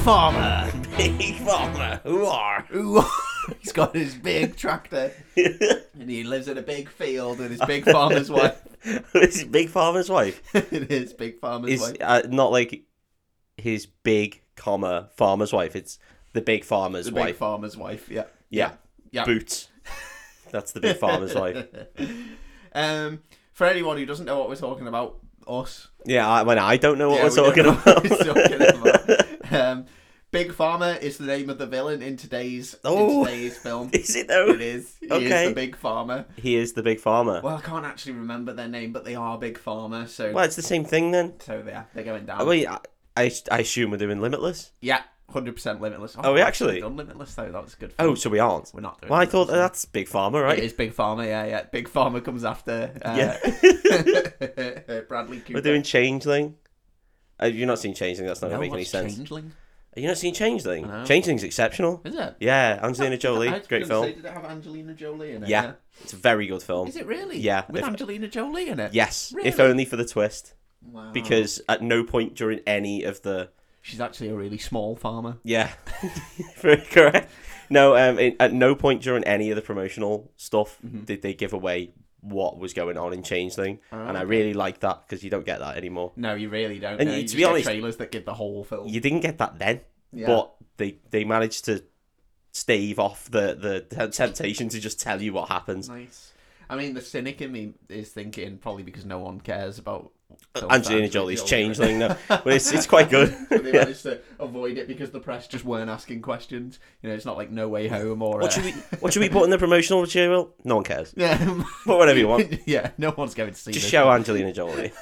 farmer. Big farmer, who are? Ooh, he's got his big tractor and he lives in a big field and his big farmer's wife. Is it big farmer's wife? it is big farmer's Is wife. uh, not like his big comma farmer's wife. It's the big farmer's The big wife. farmer's wife. Yeah. yeah. Yeah. boots. That's the big farmer's wife. Um, for anyone who doesn't know what we're talking about, us. Yeah, I, when I don't know what Yeah, we're we talking don't know about. what we're talking about. Um, big farmer is the name of the villain in today's Oh. in today's film. Is it though? It is. He is Okay. the big farmer. He is the big farmer. Well, I can't actually remember their name, but they are big farmer. So Well, it's the same thing then. so they are. They're going I down. mean, I, I, I assume we're doing Limitless. Yeah, hundred percent limitless. Are Oh, we we've actually? done limitless though. That was good. Oh, so we aren't. We're not doing. Well, I thought Limitless. that's Big Farmer, It right? is Big Pharma, yeah, yeah. Big Pharma comes after uh, Bradley Cooper. We're doing Changeling. Uh, you're not seeing Changeling. That's not gonna make any sense. Changeling? Are you not seeing Changeling? No. Changeling's exceptional. Is it? Yeah, Angelina I Jolie, was great gonna film. say, did it have Angelina Jolie in it? yeah, it's a very good film. Is it really? Yeah, With if- Angelina Jolie in it? Yes, if Really? Oh. only for the twist, Wow. because at no point during any of the she's actually a really small farmer. yeah, very correct. No, um, in, at no point during any of the promotional stuff Mm-hmm. did they give away what was going on in Changeling, Oh, and I really like that because you don't get that anymore. No, you really don't. And know. You you- to just be get honest- trailers that give the whole film. You didn't get that then, Yeah. but they they managed to stave off the the temptation to just tell you what happens. Nice. I mean, the cynic in me is thinking probably because no one cares about films that Angelina Jolie's in it. Changeling, though, but it's it's quite good. they Yeah. managed to avoid it because the press just weren't asking questions. You know, it's not like No Way Home or. What uh, should we What should we put in the promotional material? No one cares. Yeah, Put whatever you want. yeah. No one's going to see Just this. show Angelina Jolie.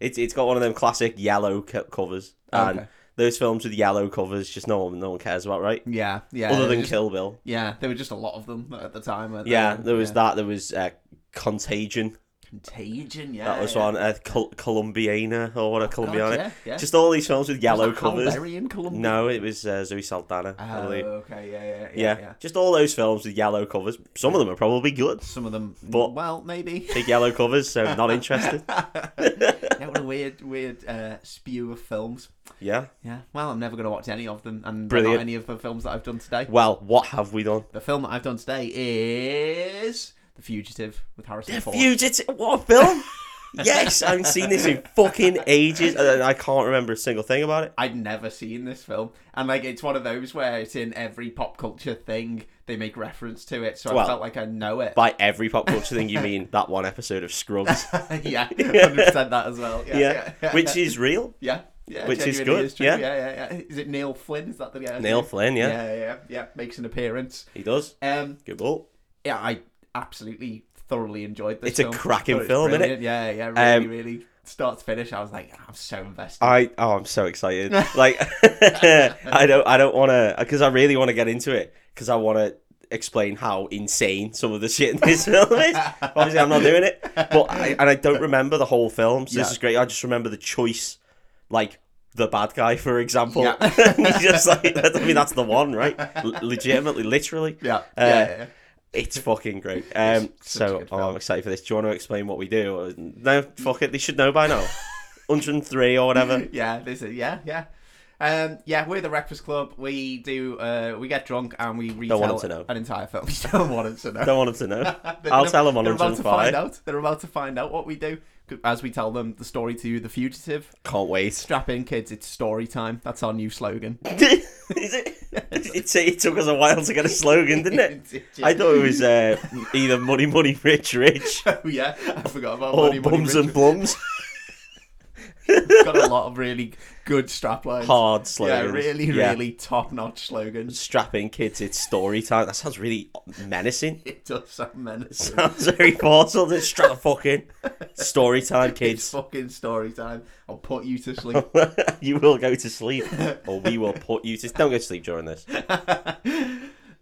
It's it's got one of them classic yellow co- covers, and Okay. those films with yellow covers, just no one no one cares about, right? yeah, yeah. Other they than just- Kill Bill. yeah, there were just a lot of them at the time. weren't Yeah, there was Yeah. that. There was uh, Contagion. Contagion. Yeah, That was yeah. Oh, one. Uh, Col- Columbiana or what a God, Columbiana. yeah, yeah. Just all these films with yellow Was that covers. Halle Berry in Colombia. No, it was uh, Zoe Saldana. I Oh, believe. okay. Yeah, yeah, yeah, yeah. yeah. just all those films with yellow covers. Some of them are probably good. Some of them, But- well, maybe. Big yellow covers, so not interested. yeah, what a weird, weird uh, spew of films. Yeah. Yeah. Well, I'm never going to watch any of them, and they're Brilliant. not any of the films that I've done today. Well, what have we done? The film that I've done today is The Fugitive with Harrison Ford. Fugitive. What a film! yes, I haven't seen this in fucking ages, and I can't remember a single thing about it. I'd never seen this film, and like it's one of those where it's in every pop culture thing they make reference to it, so Well- I felt like I know it. By every pop culture thing, you mean that one episode of Scrubs? yeah, hundred percent that as well. Yeah, yeah, yeah, yeah. which is real. yeah, yeah, which is genuinely good, true. yeah. yeah, yeah, yeah. Is it Neil Flynn? Is that the guy's Neil name? Flynn, yeah. yeah, yeah, yeah. Makes an appearance. he does. Um, Good ball. yeah, I absolutely thoroughly enjoyed this. It's a film. cracking Thought it's film, innit? brilliant. Yeah, yeah, really, Um, really. Start to finish, I was like, I'm so invested. I oh, I'm so excited. Like, I don't, I don't want to, because I really want to get into it, because I want to explain how insane some of the shit in this film is. Obviously, I'm not doing it, but I, and I don't remember the whole film, so this Yeah. is great. I just remember the choice, like the bad guy, for example. Yeah. He's just like, I mean, that's the one, right? L- legitimately, literally. yeah, Uh, yeah, yeah, yeah. It's fucking great. Um, It's such a so good oh, film. I'm excited for this. Do you want to explain what we do? No, fuck it. They should know by now. 103 or whatever. yeah, this is yeah, yeah. Um, yeah, we're the Breakfast Club. We do. Uh, we get drunk and we retell want 'em to know. an entire film. You don't want 'em to know. Don't want them to know. They're- I'll they're- tell 'em on They're about to 105. find out. They're about to find out what we do 'Cause as we tell them the story to you, the fugitive. Can't wait. Strap in, kids. It's story time. That's our new slogan. Is it? It, it took us a while to get a slogan, didn't it? Did you? I thought it was uh, either money, money, rich, rich, Oh yeah, I forgot about or money, money, bums rich. and bums. Got a lot of really good straplines. Hard yeah, slogans. really, Yeah. really top-notch slogans. Strapping kids, it's story time. That sounds really menacing. It does sound menacing. Sounds very forceful. Just strap fucking story time, It's kids. fucking story time. I'll put you to sleep. you will go to sleep, or we will put you to. Don't go to sleep during this.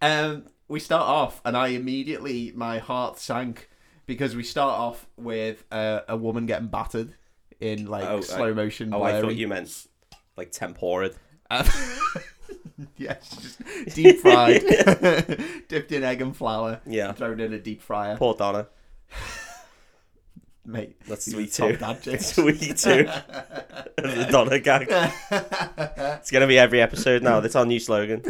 Um, we start off, and I immediately my heart sank because we start off with uh, a woman getting battered in like Oh, I- slow motion. Oh, I thought blurry. you meant like tempora. yeah, she's just deep fried, dipped in egg and flour, Yeah, thrown in a deep fryer. poor Donna. mate. That's these are sweet top too. Dad jokes. Sweet too. the Donna gag. It's gonna be every episode now. That's our new slogan.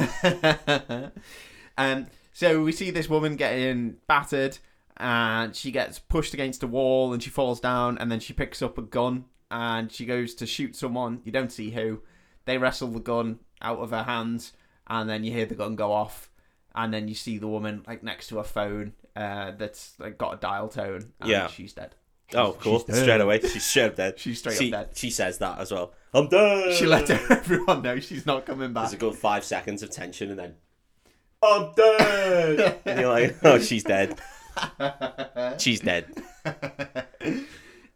um, so we see this woman getting battered, and she gets pushed against a wall, and she falls down, and then she picks up a gun, and she goes to shoot someone. You don't see who. They wrestle the gun out of her hands, and then you hear the gun go off, and then you see the woman like next to a phone uh, that's like, got a dial tone, and Yeah. she's dead. Oh, cool. dead. Straight away, she's straight up dead. She's straight she, up dead. She says that as well. I'm dead. She let everyone know she's not coming back. There's a good five seconds of tension, and then I'm dead. and you're like, oh, she's dead. She's dead.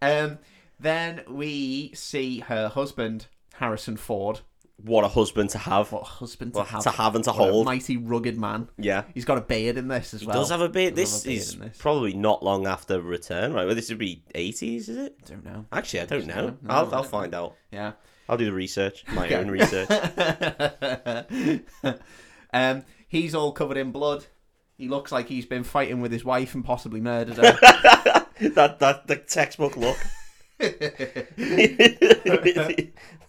Um, then we see her husband, Harrison Ford. What a husband to have. What a husband to have. To have and to What a hold. mighty, rugged man. Yeah. He's got a beard in this as well. does have a beard. does have This a beard is in this. probably not long after Return, right? Well, this would be 80s, is it? I don't know. Actually, I don't know. No, I'll, I'll no. find out. Yeah. I'll do the research, my Okay. own research. um, he's all covered in blood. He looks like he's been fighting with his wife and possibly murdered her. that that the textbook look.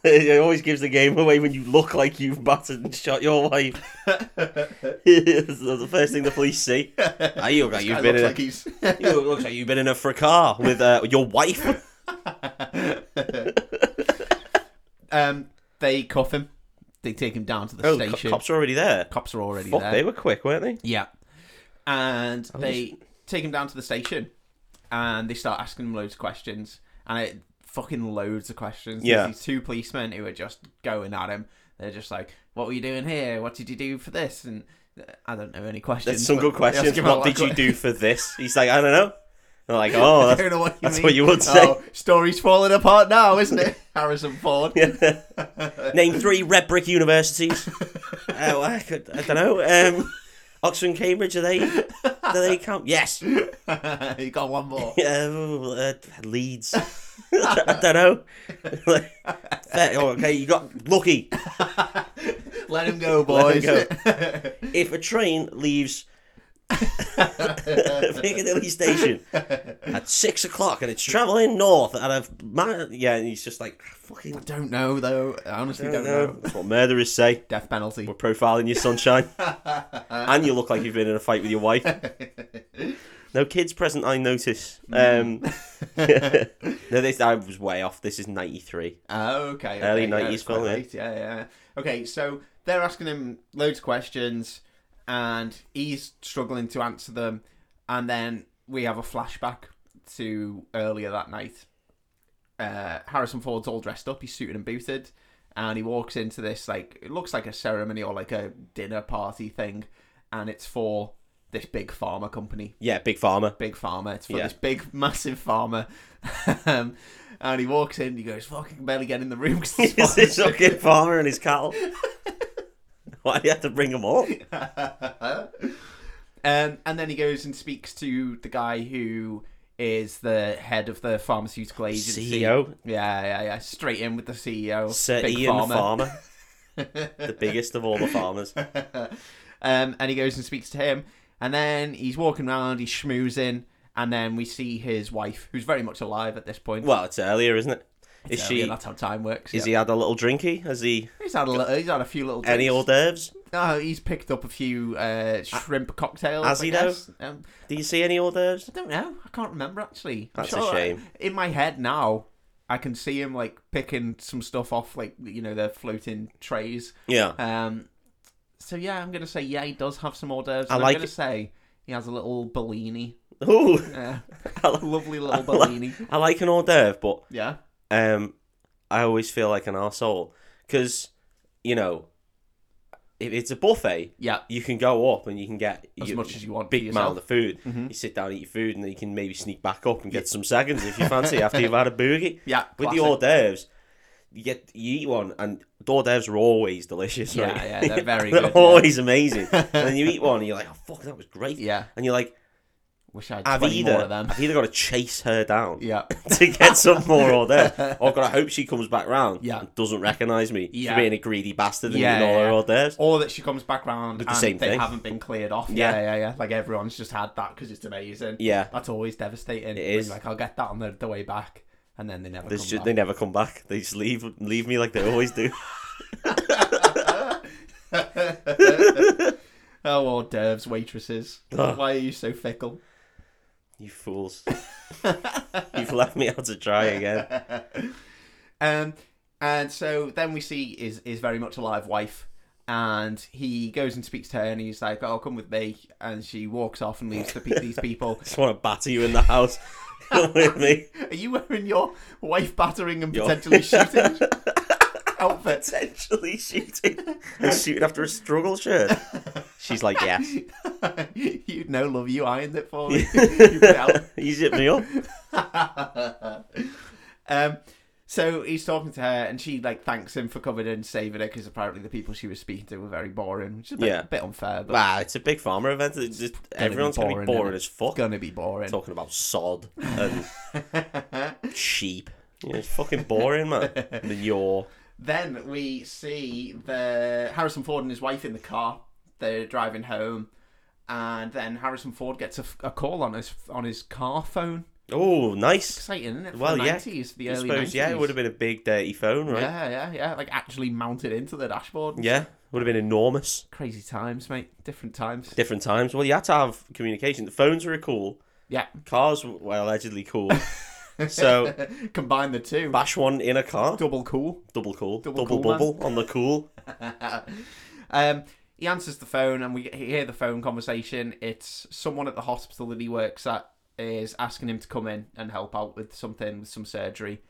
it always gives the game away when you look like you've battered and shot your wife. That's the first thing the police see. Ah, you look like Guy you've been looks in. like a, he's. you look like you've been in a fracas with uh, your wife. um, they cuff him. They take him down to the Oh, co- station. cops are already there. Cops are already Fuck, there. they were quick, weren't they? Yeah. And I they take him down to the station and they start asking him loads of questions. And it fucking loads of questions. There's Yeah. These two policemen who are just going at him. They're just like, What were you doing here? What did you do for this? And uh, I don't know any questions. That's some but good they questions. ask him a What lot of did you que- do for this? He's like, I don't know. They're like, oh, I that's don't know what you that's mean. what you would say. Oh, story's falling apart now, isn't it? Harrison Ford. Name three red brick universities. oh, I, could, I don't know. Um, Oxford and Cambridge, are they? Do they count? Yes. you got one more. Yeah, oh, uh, Leeds. I don't know. Fair- oh, okay, you got lucky. Let him go, Let him boys. If a train leaves Piccadilly Station at six o'clock and it's travelling north and I've man, yeah, and he's just like "Ah, fucking. I don't know, though. I honestly don't, don't, know. know. That's what murderers say. Death penalty. We're profiling your sunshine, and you look like you've been in a fight with your wife. No kids present, I notice. Um, no, this I was way off. This is '93. Oh, okay. Early okay, yeah, 90s it's quite film, eh? yeah. late, Yeah, yeah. Okay, so they're asking him loads of questions, and he's struggling to answer them. And then we have a flashback to earlier that night. Uh, Harrison Ford's all dressed up. He's suited and booted, and he walks into this like it looks like a ceremony or like a dinner party thing, and it's for this big pharma company Yeah, big farmer. big farmer. It's for Yeah. this big, massive farmer. um, and he walks in. He goes, "Fucking barely get in the room." 'cause it's Is this fine." fucking farmer and his cattle? Why do you have to bring them up? um, and then he goes and speaks to the guy who is the head of the pharmaceutical agency. CEO, Yeah, yeah, yeah. Straight in with the CEO. E Sir E big Ian farmer. Farmer, the biggest of all the farmers. um, and he goes and speaks to him. And then he's walking around. He's schmoozing. And then we see his wife, who's very much alive at this point. Well, it's earlier, isn't it? Is So, she? yeah, that's how time works. Is yeah. he had a little drinky? Has he He's had a little, he's had a few little. Drinks. any hors d'oeuvres? No, he's picked up a few uh, shrimp cocktails. Has I he though? guess. Um, Do you see any hors d'oeuvres? I don't know. I can't remember actually. I'm That's a I- shame. in my head now, I can see him like picking some stuff off, like you know, the floating trays. Yeah. Um, so yeah, I'm gonna say yeah, he does have some hors d'oeuvres. I and like I'm gonna it. say he has a little Bellini, Ooh, uh, I like- lovely little I like- Bellini. I like an hors d'oeuvre, but Yeah, um, I always feel like an arsehole because you know if it's a buffet, yeah, you can go up and you can get as you- much as you want. for big yourself. Mm-hmm. mound of food. You sit down, eat your food, and then you can maybe sneak back up and get some seconds if you fancy after you've had a boogie. Yeah, With classic. the hors d'oeuvres, you get you eat one, and the hors d'oeuvres are always delicious. Yeah, right? yeah, they're very they're good, yeah. always amazing. and then you eat one, and you're like, oh fuck, that was great. Yeah. and you're like, Wish I had I've 20 more either of them. I've either got to chase her down Yeah. to get some more order, or I've got to hope she comes back round Yeah. and doesn't recognise me Yeah. for being a greedy bastard and Yeah, eating all yeah, her yeah. orders. Or that she comes back round With the and same they thing. haven't been cleared off. Yeah, Yeah. yeah, yeah. Like everyone's just had that because it's amazing. Yeah, That's always devastating. When is. you're Like I'll get that on the, the way back, and then they never There's come ju- back. they never come back. They just leave leave me like they always do. oh, hors d'oeuvres, waitresses. Ugh. Why are you so fickle? you fools! You've left me out to try again. Um, and so then we see his, his very much alive wife, and he goes and speaks to her, and he's like, "Oh, come with me," and she walks off and leaves the, pe- these people. I just want to batter you in the house Come with me. Are you wearing your wife battering and Your- potentially shooting outfit? Potentially shooting and shooting after a struggle shirt. She's like, yeah. you know, love, you ironed it for me. you put it out you zipped me up. um, so he's talking to her, and she like thanks him for coming and saving her because apparently the people she was speaking to were very boring, which is a bit, Yeah. a bit unfair, but Wow, it's a big farmer event. It's just, everyone's gonna be boring, boring innit? as fuck. it's gonna be boring. Talking about sod and sheep. Yeah, it's fucking boring, man. The yaw. Then we see the Harrison Ford and his wife in the car. They're driving home, and then Harrison Ford gets a, a call on his on his car phone. Oh, nice. Exciting, isn't it? For Well, the yeah. 90s, the I early suppose, 90s. yeah, it would have been a big dirty phone, right? Yeah, yeah, yeah. Like actually mounted into the dashboard. Yeah, would have been enormous. Crazy times, mate. Different times. Different times. Well, you had to have communication. The phones were cool. Yeah. Cars were allegedly cool. so Combine the two. bash one in a car. Double cool. Double cool. Double Double, cool, man. bubble on the cool. um, he answers the phone, and we hear the phone conversation. It's someone at the hospital that he works at is asking him to come in and help out with something, with some surgery.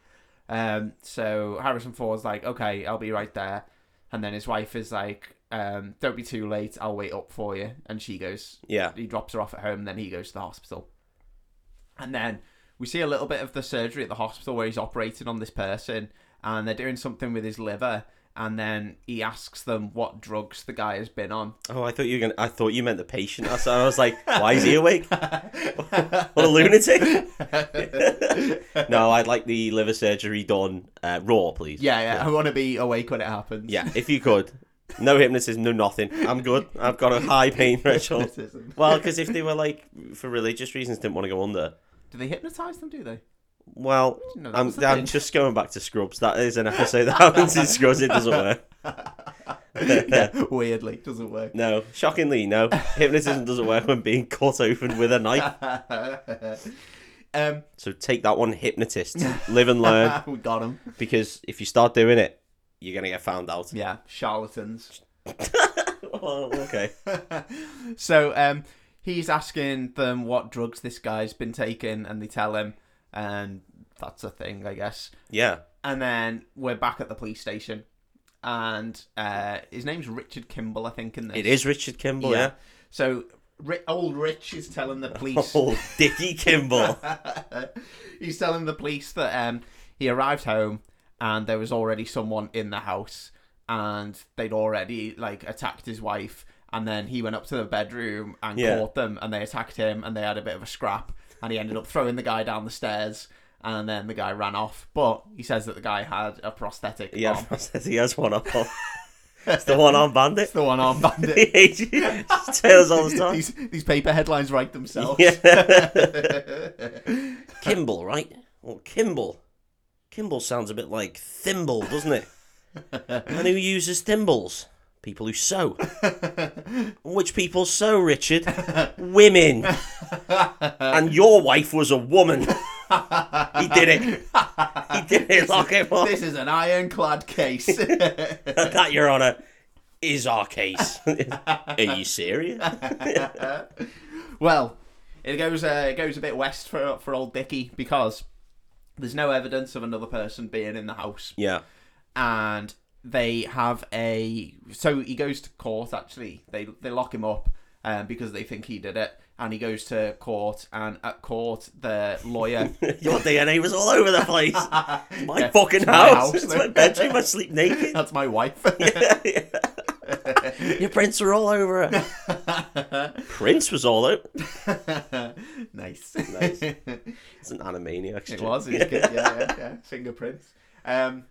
Um, so Harrison Ford's like, "Okay, I'll be right there," and then his wife is like, um, "Don't be too late. I'll wait up for you." And she goes, Yeah. he drops her off at home, then he goes to the hospital. And then we see a little bit of the surgery at the hospital where he's operating on this person and they're doing something with his liver and then he asks them what drugs the guy has been on. Oh, I thought you were gonna. I thought you meant the patient. I was, I was like, why is he awake? what a lunatic! no, I'd like the liver surgery done uh, raw, please. Yeah, yeah, I want to be awake when it happens. yeah. If you could, no hypnosis, no nothing. I'm good. I've got a high pain threshold. Hypnotism. Well, because if they were like for religious reasons didn't want to go under, Do they hypnotize them, do they? well, didn't know that I'm, was a I'm thing. just going back to Scrubs. That is an episode that happens in Scrubs. It doesn't work. yeah, weirdly, doesn't work. No, shockingly, no. Hypnotism doesn't work when being cut open with a knife. um, So take that one, hypnotist. Live and learn. we got him. Because if you start doing it, you're gonna get found out. Yeah, charlatans. Oh, okay. so um, he's asking them what drugs this guy's been taking, and they tell him, and that's a thing, I guess. Yeah. And then we're back at the police station, and uh, his name's Richard Kimball, I think. In this, It is Richard Kimball, yeah. So ri- old Rich is telling the police. Oh, Dickie Kimball. he's telling the police that um, he arrived home and there was already someone in the house and they'd already like attacked his wife and then he went up to the bedroom and Yeah. caught them and they attacked him and they had a bit of a scrap and he ended up throwing the guy down the stairs and then the guy ran off but he says that the guy had a prosthetic Yeah, arm. says he has one on. It's the one arm bandit. It's the one arm bandit Tails all the time. these, these paper headlines write themselves Yeah. Kimball, right? Well, Kimball. Kimball sounds a bit like thimble, doesn't it? and who uses thimbles? People who sew. Which people sew, Richard? Women. and your wife was a woman. he did it. He did it. Lock him up. this is an ironclad case that, Your Honour, is our case. Are you serious? Well, it goes uh, it goes a bit west for for old Dicky because there's no evidence of another person being in the house, Yeah. and they have a so he goes to court. Actually, they they lock him up um, because they think he did it, and he goes to court. And at court, the lawyer Your DNA was all over the place. It's My Yeah, fucking it's my house. house, It's mate. my bedroom. I sleep naked. that's my wife. Your prints are all over her. Prince was all over. Nice. Nice. it It's an Animaniacs. joke. was. It was good. Yeah, yeah, yeah. Fingerprints. Um,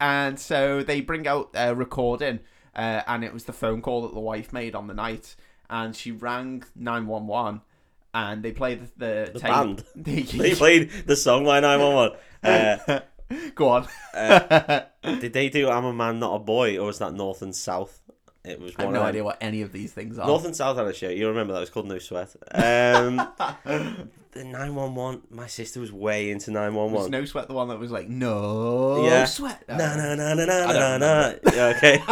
and so they bring out a recording, uh, and it was the phone call that the wife made on the night, and she rang nine one one, and they played the, the, The tape. band. They They- played the song by 911. Uh, Go on. did they do I'm a Man, Not a Boy, or was that North and South? It was I one have of no them. idea what any of these things are. North and South had a show. You remember that? It was called No Sweat. Um, the 911, my sister was way into was 911. no sweat the one that was like no Yeah. sweat. Na na na na I na na don't na. Yeah, Okay.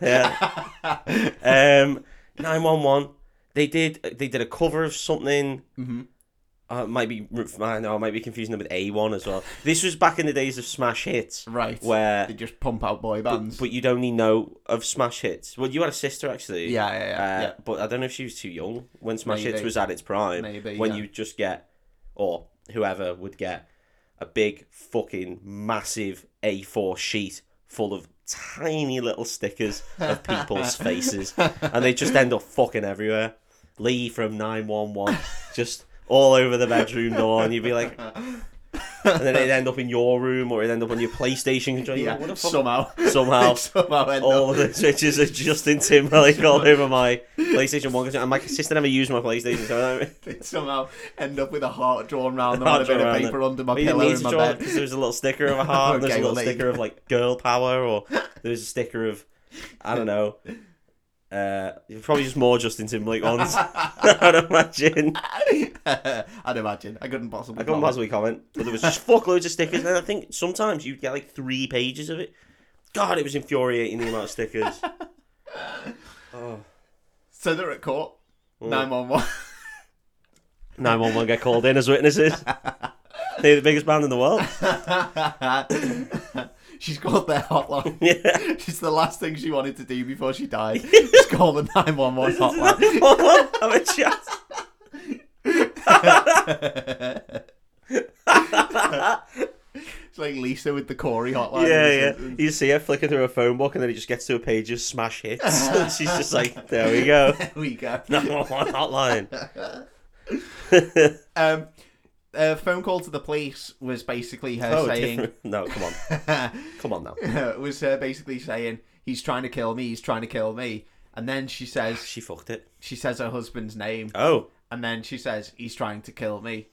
yeah. Um, 911. They did they did a cover of something. hmm Uh, it might be I know I might be confusing them with A1 as well. This was back in the days of smash hits Right. where they just pump out boy bands. but you'd only know of smash hits. Well, you had a sister actually. yeah, yeah, yeah. Uh, yeah. But I don't know if she was too young when Smash Maybe. Hits was at its prime. Maybe, when yeah. you just get, or whoever would get, a big fucking massive A4 sheet full of tiny little stickers of people's faces, and they just end up fucking everywhere. Lee from nine one one, just all over the bedroom door, and you'd be like. And then it'd end up in your room, or it'd end up on your PlayStation controller. You're yeah, like, what the fuck? somehow, Somehow. somehow, end all up- of the switches are Justin Timberlake all over my PlayStation 1 controller. And my sister never used my PlayStation, so I don't they somehow end up with a heart drawn round them Heart and a bit drawn of round paper under my But you didn't pillow need in to my draw it bed. because there was a little sticker of a heart, there's a Okay, little well, there you sticker of like girl power, or there's a sticker of, I don't know, uh, probably just more Justin Timberlake ones, I'd imagine. I'd imagine. I couldn't possibly. I couldn't comment. possibly comment, but there was just fuckloads of stickers, and I think sometimes you'd get like three pages of it. God, it was infuriating the amount of stickers. Oh. So they're at court. Mm. Nine one one. 911 get called in as witnesses. They're the biggest band in the world. She's called their hotline. Yeah. It's the last thing she wanted to do before she died. Just call the 911 hotline. Have a chat. It's like Lisa with the Corey hotline. Yeah, yeah. You see her flicking through a phone book and then it just gets to a page of smash hits. And She's just like, there we go. There we go. 911 hotline. Um, a phone call to the police was basically her Oh, saying, different. No, come on. Come on now. was her basically saying, he's trying to kill me, he's trying to kill me. And then she says, She fucked it. she says her husband's name. Oh, And then she says, he's trying to kill me.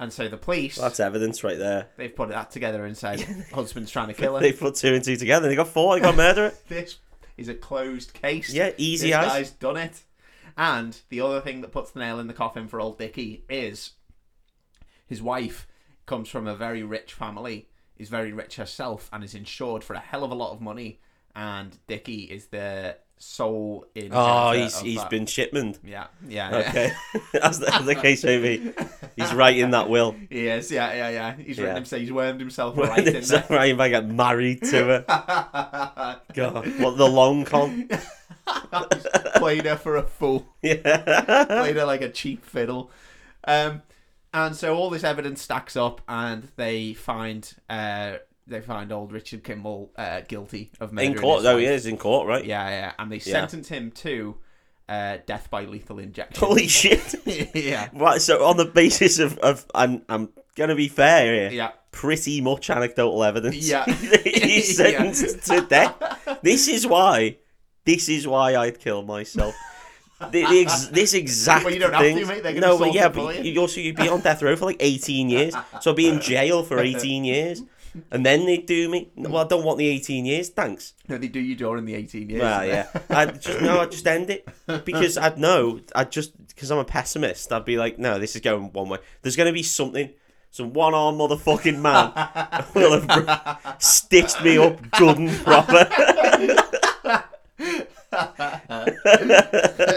And so the police, that's evidence right there. they've put that together and said, husband's trying to kill her. They put two and two together. They got four. They got murderer. this is a closed case. Yeah, this easy as. guy's done it. And the other thing that puts the nail in the coffin for old Dicky is his wife comes from a very rich family, is very rich herself, and is insured for a hell of a lot of money. And Dicky is the sole in. Oh, he's, he's been shipmaned. Yeah, yeah, yeah. Okay. That's the, the case, maybe. He's writing that will. He is, yeah, yeah, yeah. He's Yeah. written himself, he's wormed himself Right, right in is that there. right? If I get married to her, God, what the long con? Played her for a fool. Yeah, played her like a cheap fiddle. Um, and so all this evidence stacks up, and they find uh, they find old Richard Kimball uh, guilty of murder in court. His though, wife. yeah, it's in court, right? yeah, yeah, and they Yeah. sentenced him to uh, death by lethal injection. Holy shit! yeah, right, so on the basis of, of I'm, I'm gonna be fair here. yeah, Pretty much anecdotal evidence. Yeah. he's sentenced to death. This is why. This is why I'd kill myself. The, the ex- this exact Well, you don't have thing. to, mate. They're gonna no, but sort yeah, it for but you. you also you'd be on death row for like eighteen years. So I'd be in jail for eighteen years, and then they'd do me. Well, I don't want the eighteen years. Thanks. no, they do you during the eighteen years. Well, yeah. I'd just no, I'd just end it because I'd know. I'd just because I'm a pessimist. I'd be like, no, this is going one way. There's going to be something. Some one armed motherfucking man will have br- stitched me up good and proper.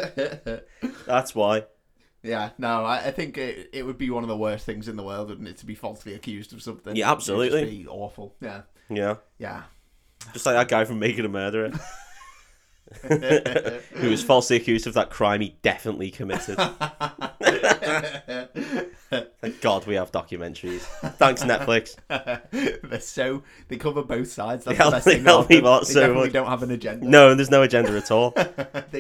That's why. yeah. No, I, I think it, it would be one of the worst things in the world, wouldn't it, to be falsely accused of something? Yeah, absolutely. It would just be awful. Yeah, Yeah. yeah. Just like that guy from Making a Murderer. Who was falsely accused of that crime he definitely committed. Thank God we have documentaries. Thanks, Netflix. They're so they cover both sides. That's They the help- best they thing. help about them. people out they so definitely much. don't have an agenda. No, there's no agenda at all. they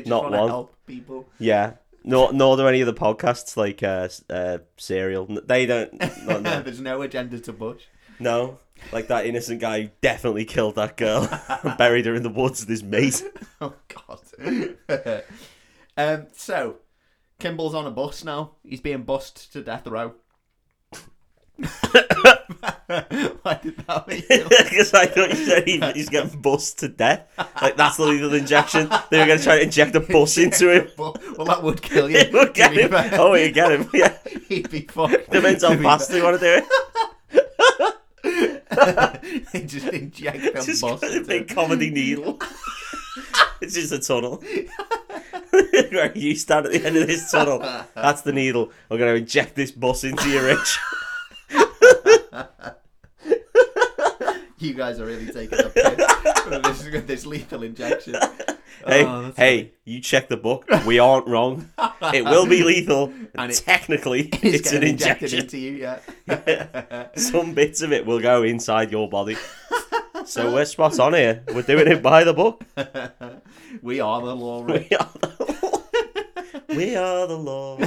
just not want to one. help people. Yeah. Nor nor do any of the podcasts like uh, s- uh serial. They don't. Not, no. There's no agenda to push. No, like that innocent guy who definitely killed that girl and buried her in the woods with his mate. Oh God. um. So, Kimball's on a bus now. He's being bussed to death row. Why did that make you? Because I thought you said he, he's getting bussed to death. Like that's the lethal injection. They were going to try to inject a bus into him. Well, well, that would kill you. It would get to be him. fair. Oh, you get him. Yeah, He'd be fucked. depends To how be fast they want to do it. fair. they just inject them Just bus. got a into big it. comedy needle. it's just a tunnel. Where you stand at the end of this tunnel. That's the needle. I'm going to inject this bus into your itch. You guys are really taking a piss. this is good. This lethal injection. Hey, Oh, that's hey, you check the book. We aren't wrong. It will be lethal. And it- Technically, He's it's an getting injected injection. into you. Yeah. Some bits of it will go inside your body. so we're spot on here. We're doing it by the book. we are the law. Rick. We are the law. we are the law.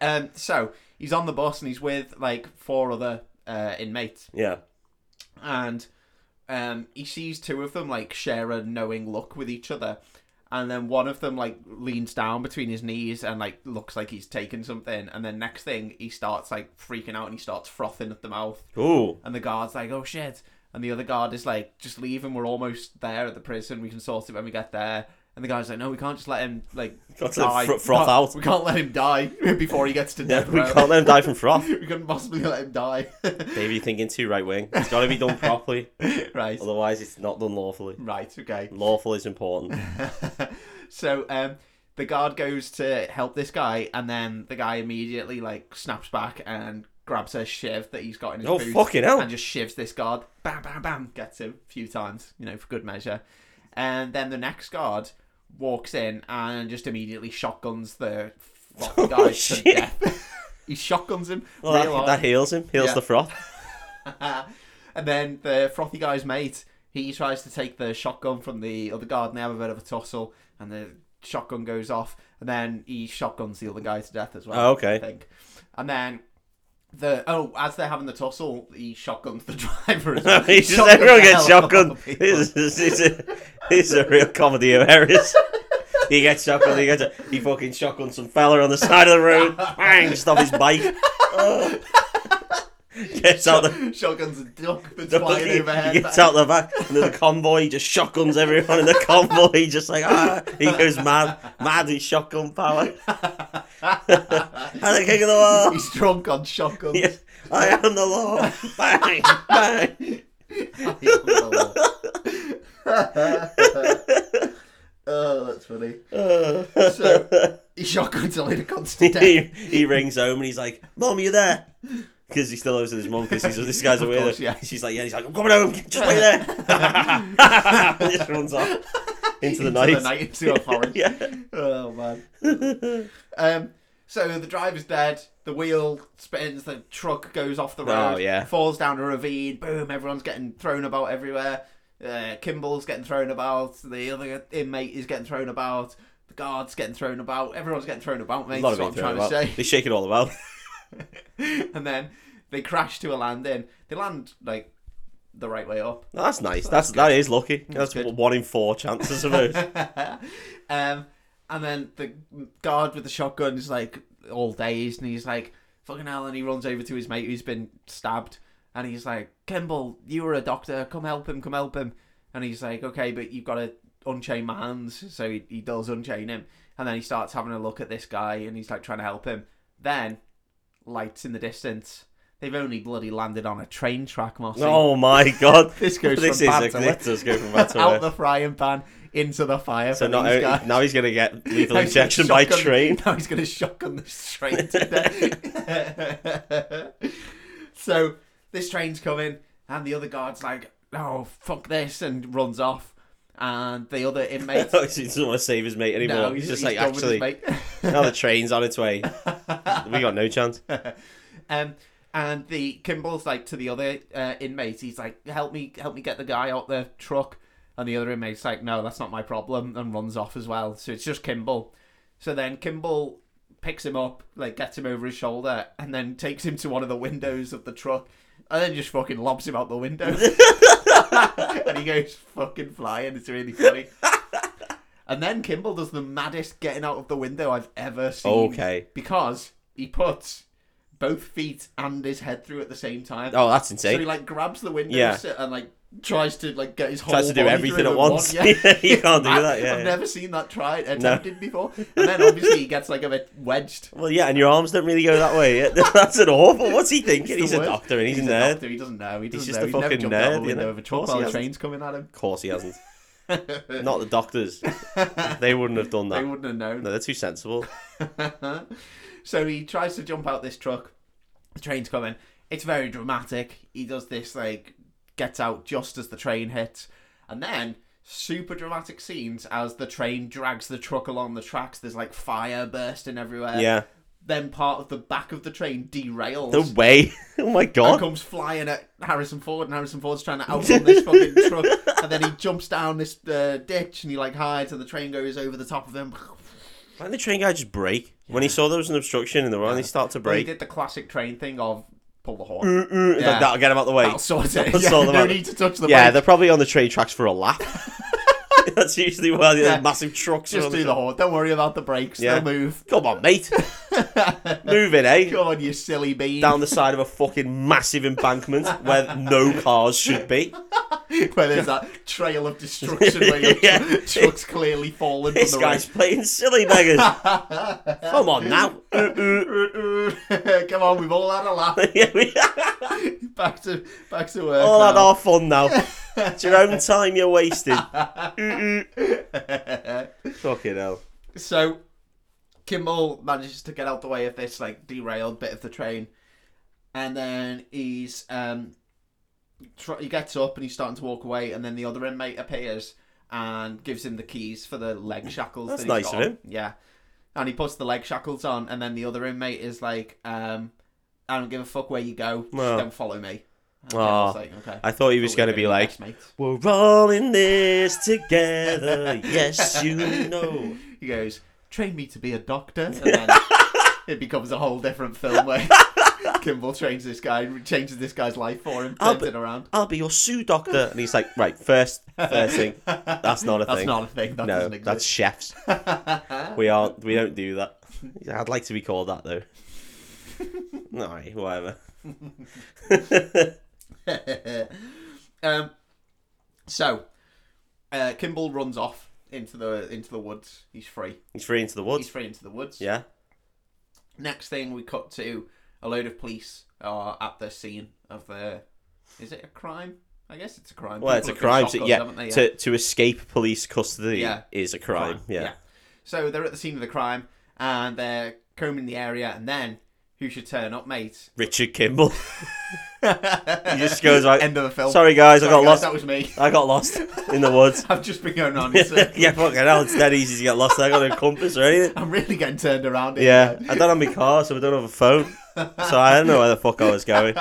um, so he's on the bus and he's with like four other uh, inmates, Yeah. and um, he sees two of them like share a knowing look with each other, and then one of them like leans down between his knees and like looks like he's taken something, and then next thing he starts like freaking out and he starts frothing at the mouth, Ooh. and the guard's like, "Oh shit!" and the other guard is like, "Just leave him. We're almost there at the prison. We can sort it when we get there." And the guy's like, "No, we can't just let him like Got to die. fr- froth No, out. We can't let him die before he gets to Yeah, death we row. can't let him die from froth. we couldn't possibly let him die. Maybe you're thinking too right wing. It's got to be done properly. right. Otherwise, it's not done lawfully. Right, okay. Lawful is important. so um the guard goes to help this guy and then the guy immediately like snaps back and grabs a shiv that he's got in his Oh, boot fucking hell. and just shivs this guard. Bam bam bam gets him a few times, you know, for good measure. And then the next guard walks in and just immediately shotguns the fucking guy Oh, to shit. death. he shotguns him. Well, real that, hard. that heals him. Heals Yeah. the froth. and then the frothy guy's mate, he tries to take the shotgun from the other guard, and they have a bit of a tussle, and the shotgun goes off, and then he shotguns the other guy to death as well. Oh, okay. I think. And then the oh, as they're having the tussle, he shotguns the driver as well. He's just Shotguns everyone the gets hell out of shotgun. people. This is, this, is, this is a real comedy of errors. he gets shotgun. He gets a, he fucking shotguns some fella on the side of the road. Bang! Stop his bike. Ugh. gets out the. Shotguns a duck that's He, flying overhead. he gets out the back, and there's a convoy. He just shotguns everyone in the convoy. Just like ah, he goes mad, mad with shotgun power. I'm the king of the law. He's drunk on shotguns. Yes, I am the law. Bang, bang. oh, Oh, that's funny. So- He shotguns a lady constant he, he rings home and he's like, "Mom, you there?" Because he still owes his mom. Because he's this guy's a Of weirdo. course, yeah. She's like, "Yeah." He's like, "I'm coming home. Just wait there." and just runs off into the night. the night into a forest. yeah. Oh man. um, so the driver's dead. The wheel spins. The truck goes off the road. Oh, yeah. Falls down a ravine. Boom! Everyone's getting thrown about everywhere. Uh, Kimball's getting thrown about. The other inmate is getting thrown about. The guard's getting thrown about. Everyone's getting thrown about, mate. A lot That's of what I'm it trying about. to say. They shake it all about. and then they crash to a landing. They land like the right way up. No, that's nice. That's that is lucky. That's, good. one in four chances, I suppose. um, and then the guard with the shotgun is like all dazed, and he's like, "Fucking hell!" And he runs over to his mate who's been stabbed, and he's like, "Kimball, you were a doctor. Come help him. Come help him." And he's like, "Okay, but you've got to unchain my hands." So he, he does unchain him, and then he starts having a look at this guy, and he's like trying to help him. Then lights in the distance. They've only bloody landed on a train track, Mossy. oh my god. This goes This from is bad a, to this does go from bad to out worse. the frying pan into the fire. So for not these guys. only- now he's gonna get lethal Now he's gonna injection by shotgun- train. Now he's going to shotgun this train to death. so this train's coming, and the other guard's like, "Oh fuck this," and runs off. And the other he inmate, doesn't want to save his mate anymore. no, he's, he's, just he's like done with his actually. Now the train's on its way. We got no chance. mate. Um, and the Kimball's like to the other uh, inmate, he's like, "Help me, help me get the guy out the truck." And the other inmate's like, "No, that's not my problem," and runs off as well. So it's just Kimball. So then Kimball picks him up, like gets him over his shoulder, and then takes him to one of the windows of the truck, and then just fucking lobs him out the window. and he goes fucking flying. It's really funny. And then Kimball does the maddest getting out of the window I've ever seen. Okay. Because he puts both feet and his head through at the same time. Oh, that's So he insane. like grabs the window Yeah. si- and like tries to like get his whole Tries to do body everything through at once. one- yeah. you can't do I- that. Yeah. I've yeah. never seen that tried attempted before. And then obviously he gets like a bit wedged. Well, yeah, and your arms don't really go that way. Yeah, that's an awful. What's he thinking? It's He's the a worst. doctor and he's, He's a a nerd. doctor, He doesn't know. He doesn't just know. a He's never fucking jumped out nerd, the you window know. of a Of truck course he while a hasn't. train's coming at him. Of course, he hasn't. Not the doctors. They wouldn't have done They that. wouldn't have known. No, they're too sensible. so he tries to jump out this truck. The train's coming. It's very dramatic. He does this, like, gets out just as the train hits. And then, super dramatic scenes as the train drags the truck along the tracks. There's, like, fire bursting everywhere. Yeah. Then part of the back of the train derails. No way. Oh my and god. comes flying at Harrison Ford, and Harrison Ford's trying to outrun this fucking truck, and then he jumps down this uh, ditch, and he like hides, and the train goes over the top of him. Why did the train guy just break? When he saw there was an obstruction in the road, he started to But he break. mm, did the classic train thing of pull the horn. Like, Yeah. That'll get him out the way. I'll sort it. I'll Yeah, sort them no out. need to touch the yeah, bike. they're probably on the train tracks for a lap. That's usually why the Yeah. massive trucks are Just on the do the horn. Don't worry about the brakes. Yeah. They'll move. Come on, mate. Moving, eh? Come on, you silly bean. Down the side of a fucking massive embankment where no cars should be. Where there's that trail of destruction where your Yeah. tr- truck's clearly fallen This from guy's playing silly beggars. Come on now. the road. Come on, we've all had a laugh. Yeah, we- Back to back to work. all had now. our fun now. It's your own time you're wasting. Fucking hell. So Kimball manages to get out the way of this like derailed bit of the train, and then he's um tr- he gets up and he's starting to walk away, and then the other inmate appears and gives him the keys for the leg shackles. That's that he's nice got of on. him. Yeah, and he puts the leg shackles on, and then the other inmate is like, um, "I don't give a fuck where you go, just Well. don't follow me." And Aw. Kimball's like, okay. I thought he was We're going to gonna be like, best mates. We're all in this together. Yes, you know. He goes, train me to be a doctor. And then it becomes a whole different film where Kimball trains this guy, changes this guy's life for him, turns Oh, but- it around. I'll be your Sue doctor. And he's like, right, first, first thing. That's not a That's thing. not a thing. That no, doesn't that's exist. chefs. we aren't. We don't do that. I'd like to be called that though. Alright, whatever. um, so, uh, Kimball runs off into the into the woods. He's free. He's free into the He's woods. free into the woods. Yeah. Next thing we cut to a load of police are at the scene of the. Is it a crime? I guess it's a crime. Well, People it's a have been crime. So, shotgunned, yeah, haven't they? To, to escape police custody Yeah. is a crime. Yeah. So they're at the scene of the crime and they're combing the area, and then who should turn up, mate? Richard Kimball. he just goes like, End of the film. sorry guys, I Oh, Sorry, got guys, lost. That was me. I got lost in the woods. I've just been going on. yeah, fucking hell, it's that easy to get lost. I got no compass or anything. I'm really getting turned around. Here. Yeah, I don't have my car, so I don't have a phone. So I don't know where the fuck I was going.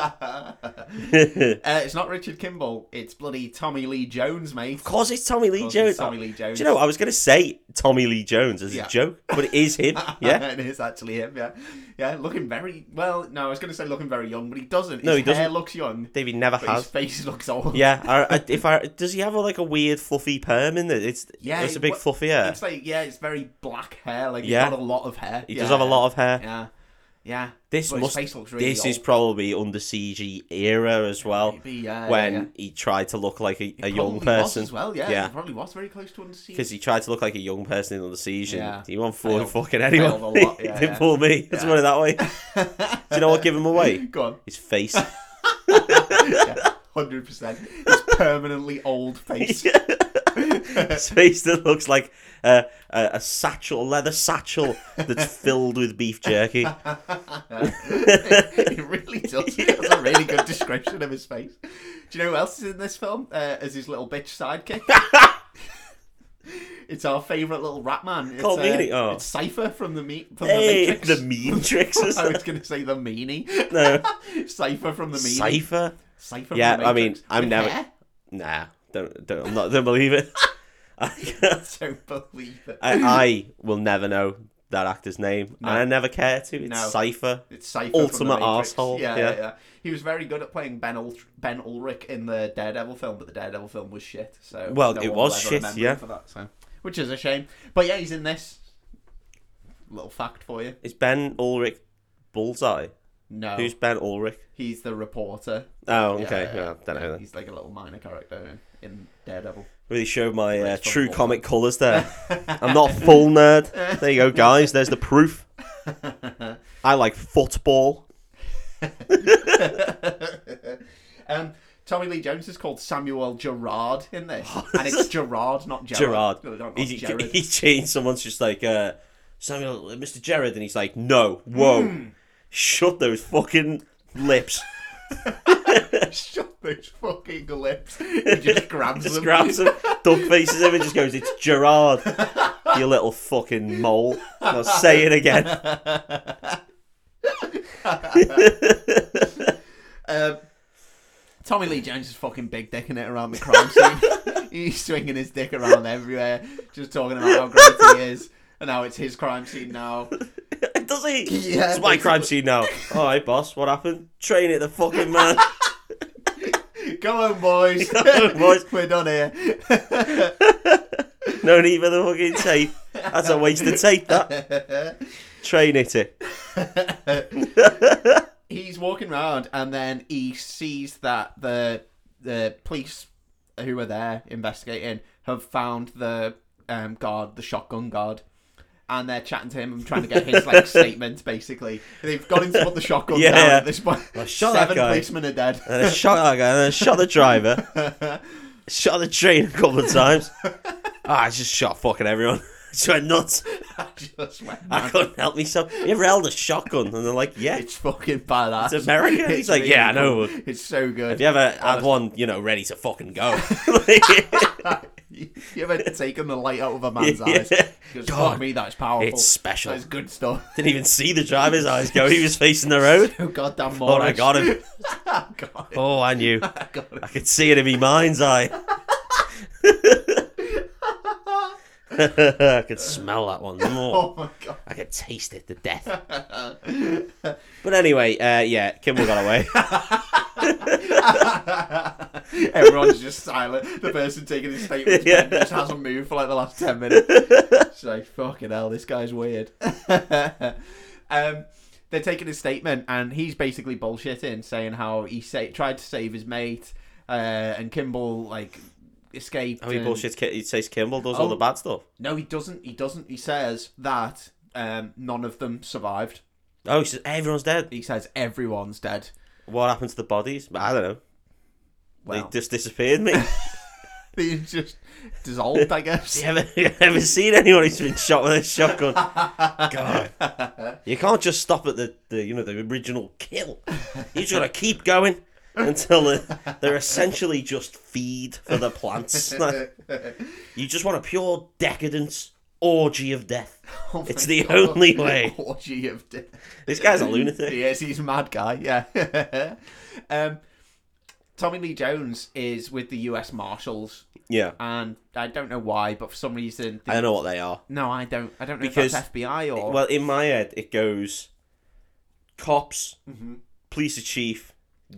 of Uh, it's not Richard Kimball. It's bloody Tommy Lee Jones, mate. course, it's Tommy Lee Of course Jones. it's Tommy Lee Jones. Do you know, I was going to say Tommy Lee Jones as Yeah. a joke, but it is him. Yeah. it is actually him. Yeah, yeah, looking very well. No, I was going to say looking very young, but he doesn't. No, his he doesn't. Hair looks young, David never but his has. face looks old. Yeah, I, I, if I does he have a, like a weird fluffy perm in it? It's Yeah, yeah, it's a it- big what- fluffy hair. it's like yeah, it's very black hair. Like Yeah. he's got a lot of hair. He does have a lot of hair. Yeah, yeah. This But his must face looks really this is old. probably under CG era as well. Maybe, yeah, when yeah, yeah. he tried to look like a, a Probably young was person as well. Yeah, Yeah. He probably was very close to unseen. because he tried to look like a young person in Under Siege, Yeah. and he won't fool Failed. fucking Failed anyone. a lot, He yeah, didn't yeah. fool me. Let's Yeah. run it that way. Do you know what? Give him away. Go on, His face. hundred percent. His permanently old face. His face that looks like a, a, a satchel, a leather satchel that's filled with beef jerky. it really does. That's a really good description of his face. Do you know who else is in this film uh, as his little bitch sidekick? it's our favourite little rat man. It's, uh, Called Meanie. Oh. it's Cipher from the meat from the Hey, Matrix. the mean tricks. or I something. was going to say the meanie. no. Cipher from the meanie. Cipher? Cipher. Yeah, from the I mean, Matrix. I'm With never- hair? Nah, don't don't. I'm not, don't believe it. I, Don't believe it. I will never know that actor's name, No. and I never care to. It's No. Cypher. It's Cypher Ultimate from the Matrix. arsehole, Yeah, yeah. yeah, yeah. He was very good at playing Ben Ul- Ben Ulrich in the Daredevil film, but the Daredevil film was shit. So Well, no it one was will ever shit, remember him yeah. for that, so which is a shame. But yeah, he's in this little fact for you. Is Ben Ulrich Bullseye? No, Who's Ben Ulrich? he's the reporter. Oh, Oh. Yeah, okay. yeah, Yeah, I don't know. Then. He's like a little minor character in Daredevil. Really showed my uh, Raised from true Bullseye. comic colours there. I'm not a full nerd. There you go, guys. There's the proof. I like football. um, Tommy Lee Jones is called Samuel Gerard in this, and it's Gerard, not Gerard. Gerard. No, not- not He, Gerard. he changed. Someone's just like uh, Samuel, uh, Mr. Gerard, and he's like, "No, whoa, Hmm. shut those fucking lips." Shut those fucking lips. He just grabs Just them. grabs him, dog faces him, and just goes, "It's Gerard, you little fucking mole." Now say it again. Um, Tommy Lee Jones is fucking big dicking it around the crime scene. He's swinging his dick around everywhere, just talking about how great he is. And now it's his crime scene now. Does he? Yeah, it's my basically. crime scene now. All right, boss. What happened? Train it, the fucking man. Go on, boys. Go on, boys. We're done here. No need for the fucking tape. That's a waste of tape. That train it. It. he's walking around and then he sees that the the police who are there investigating have found the um, guard, the shotgun guard, and they're chatting to him and trying to get his like statement. Basically, they've got him to put the shotgun Yeah. down at this point. shot that Seven guy. Uh, policemen are dead. And I shot that guy. And I shot the driver. shot the train a couple of times. Ah, I just shot fucking everyone. Just went nuts. Just went I mad. couldn't help myself. You ever held a shotgun? And they're like, yeah. It's fucking badass. It's American? It's He's like, yeah, I know. cool. It's so good. Have you ever had one, you know, ready to fucking go? Like, You ever taken the light out of a man's Yeah. eyes? Because fuck God, me, that is powerful. it's special. That is good stuff. Didn't even see the driver's eyes go. He was facing the road. Oh goddamn Oh, I Morris. got him. I got it. Oh, I knew. I got it. I could see it in my mind's eye. I could smell that one more. Oh my god. I could taste it to death. But anyway, uh, yeah, Kimball got away. Everyone's just silent. The person taking his statement Yeah. just hasn't moved for like the last 10 minutes. It's like, fucking hell, this guy's weird. um, they're taking his statement, and he's basically bullshitting, saying how he sa- tried to save his mate, uh, and Kimball, like, escaped. How Oh, he and- bullshits. Ki- He says Kimball does all the Oh. bad stuff. No, he doesn't. He doesn't. He says that um, none of them survived. Oh, he says everyone's dead. He says everyone's dead. What happened to the bodies? I don't know. Well, They just disappeared, mate. they, just dissolved, I guess. you ever, you ever seen anyone who's been shot with a shotgun? God, you can't just stop at the, the you know the original kill. You just gotta keep going until they're, they're essentially just feed for the plants. Like, you just want a pure decadence orgy of death. Oh my It's the God. only way. Orgy of death. This guy's a lunatic. Yes, he's a mad guy. Yeah. um, Tommy Lee Jones is with the U.S. Marshals, Yeah, and I don't know why, but for some reason, I don't know what they are. no, I don't. I don't know Because- if that's FBI or Well, in my head, it goes cops, police chief,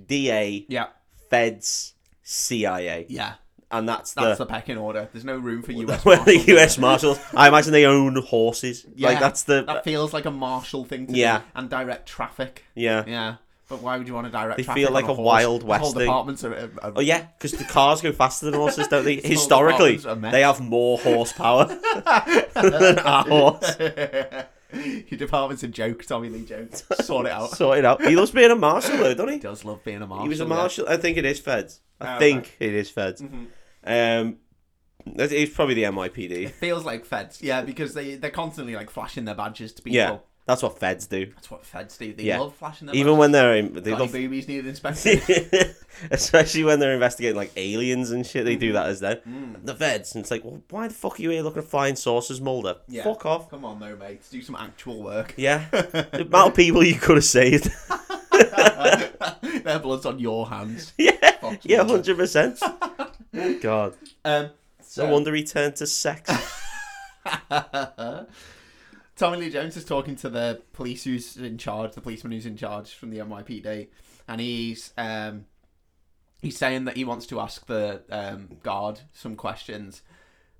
DA, Mm-hmm. yeah, feds, CIA, yeah. and that's, That's the. the pecking order. There's no room for U.S. well, the Marshals. U.S. Marshals. I imagine they own horses. Yeah, like that's the. That feels like a marshal thing to Yeah. do, and direct traffic. yeah. Yeah, but why would you want to direct? They traffic feel on like a, a horse? Wild The West whole thing. departments are, are- are- Oh yeah, because the cars go faster than horses, don't they? the Historically, cars are mad. they have more horsepower than our horse. Your department's a joke, Tommy Lee Jones. Sort it out. Sort it out. He loves being a marshal, though, doesn't He he? does love being a marshal. He was a yeah. Mm-hmm. marshal. I think it is feds. I Oh, think it is feds. Um, that- it's probably the NYPD. Feels like feds, yeah, because they they're constantly like flashing their badges to people. Yeah, that's what feds do. That's what feds do. They Yeah. love flashing their Even badges. when they're in, they Got love any boobies needed inspection. especially when they're investigating like aliens and shit. They Mm-hmm. do that as them. Mm. The feds, and it's like, well, why the fuck are you here looking at flying saucers, Mulder? Yeah. Fuck off. Come on, though, mate. Do some actual work. Yeah, the amount of people you could have saved. their blood's on your hands. yeah, Fuck yeah, you. hundred percent. God, Um, no wonder he turned to sex. Tommy Tommy Lee Jones is talking to the police who's in charge, the policeman who's in charge from the NYPD, and he's um, he's saying that he wants to ask the um, guard some questions.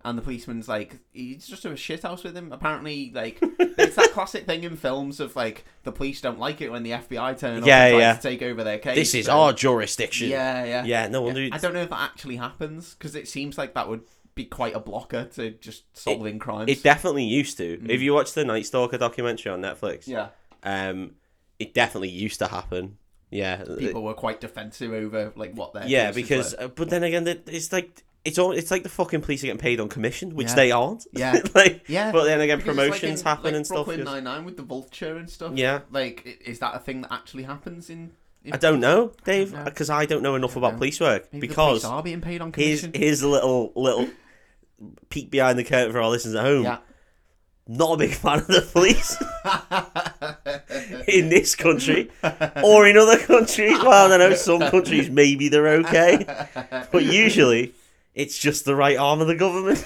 And the policeman's like, he's just a shithouse with him. Apparently, like, it's that classic thing in films of like the police don't like it when the FBI turn up Yeah, and try yeah. to take over their case. This is So- our jurisdiction. Yeah, yeah, Yeah, no wonder. I don't know if that actually happens because it seems like that would be quite a blocker to just solving crimes. It definitely used to. If you watch the Night Stalker documentary on Netflix, Mm. yeah, um, it definitely used to happen. Yeah, Uh, people were quite defensive over like what they're. yeah, because uh, but then again, that- it's like it's all it's like the fucking police are getting paid on commission, which Yeah. they aren't. Yeah. like Yeah, But then again, Because it's like promotions in, happen like, and stuff. Brooklyn yes. Nine Nine with the vulture and stuff. Yeah. like i- is that a thing that actually happens in? in I don't know, Dave, know. because I don't know enough about know. police work. maybe the police because are being paid on here's commission. here's a little little peek behind the curtain for our listeners at home. Yeah. Not a big fan of the police. in this country or in other countries. Well, I know some countries maybe they're okay, but usually it's just the right arm of the government,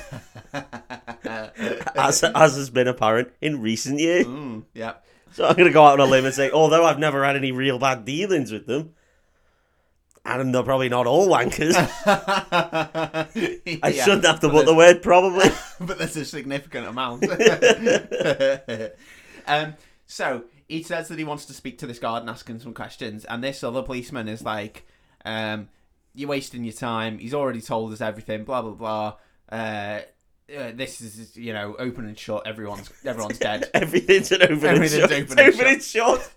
as, as has been apparent in recent years. Mm, yeah. So I'm going to go out on a limb and say, although I've never had any real bad dealings with them, and they're probably not all wankers, I Yeah. shouldn't have to put the word probably. but that's a significant amount. um, so he says that he wants to speak to this guard and ask him some questions, and this other policeman is like, um, "You're wasting your time. He's already told us everything. Blah blah blah. Uh, uh, this is you know open and shut. Everyone's everyone's dead." Everything's an open and Everything's shut. open and it's open and shut.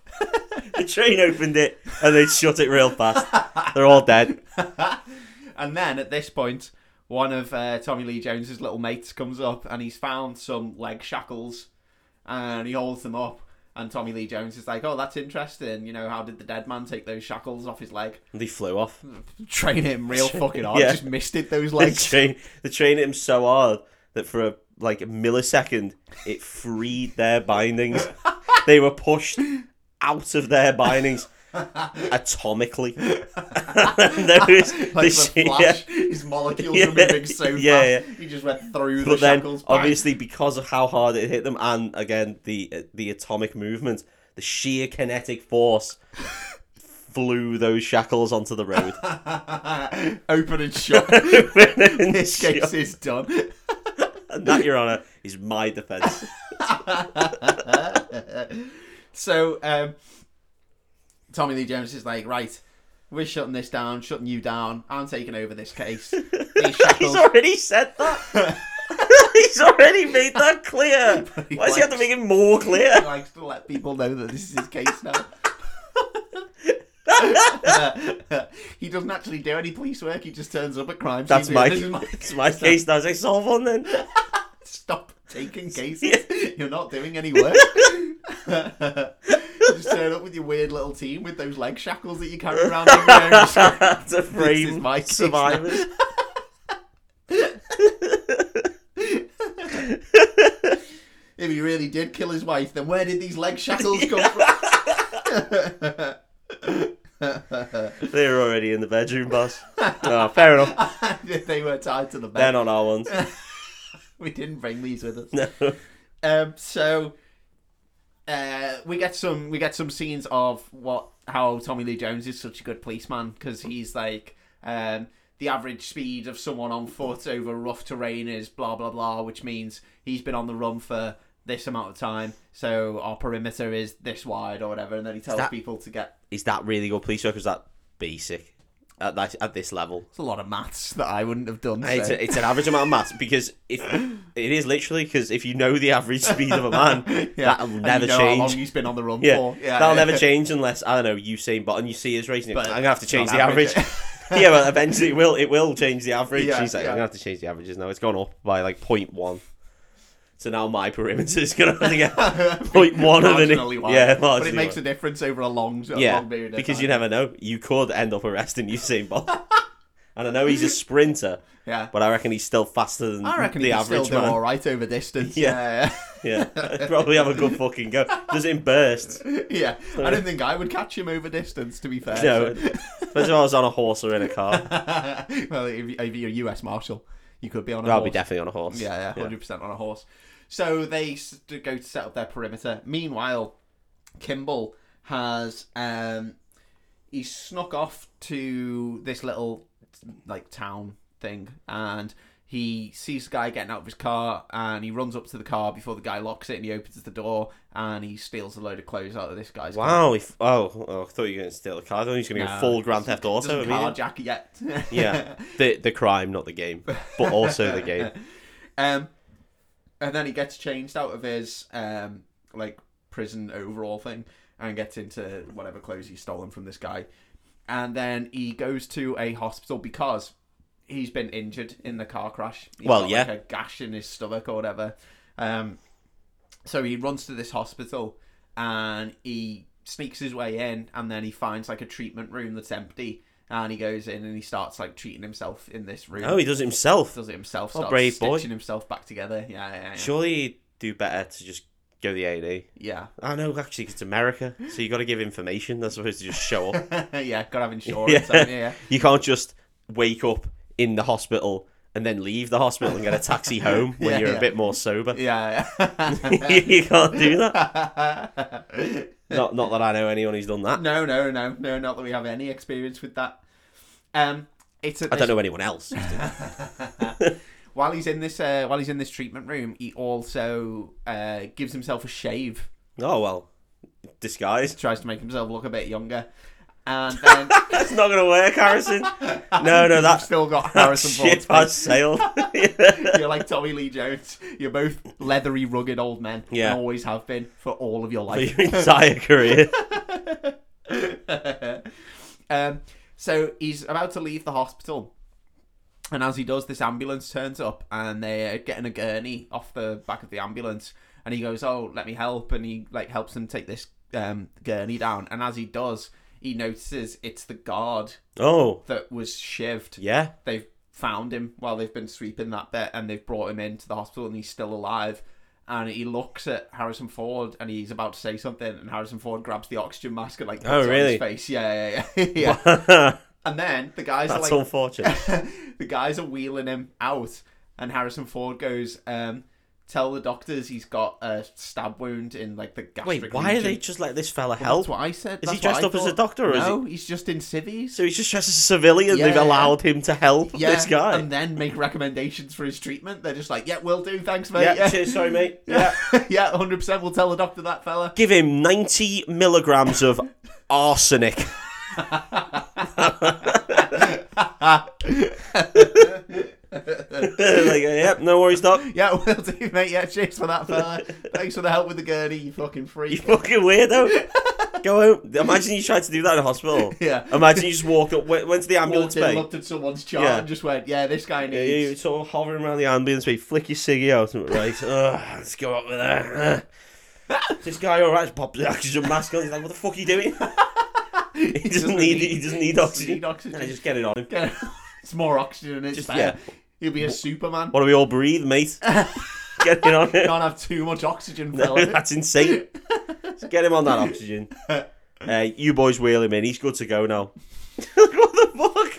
the train opened it and they shut it real fast. They're all dead. and then at this point, one of uh, Tommy Lee Jones's little mates comes up and he's found some leg shackles, and he holds them up. And Tommy Lee Jones is like, "Oh, that's interesting. You know, how did the dead man take those shackles off his leg? They flew off. Hmm. Train him real fucking hard. Yeah. Just missed it those They legs. train, they trained him so hard that for a like a millisecond, it freed their bindings. they were pushed out of their bindings atomically. And there was Like this- the yeah. flash, his molecules Yeah. are moving so Yeah, fast. He just went through the But then, shackles. bang. obviously, because of how hard it hit them, and again the uh, the atomic movement, the sheer kinetic force flew those shackles onto the road. open and shut. this case is done. and that, Your Honour, is my defence. so um, Tommy Lee Jones is like, right, we're shutting this down, shutting you down. I'm taking over this case. These He's shackles. already said that. He's already made that clear. he Why does he have to likes- make it more He clear? likes to let people know that this is his case now. he doesn't actually do any police work. He just turns up at crime. scenes That's and my, goes, "This is it's my case now. It's like, solve one then. Stop taking cases. You're not doing any work. you just turn up with your weird little team with those leg shackles that you carry around everywhere. and just to frame my case now. survivors. If he really did kill his wife, then where did these leg shackles come from? They're already in the bedroom, boss. Oh, fair enough. they were tied to the They're bed. not our ones. We didn't bring these with us. No. Um, so uh, we get some we get some scenes of what how Tommy Lee Jones is such a good policeman because he's like um, the average speed of someone on foot over rough terrain is blah blah blah, which means he's been on the run for this amount of time. So our perimeter is this wide or whatever, and then he tells that- people to get. Is that really good police work? Or is that basic at, that, at this level? It's a lot of maths that I wouldn't have done. It's, so. a, it's an average amount of maths because if it is literally because if you know the average speed of a man, that'll And you never know change. How long he's been on the run Yeah, for? that'll never change unless I don't know Usain Bolt and you see his racing. But I'm gonna have to it's change not the average. average. yeah, but eventually it will. It will change the average. Yeah, He's like, yeah. I'm gonna have to change the averages now. It's gone up by like 0.1. So now my perimeter is gonna have to get 0.1 of an Marginally wide. Yeah, but it marginally makes wide. a difference over a long, a yeah, long period of because time. you never know. You could end up arresting Usain Bolt. and I know he's a sprinter, Yeah. but I reckon he's still faster than I reckon the he can average still do man. all right over distance. Yeah. Yeah, Yeah, probably have a good fucking go. Does it in bursts? yeah. yeah. I don't think I would catch him over distance. To be fair, So- No, especially if I was on a horse or in a car. well, if, if you're a U.S. marshal, you could be on a I'll horse. be definitely on a horse. yeah, yeah, hundred percent on a horse. So they s- do go to set up their perimeter. Meanwhile, Kimball has um, he's snuck off to this little like town thing, and he sees the guy getting out of his car, and he runs up to the car before the guy locks it, and he opens the door, and he steals a load of clothes out of this guy's car. Wow. If, oh, oh, I thought you were going to steal a car. I thought you were going to be No, a full Grand Theft Auto. Doesn't immediately. carjack it yet. yeah. The the crime, not the game, but also the game. Um, and then he gets changed out of his um like prison overall thing and gets into whatever clothes he's stolen from this guy, and then he goes to a hospital because he's been injured in the car crash. He's Well, got, yeah. like a gash in his stomach or whatever. Um, so he runs to this hospital and he sneaks his way in, and then he finds like a treatment room that's empty. And he goes in and he starts like treating himself in this room Oh, he does it himself. does it himself. Oh, Starts brave boy. stitching himself back together. Yeah, yeah, yeah. Surely he'd do better to just go the A and E. Yeah, I know, actually, 'cause it's America, so you got to give information. They're supposed to just show up. yeah. Gotta have insurance. haven't you? Yeah. You can't just wake up in the hospital and then leave the hospital and get a taxi home when Yeah, you're yeah. a bit more sober. yeah, you can't do that. yeah. Not, not that I know anyone who's done that. no, no, no, no. Not that we have any experience with that. Um, it's. At I this don't know anyone else. while he's in this uh, while he's in this treatment room, he also uh, gives himself a shave, Oh well, disguise. tries to make himself look a bit younger, and then That's not gonna work, Harrison. No, no, that's that still got that Harrison Ford's ship has sailed. You're like Tommy Lee Jones. You're both leathery, rugged old men. Yeah. And always have been for all of your For life. your entire career. um, so he's about to leave the hospital. And as he does, this ambulance turns up and they're getting a gurney off the back of the ambulance. And he goes, Oh, let me help. And he like helps them take this um, gurney down. And as he does, he notices it's the guard Oh that was shivved yeah. they've found him while they've been sweeping that bit and they've brought him into the hospital and he's still alive and he looks at Harrison Ford and he's about to say something and Harrison Ford grabs the oxygen mask and like puts Oh, it on really? his face yeah yeah yeah, yeah. That's and then the guys are like unfortunate. the guys are wheeling him out, and Harrison Ford goes, um, "Tell the doctors he's got a stab wound in like the gastric Wait, why are region." they just let this fella That's help? what I said. Is That's he what dressed I up as a thought. doctor, or is no, he's just in civvies. So he's just dressed as a civilian. They've Yeah. allowed him to help Yeah, this guy. and then make recommendations for his treatment. They're just like, "Yeah, we'll do. Thanks, mate. yeah, Yeah, cheers, sorry, mate. yeah, yeah, hundred percent. We'll tell the doctor that fella. Give him ninety milligrams of arsenic. like, yep, no worries, doc. Yeah, we'll do, mate. Yeah, cheers for that fella. Thanks for the help with the gurney, you fucking You freak. fucking weirdo. Go home. Imagine you tried to do that in a hospital. Yeah. Imagine you just walked up, went, went to the ambulance Walked in, bay. looked at someone's chart Yeah. and just went, "Yeah, this guy Yeah, You needs." sort of hovering around the ambulance bay, flick your ciggy out, and right, Ugh, let's go up with that. Ugh. Is this guy all right? Pop the oxygen mask on. He's like, what the fuck are you doing? he, doesn't need, he doesn't need oxygen. need oxygen. Nah, just get it on him. Yeah. it's more oxygen. It's Just- better. He'll be a Superman. What do we all breathe, mate? get it on him. Can't have too much oxygen, fella. That's insane. Just get him on that oxygen. Uh, you boys wheel him in. He's good to go now. Like, what the fuck?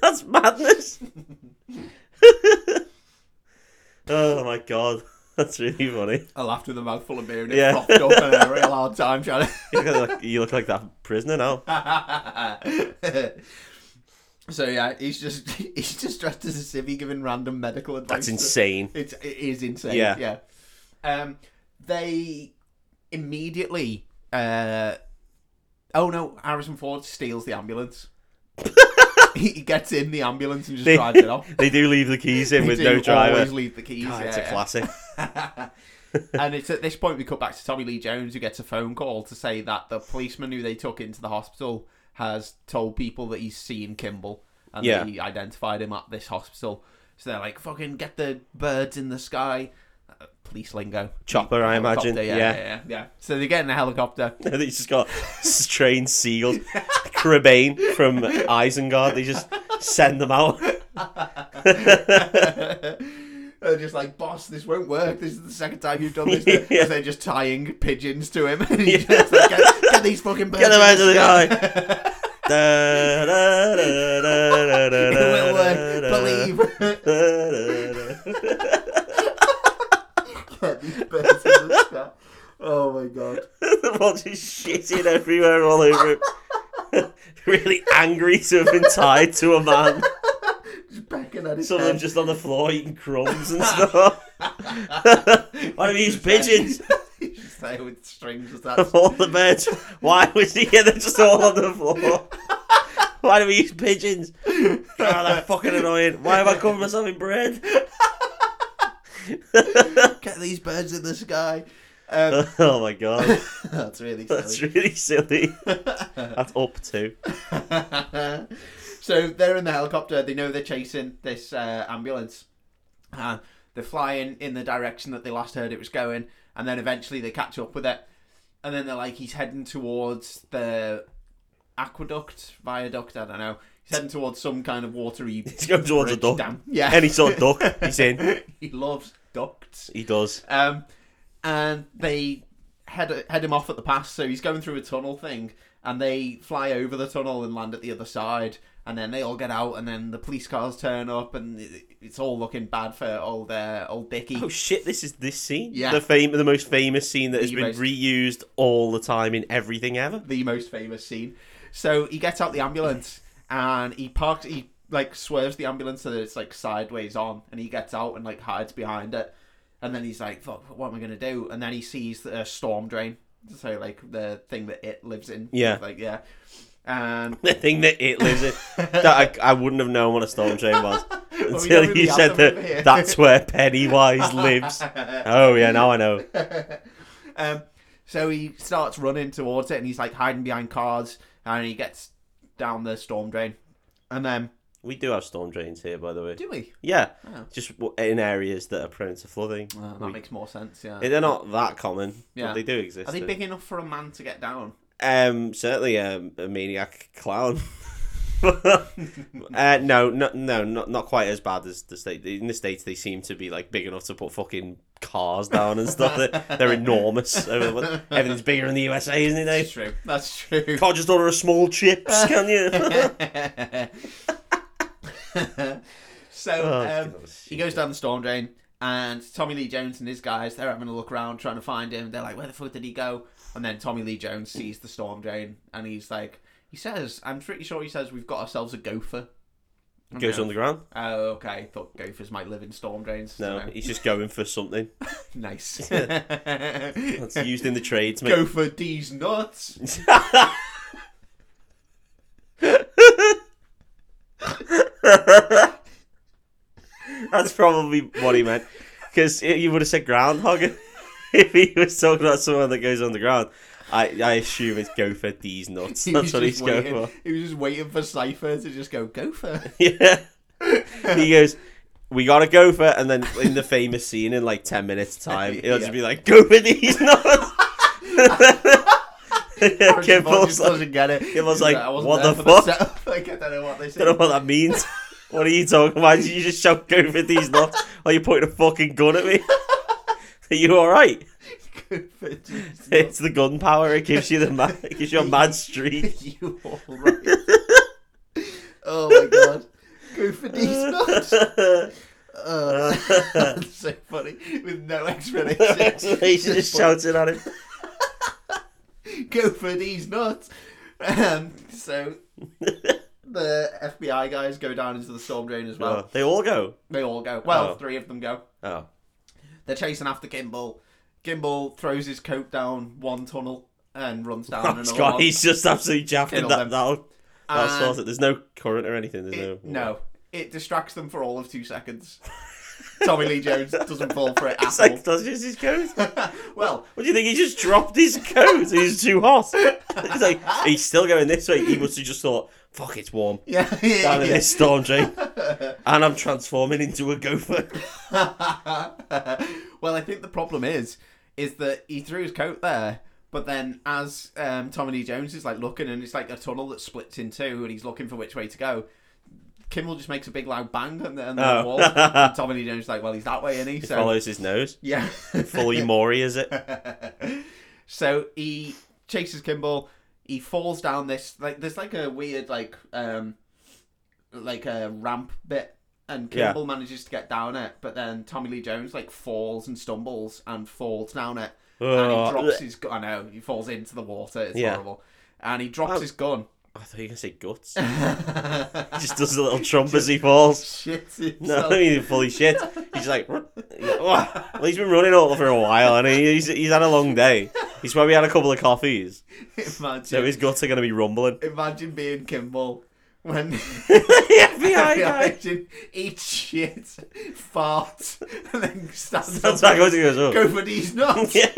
That's madness. oh my god, that's really funny. I laughed with a mouthful of beer and it Yeah. propped up and had a real hard time trying to. You look like, you look like that prisoner now. so yeah, he's just he's just dressed as a civvy giving random medical advice. That's insane. It's it is insane. Yeah, Yeah. yeah. Um, they immediately. Uh, oh no! Harrison Ford steals the ambulance. he he gets in the ambulance and just drives it off. They do leave the keys in They with do no Always driver. leave the keys. God, it's a yeah. classic. and it's at this point we cut back to Tommy Lee Jones, who gets a phone call to say that the policeman who they took into the hospital has told people that he's seen Kimball and Yeah. that he identified him at this hospital. So they're like, "Fucking get the birds in the sky." Uh, Police lingo. Chopper, I Helicopter, imagine. yeah, yeah, yeah. yeah, yeah. So they get in a helicopter. They just got trained seagulls. Caribbean from Isengard. They just send them out. They're just like, boss, this won't work. This is the second time you've done this. Yeah. 'Cause They're just tying pigeons to him. And he's just like, get, get these fucking birds. Get them in out of the sky." guy. da, da, da, da, da, da, It will work. Believe. da, da, da. Oh my god. the ball just shitting everywhere all over him. really angry to have been tied to a man. Just backing at his Some of them head. just on the floor eating crumbs and stuff. Why do we use pigeons? He's just there with strings Of attached. all the birds, why was he here? They're just all on the floor. Why do we use pigeons? God, that's fucking annoying. Why have I covered myself in bread? Get these birds in the sky. Um, oh my god, that's really that's silly. really silly. That's up to. so they're in the helicopter. They know they're chasing this uh, ambulance. Uh, they're flying in the direction that they last heard it was going, and then eventually they catch up with it. And then they're like, he's heading towards the aqueduct, viaduct. I don't know. He's heading towards some kind of watery He's going towards a bridge duck. dam. Yeah, Any sort of duck, he's in. he loves ducts. He does. Um, and they head head him off at the pass, so he's going through a tunnel thing, and they fly over the tunnel and land at the other side, and then they all get out, and then the police cars turn up, and it- it's all looking bad for old uh, old Dickie. Oh shit! This is this scene. Yeah. The fame, the most famous scene that has The been most- reused all the time in everything ever. the most famous scene. So he gets out the ambulance and he parks. He like swerves the ambulance so that it's like sideways on, and he gets out and like hides behind it. And then he's like, "Fuck, what am I gonna do?" And then he sees the storm drain, so like the thing that it lives in. Yeah. like yeah. And The thing that it lives in. that I, I wouldn't have known what a storm drain was until don't really you have said them over here. that that's where Pennywise lives. Oh yeah, now I know. um, so he starts running towards it, and he's like hiding behind cars, and he gets down the storm drain, and then We do have storm drains here, by the way. do we? Yeah, Oh. just w- in areas that are prone to flooding. Well, that We- makes more sense. Yeah, they're not that common, Yeah. but they do exist. Are they though. big enough for a man to get down? Um, certainly um, a maniac clown. uh, no, no, no, not not quite as bad as the state. In the states, they seem to be like big enough to put fucking cars down and stuff. They're, they're enormous. Everything's bigger in the USA, isn't it? Dave? That's true. That's true. Can't just order a small chips, can you? Oh, so um, he goes down the storm drain, and Tommy Lee Jones and his guys they're having a look around trying to find him. They're like, "Where the fuck did he go?" And then Tommy Lee Jones sees the storm drain, and he's like, "He says, I'm pretty sure he says we've got ourselves a gopher." And Goes they're- underground. Oh, okay. Thought gophers might live in storm drains. No, Dunno. he's just going for something nice. that's used in the trades. Mate. Go for these nuts. That's probably what he meant. Because you would have said groundhog if he was talking about someone that goes on the ground. I, I assume it's go for these nuts. He That's was what just he's going waiting- for. He was just waiting for Cypher to just go, gopher. Yeah. he goes, We got a gopher. And then in the famous scene, in like 10 minutes' time, it'll Yeah. just be like, Go for these nuts. yeah, Harrison Kim Ford Paul's just like, doesn't get it. Kim was like, I wasn't "What there the for fuck?" setup. Like, I don't know what they said. I don't know what that means. What are you talking about? Did you just shout go for these nuts? Are you pointing a fucking gun at me? Are you alright? Gopher, Jesus, It's the gun power. It gives you the mad. It gives you a mad streak. you all right. oh my god. Gopher these nuts. Uh, that's so funny. With no explanation. He's just shouting at him. go for these nuts. Um, so the FBI guys go down into the storm drain as well. Oh, they all go. They all go. Well, Oh. three of them go. Oh, They're chasing after Gimbal. Gimbal throws his coat down one tunnel and runs down another Scott, one. he's just absolutely Kill jaffing them. that. That'll, that'll And sort it. There's no current or anything. There's it- no. no, it distracts them for all of two seconds. Tommy Lee Jones doesn't fall for it It's at like that's just his coat. all. well, What do you think? He just dropped his coat. He's too hot. He's like he's still going this way. He must have just thought, "Fuck, it's warm." yeah, down in yeah. this storm drain, and I'm transforming into a gopher. well, I think the problem is, is that he threw his coat there, but then as um, Tommy Lee Jones is like looking, and it's like a tunnel that splits in two, and he's looking for which way to go. Kimmel just makes a big loud bang on the, on the Oh. wall. And Tommy Lee Jones is like, well, he's that way, isn't he? He So follows his nose. yeah, Fully Maury, is it? so he chases Kimball. He falls down this like there's like a weird like um like a ramp bit, and Yeah. Kimball manages to get down it, but then Tommy Lee Jones like falls and stumbles and falls down it, and he Ugh. drops his gun. I know he falls into the water. It's Oh. Yeah. horrible. And he drops Oh. his gun. I thought you were gonna say guts. He just does a little trump as he falls. Shit. No, himself. he's fully shit. He's like, "Ruh." Yeah, "Wah." well, he's been running all for a while, and he- he's he's had a long day. He's probably had a couple of coffees, Imagine. so his guts are gonna be rumbling. Imagine being Kimball when the FBI guy. imagine eat shit, fart, and then stands That's up, why I go to goes, "Oh." go for these nuts. Yeah.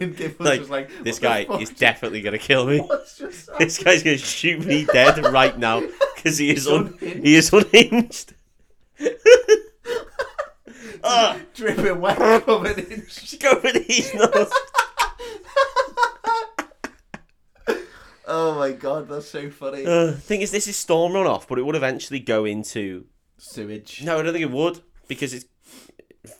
and Kimball's Like, just like This "What the guy fuck is definitely gonna kill me. what's just happened?" This guy's gonna shoot me dead right now because he is un- unhinged. he is unhinged. Ah, dripping wet, covered in shit. just go for these nuts. Oh my god, that's so funny. Uh, thing is, this is storm runoff, but it would eventually go into. Sewage. No, I don't think it would because it's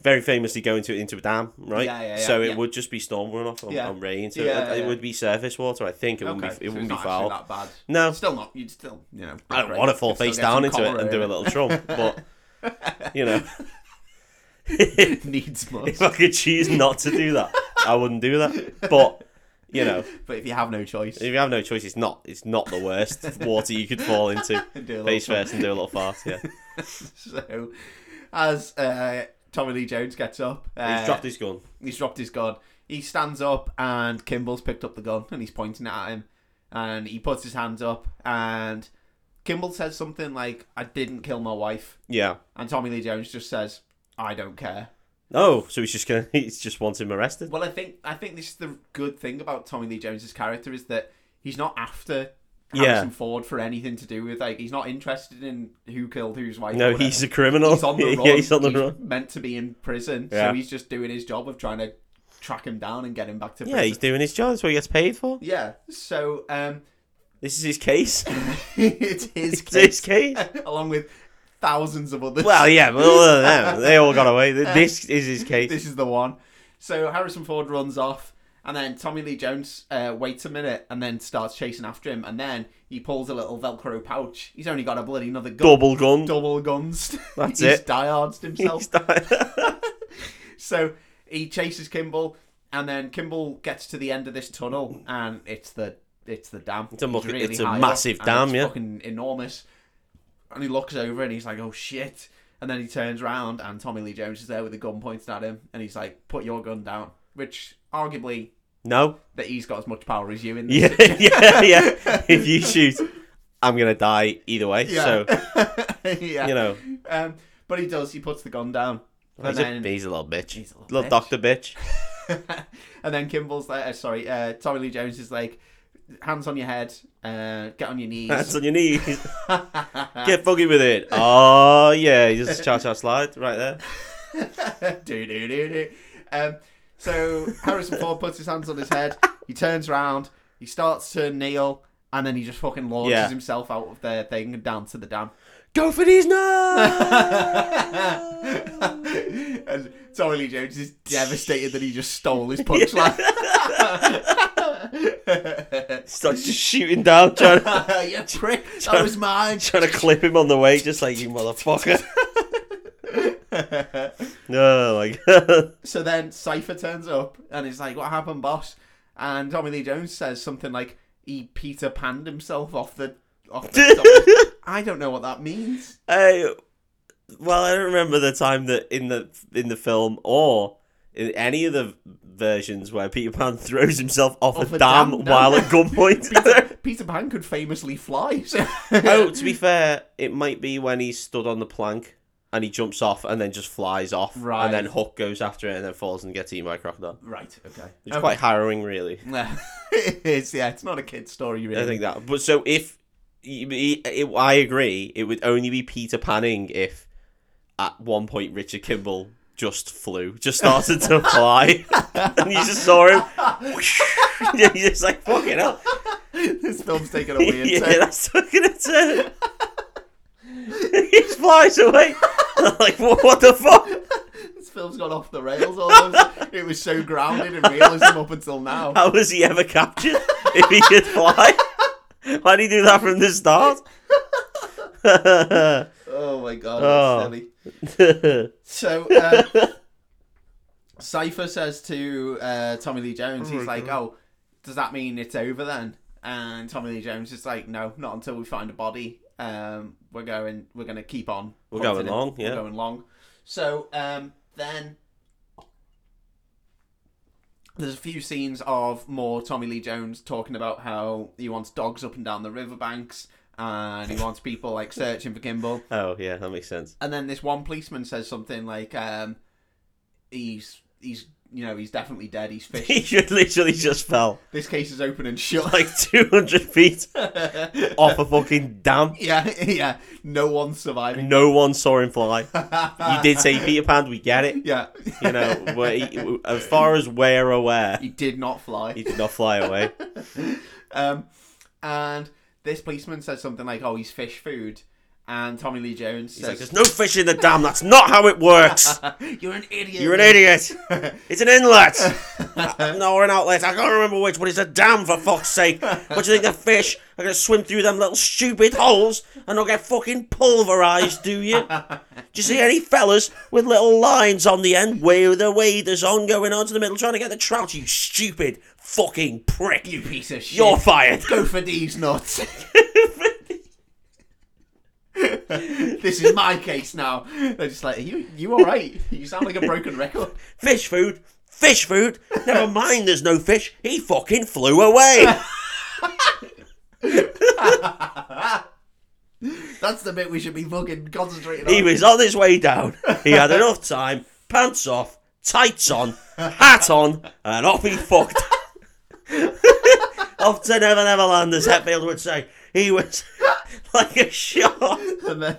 very famously going to into a dam, right? Yeah, yeah, yeah, so it yeah. would just be storm runoff on, Yeah. on rain. So Yeah, it, it yeah. would be surface water. I think it Okay, wouldn't be. It so wouldn't be it's not actually foul. That bad. No, Still not. You'd still, you know. I don't great. want to fall Could still face get some down into it cholera and do in a little trump, but you know, it. Needs must. if I could choose not to do that, I wouldn't do that. But you know, but if you have no choice, if you have no choice, it's not. It's not the worst water you could fall into. do a little Face first and do a little fart. Yeah, So, as uh, Tommy Lee Jones gets up, uh, he's dropped his gun. he's dropped his gun. He stands up, and Kimball's picked up the gun and he's pointing it at him. And he puts his hands up, and Kimball says something like, "I didn't kill my wife," Yeah. and Tommy Lee Jones just says, "I don't care." Oh, so he's just gonna he's just wants him arrested. Well, I think I think this is the good thing about Tommy Lee Jones's character is that he's not after. Yeah. Harrison Ford for anything to do with like he's not interested in who killed whose wife. or No, whatever. he's a criminal. he's on the run. Yeah, he's on the run. meant to be in prison, Yeah. so he's just doing his job of trying to track him down and get him back to Yeah, prison. he's doing his job. That's what he gets paid for. Yeah. So um, This is his case. it's his It's his case, case. along with thousands of others. Well, yeah, but all of them, they all got away. Th- This is his case. this is the one. So Harrison Ford runs off, and then Tommy Lee Jones uh, waits a minute and then starts chasing after him. And then he pulls a little Velcro pouch. He's only got a bloody another gun. Double gun. Double guns. That's he's it. diards himself. He's di- So he chases Kimball, and then Kimball gets to the end of this tunnel, and it's the it's the dam. It's a muck- it's a high up, massive and dam, it's yeah. fucking enormous. And he looks over and he's like, "Oh shit!" And then he turns around, and Tommy Lee Jones is there with a gun pointed at him, and he's like, "Put your gun down," which arguably no. that he's got as much power as you in this. Yeah, yeah, yeah. If you shoot, I'm gonna die either way. So yeah. you know, Um, but he does. He puts the gun down. And he's then a, he's a little bitch. He's a little bitch. doctor bitch. and then Kimball's like, uh, sorry, uh, Tommy Lee Jones is like, hands on your head, uh, get on your knees. Hands on your knees. Ah. Get foggy with it. Oh yeah, you just cha cha slide right there. do, do, do, do. Um, so Harrison Ford puts his hands on his head. He turns around. He starts to kneel. And then he just fucking launches Yeah. himself out of the thing and down to the dam. Go for these nuts. and Tommy Lee Jones is devastated that he just stole his punchline. Starts just shooting down, trying to, you prick! That was mine. trying to clip him on the way, just like you motherfucker. No, like So then Cypher turns up and is like, What happened, boss? And Tommy Lee Jones says something like, He Peter Panned himself off the. Off the I don't know what that means. I, well, I don't remember the time that in the in the film or in any of the versions where Peter Pan throws himself off, Off a, a dam, dam, no. while at gunpoint. Peter Pan could famously fly. So. oh, to be fair, it might be when he stood on the plank and he jumps off and then just flies off, Right. and then Hook goes after it and then falls and gets eaten by a crocodile. Right, okay. It's quite harrowing, really. it is, yeah. It's not a kid's story, really. I think that. But so if y- y- it- I agree, it would only be Peter Panning if at one point Richard Kimball just flew, just started to fly, and you just saw him. and you're just like fucking hell. this film's taking a weird yeah, turn. that's fucking insane. he just flies away. like what, what the fuck? This film's gone off the rails almost. it was so grounded in realism up until now. How was he ever captured if he could fly? Why did he do that from the start? Oh my god, Oh. that's silly. So, um, Cypher says to uh, Tommy Lee Jones, he's my like, oh, does that mean it's over then? And Tommy Lee Jones is like, no, not until we find a body. Um, we're going, we're going to keep on. We're hunting going him. long, yeah. We're going long. So um, then there's a few scenes of more Tommy Lee Jones talking about how he wants dogs up and down the riverbanks and he wants people like searching for Kimball. Oh yeah, that makes sense. And then this one policeman says something like, um, "He's he's you know he's definitely dead. He's fish. He should literally just fell this case is open and shut." like 200 feet off a fucking dam. yeah, yeah. No one's surviving. No one saw him fly. You did say Peter Pan, we get it. Yeah. You know, we as far as we're aware, he did not fly. he did not fly away. Um, and this policeman says something like, "Oh, he's fish food." And Tommy Lee Jones He's like, says, there's no fish in the dam. That's not how it works. "You're an idiot. You're an idiot. It's an inlet. no, or an outlet. I can't remember which, but it's a dam for fuck's sake. What do you think the fish are going to swim through them little stupid holes and not get fucking pulverized, do you? do you see any fellas with little lines on the end where the waders on going on to the middle trying to get the trout, you stupid fucking prick? You piece of shit. You're fired. Go for these nuts." this is my case now. They're just like, Are you, you all right? You sound like a broken record. Fish food. Fish food. Never mind there's no fish. He fucking flew away. That's the bit we should be fucking concentrating on. He was on his way down. He had enough time. Pants off, tights on, hat on, and off he fucked. off to Never Never Land, as Hetfield would say. He was like a shot. and then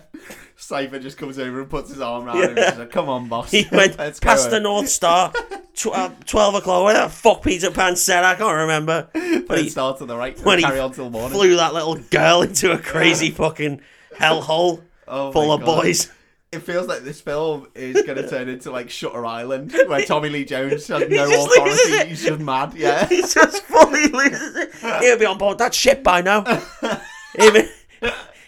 Cypher just comes over and puts his arm around him and says, "Come on, boss." He went Let's go. past the North Star, tw- uh, 12 o'clock, where the fuck Peter Pan said, I can't remember. But Then he start to the right. when and he carry on till morning. flew that little girl into a crazy fucking hellhole Oh full my of God. boys. It feels like this film is going to turn into like Shutter Island, where Tommy Lee Jones has no just loses it. authority. He's just mad. Yeah. He just fully loses it. He'll be on board that ship by now. Him, and-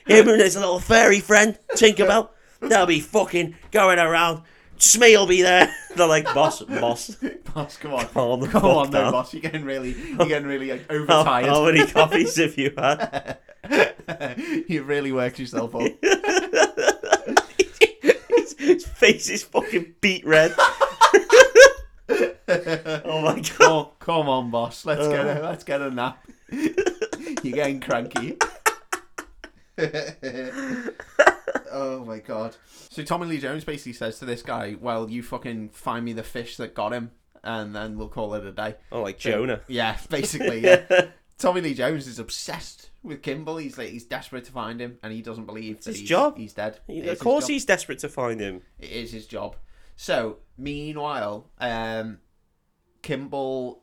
him and his little fairy friend, Tinkerbell, they'll be fucking going around. Smee will be there. They're like, boss, boss. boss, come on. Calm the Come Oh, fuck on, no, down. boss. You're getting really, you're getting really like How, overtired. how many copies have you had? oh. you really worked yourself up. His, his face is fucking beat red. oh my god. Come, come on, boss. Let's get Uh. a let's get a nap. You're getting cranky. oh my god. So Tommy Lee Jones basically says to this guy, "Well, you fucking find me the fish that got him, and then we'll call it a day." Oh, like Jonah. Yeah, basically. Yeah. Tommy Lee Jones is obsessed with Kimball. He's like he's desperate to find him, and he doesn't believe that his he's, job. he's dead. It is Of his course job. he's desperate to find him. It is his job. So, meanwhile, um, Kimball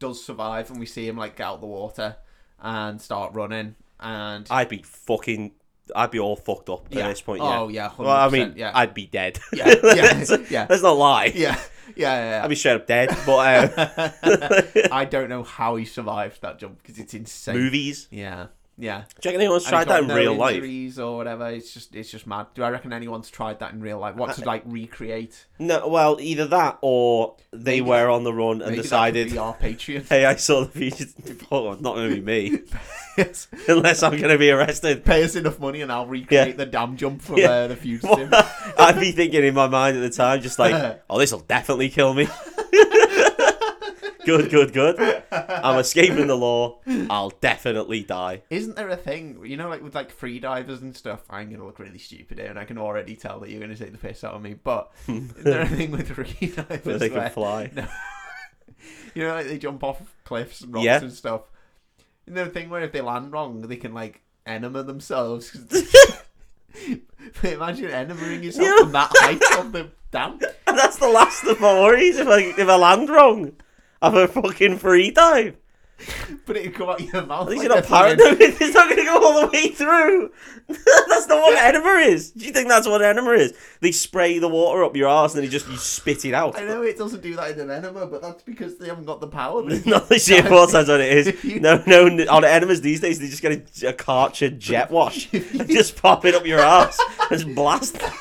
does survive, and we see him like get out the water and start running. And I'd be fucking. I'd be all fucked up at this point, yeah. oh yeah, 100%, Well, I mean, yeah, I'd be dead. Yeah, yeah, let's, yeah. let's not lie. yeah, yeah, I'd yeah. be straight up dead. But uh, yeah. um, I don't know how he survived that jump because it's insane. movies. Yeah, yeah. Do you reckon anyone's And tried he's got that in no real life? injuries or whatever. It's just, it's just mad. Do I reckon anyone's tried that in real life? What to like recreate? No. Well, either that or they Maybe- were on the run Maybe and that could decided, be our Patreon. "Hey, I saw the future. Oh, it's not going to be me yes. unless I'm going to be arrested." pay us enough money and I'll recreate Yeah. the damn jump from Yeah. uh, the fugitive. I'd be thinking in my mind at the time, just like, "Oh, this will definitely kill me." good, good, good. I'm escaping the law. I'll definitely die. Isn't there a thing, you know, like with like free divers and stuff? I'm gonna look really stupid here, and I can already tell that you're gonna take the piss out of me. But is there a thing with free divers But where, they can fly. you know, like they jump off cliffs and rocks Yeah. and stuff? Isn't there a thing where if they land wrong, they can like enema themselves? 'Cause- But Imagine enemaing yourself Yeah. from that height of the dam. That's the last of my worries if I if I land wrong. I'm a fucking free dive. But it can come out your mouth. At least like you're not a fucking- paranoid. It's not going to go all the way through. that's not what enema is. Do you think that's what enema is? They spray the water up your arse and then you just you spit it out. I know it doesn't do that in an enema, but that's because they haven't got the power. They- Not the shit four times what it If you- is. No, no, n- on enemas these days they just get a, a cartridge jet wash and just pop it up your arse and just blast.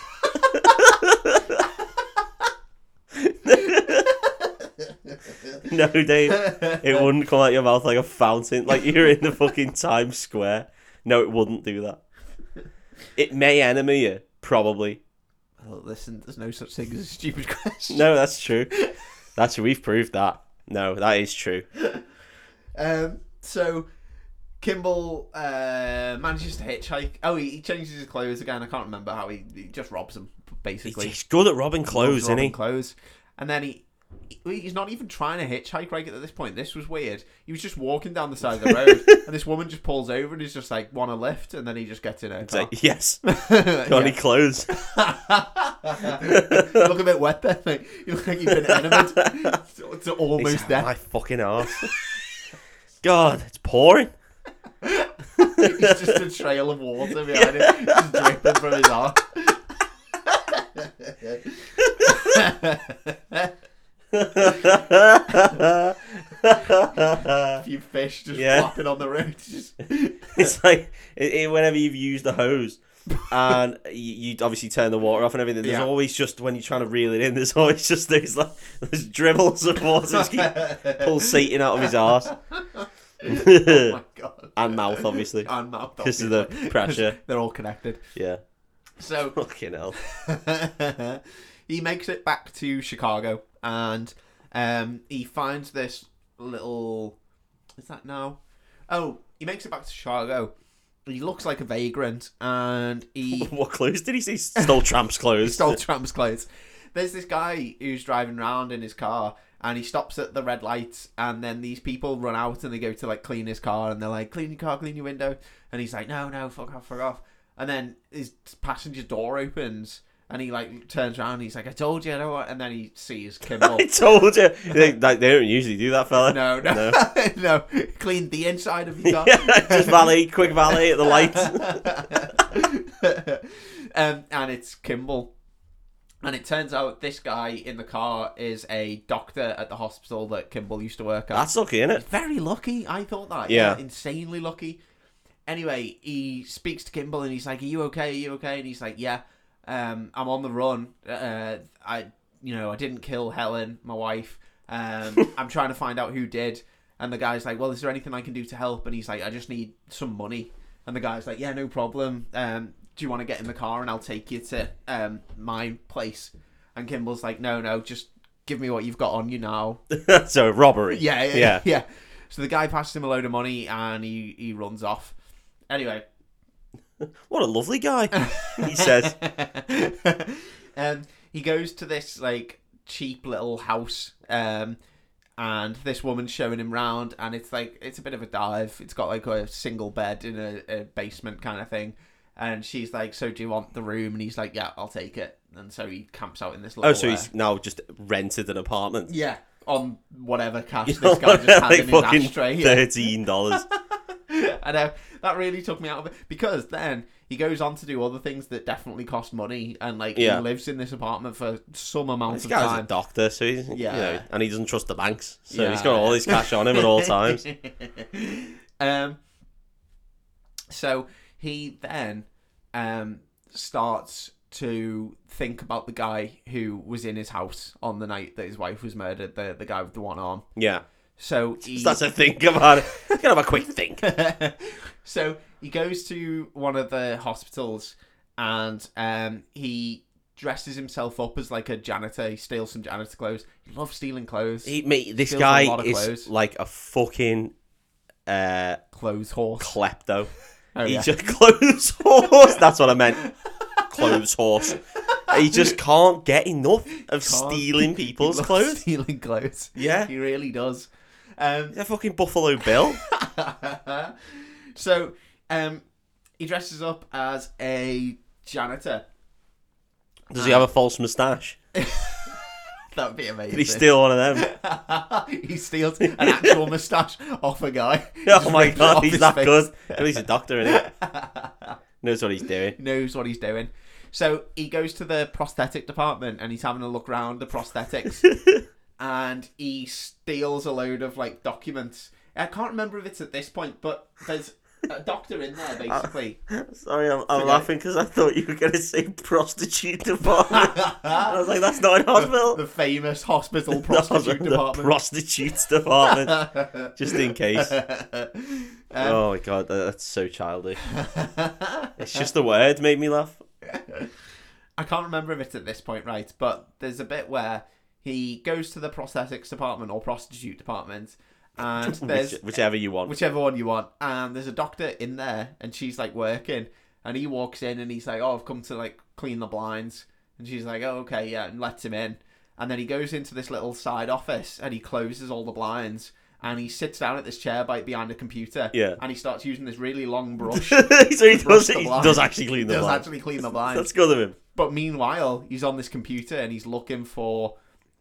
No, Dave, it wouldn't come out your mouth like a fountain, like you're in the fucking Times Square. No, it wouldn't do that. It may enemy you, probably. Well, Oh, listen, there's no such thing as a stupid question. No, that's true. That's we've proved that. No, that is true. Um, so Kimball uh, manages to hitchhike. Oh, he, he changes his clothes again. I can't remember how he, he just robs them He's, basically. he's good at robbing clothes, isn't Robbing he? Clothes, and then he. he- He's not even trying to hitchhike right at this point. This was weird. He was just walking down the side of the road, and this woman just pulls over and is just like, "Want a lift?" And then he just gets in her It's car. like, yes, got Yeah. any clothes? you look a bit wet there, mate. You look like you've been enamored to, to He's almost out death. My fucking arse. God, it's pouring. It's just a trail of water behind him, just dripping from his arm. A it's few fish just Yeah. flopping on the road. Just... like it, it- whenever you've used the hose and you, you obviously turn the water off and everything. There's Yeah. always just when you're trying to reel it in. There's always just these like there's dribbles of water just keep pulsating out of his arse oh my god. and mouth, obviously. And mouth. Because of the pressure. They're all connected. Yeah, So fucking hell. he makes it back to Chicago and um, he finds this little. Is that now? Oh, he makes it back to Chicago. He looks like a vagrant and he What clothes did he see? Stole tramp's clothes. stole Trump's clothes. There's this guy who's driving around in his car and he stops at the red lights and then these people run out and they go to like clean his car and they're like, Clean your car, clean your window and he's like, No, no, fuck off, fuck off and then his passenger door opens and he like turns around and he's like, I told you I don't want and then he sees Kimball. I told you. They, like, they don't usually do that, fella. no, no, no. Clean the inside of your car. Just valet, quick valet at the light. um, and it's Kimball. And it turns out this guy in the car is a doctor at the hospital that Kimball used to work at. That's lucky, isn't it? Very lucky, I thought that. Yeah. Insanely lucky. Anyway, he speaks to Kimball and he's like, Are you okay? Are you okay? And he's like, Yeah, um, I'm on the run. Uh, I you know, I didn't kill Helen, my wife. Um, I'm trying to find out who did. And the guy's like, Well, is there anything I can do to help? And he's like, I just need some money. And the guy's like, Yeah, no problem. Um, do you want to get in the car and I'll take you to um, my place? And Kimball's like, No, no, just give me what you've got on you now. so robbery. Yeah, yeah, Yeah. yeah. So the guy passes him a load of money and he, he runs off. Anyway, What a lovely guy. he says. um, he goes to this like cheap little house, um, and this woman's showing him round, and it's like it's a bit of a dive. It's got like a single bed in a, a basement kind of thing, and she's like, "So do you want the room?" And he's like, "Yeah, I'll take it." And so he camps out in this. Little, Oh, so uh, he's now just rented an apartment. yeah on whatever cash You know, this guy just had like in his fucking ashtray. Yeah. thirteen dollars. I know that really took me out of it because then he goes on to do other things that definitely cost money, and like Yeah. he lives in this apartment for some amount this of guy's a time. doctor, so he's you Yeah. know, and he doesn't trust the banks, so he's Yeah. got all his cash on him at all times. um, so he then um starts to think about the guy who was in his house on the night that his wife was murdered, the the guy with the one arm. Yeah, So he, so that's a think about it. He's gonna have a quick think. so he goes to one of the hospitals and um, he dresses himself up as like a janitor. He steals some janitor clothes. He loves stealing clothes. He, mate, this Steals a guy lot of is clothes. like a fucking uh, clothes horse. klepto. Oh, he yeah. just clothes horse. That's what I meant. Clothes horse. He just can't get enough of stealing He people's loves clothes. Stealing clothes. Yeah. He really does. Um, He's a fucking Buffalo Bill. so um, he dresses up as a janitor. Does he have a false moustache? That would be amazing. Did he steal one of them? he steals an actual moustache off a guy. He Oh just my rips it god, off he's his that face. good. At least a doctor, is Knows what he's doing. knows what he's doing. So he goes to the prosthetic department and he's having a look round the prosthetics and he steals a load of like documents. I can't remember if it's at this point, but there's a doctor in Uh, there, basically. Sorry, I'm, I'm okay. laughing because I thought you were going to say prostitute department. I was like, that's not in hospital. the famous hospital prostitute The department. prostitutes department. Just in case. Um, oh my god, that- that's so childish. It's just the word made me laugh. I can't remember if it's at this point, right? But there's a bit where he goes to the prosthetics department or prostitute department, and Which, there's whichever you want. whichever one you want. And there's a doctor in there, and she's like working, and he walks in, and he's like, "Oh, I've come to like clean the blinds," and she's like, "Oh, okay, yeah," and lets him in. And then he goes into this little side office, and he closes all the blinds, and he sits down at this chair by behind a computer, Yeah. and he starts using this really long brush. so he does, the he blind. does actually clean the Does blind. actually clean the blinds. That's good of him. But meanwhile, he's on this computer and he's looking for.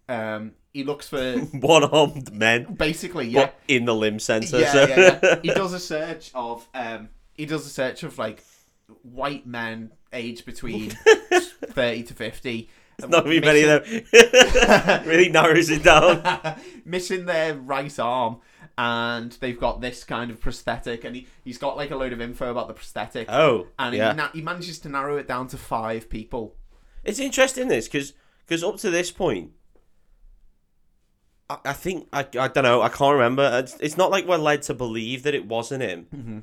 Um, he looks for One armed men, basically yeah, but in the limb center. yeah, so. yeah, yeah. He does a search of um, he does a search of like white men aged between thirty to fifty. Not very many missing- though. really narrows it down. missing their right arm and they've got this kind of prosthetic and he, he's got like a load of info about the prosthetic Oh, and yeah. he, na- he manages to narrow it down to five people It's interesting this because up to this point, I, I think I, I don't know I can't remember. It's, it's not like we're led to believe that it wasn't him, Mm-hmm.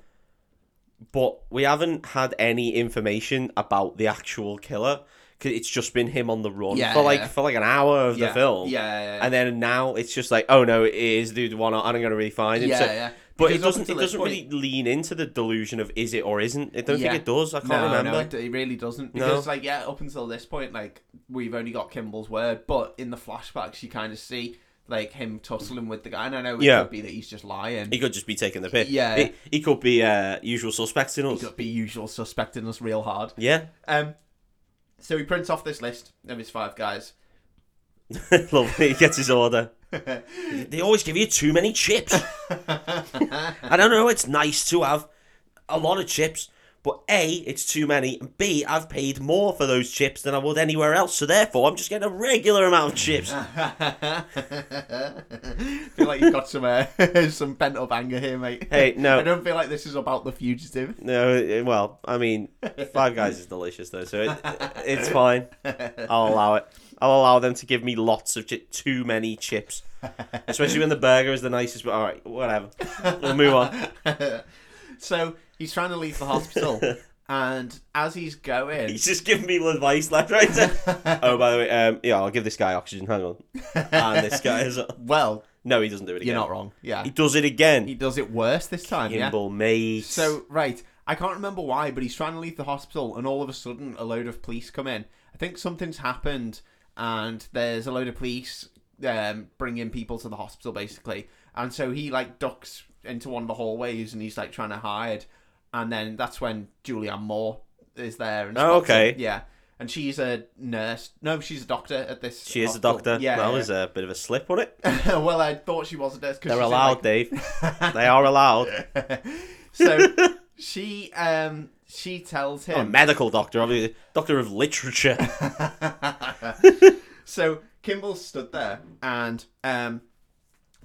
but we haven't had any information about the actual killer. 'cause It's just been him on the run Yeah, for like yeah. for like an hour of yeah. the film, yeah, yeah, yeah. and then now it's just like oh no, it is the dude one. I'm not gonna really find him. yeah, So- yeah. But Because it up doesn't. until It this doesn't point- really lean into the delusion of is it or isn't. I don't Yeah. think it does. I can't no, remember. no, it, it really doesn't. No. Because, like, yeah, up until this point, like, we've only got Kimball's word, but in the flashbacks, you kind of see, like, him tussling with the guy. And I know it Yeah. could be that he's just lying. He He, could just be taking the piss. Yeah. He, he could be uh, usual suspects in us. could be usual suspecting us real hard. Yeah. Um, so he prints off this list of his five guys. Lovely. He gets his order. they always give you too many chips. I don't know. It's nice to have a lot of chips, but A, it's too many. And B, I've paid more for those chips than I would anywhere else. So therefore, I'm just getting a regular amount of chips. feel like you've got some uh, some bent up anger here, mate. Hey, no. I don't feel like this is about the fugitive. No, eh, well, I mean, Five Guys is delicious though, so it, it's fine. I'll allow it. I'll allow them to give me lots of chi- too many chips, especially when the burger is the nicest. But all right, whatever. We'll move on. So he's trying to leave the hospital, and as he's going, He's just giving people advice left, right. center. Oh, by the way, um, yeah, I'll give this guy oxygen. Hang on, and this guy is well, no, he doesn't do it again. you're not wrong. Yeah, he, He does it again. does it worse this time. Yeah. Gimbal mate. So right, I can't remember why, but he's trying to leave the hospital, and all of a sudden, a load of police come in. I think something's happened, and there's a load of police um, bringing people to the hospital, basically. And so he like ducks into one of the hallways, and he's like trying to hide. And then that's when Julianne Moore is there. And Oh, spots him. okay. Yeah. And she's a nurse. No, she's a doctor at this. she is a hospital. doctor. Oh, Yeah. that yeah. was a bit of a slip on it. well, I thought she was a nurse because They're allowed, Dave. They are allowed. so she um she tells A him medical doctor, obviously, doctor of literature. so Kimball stood there and um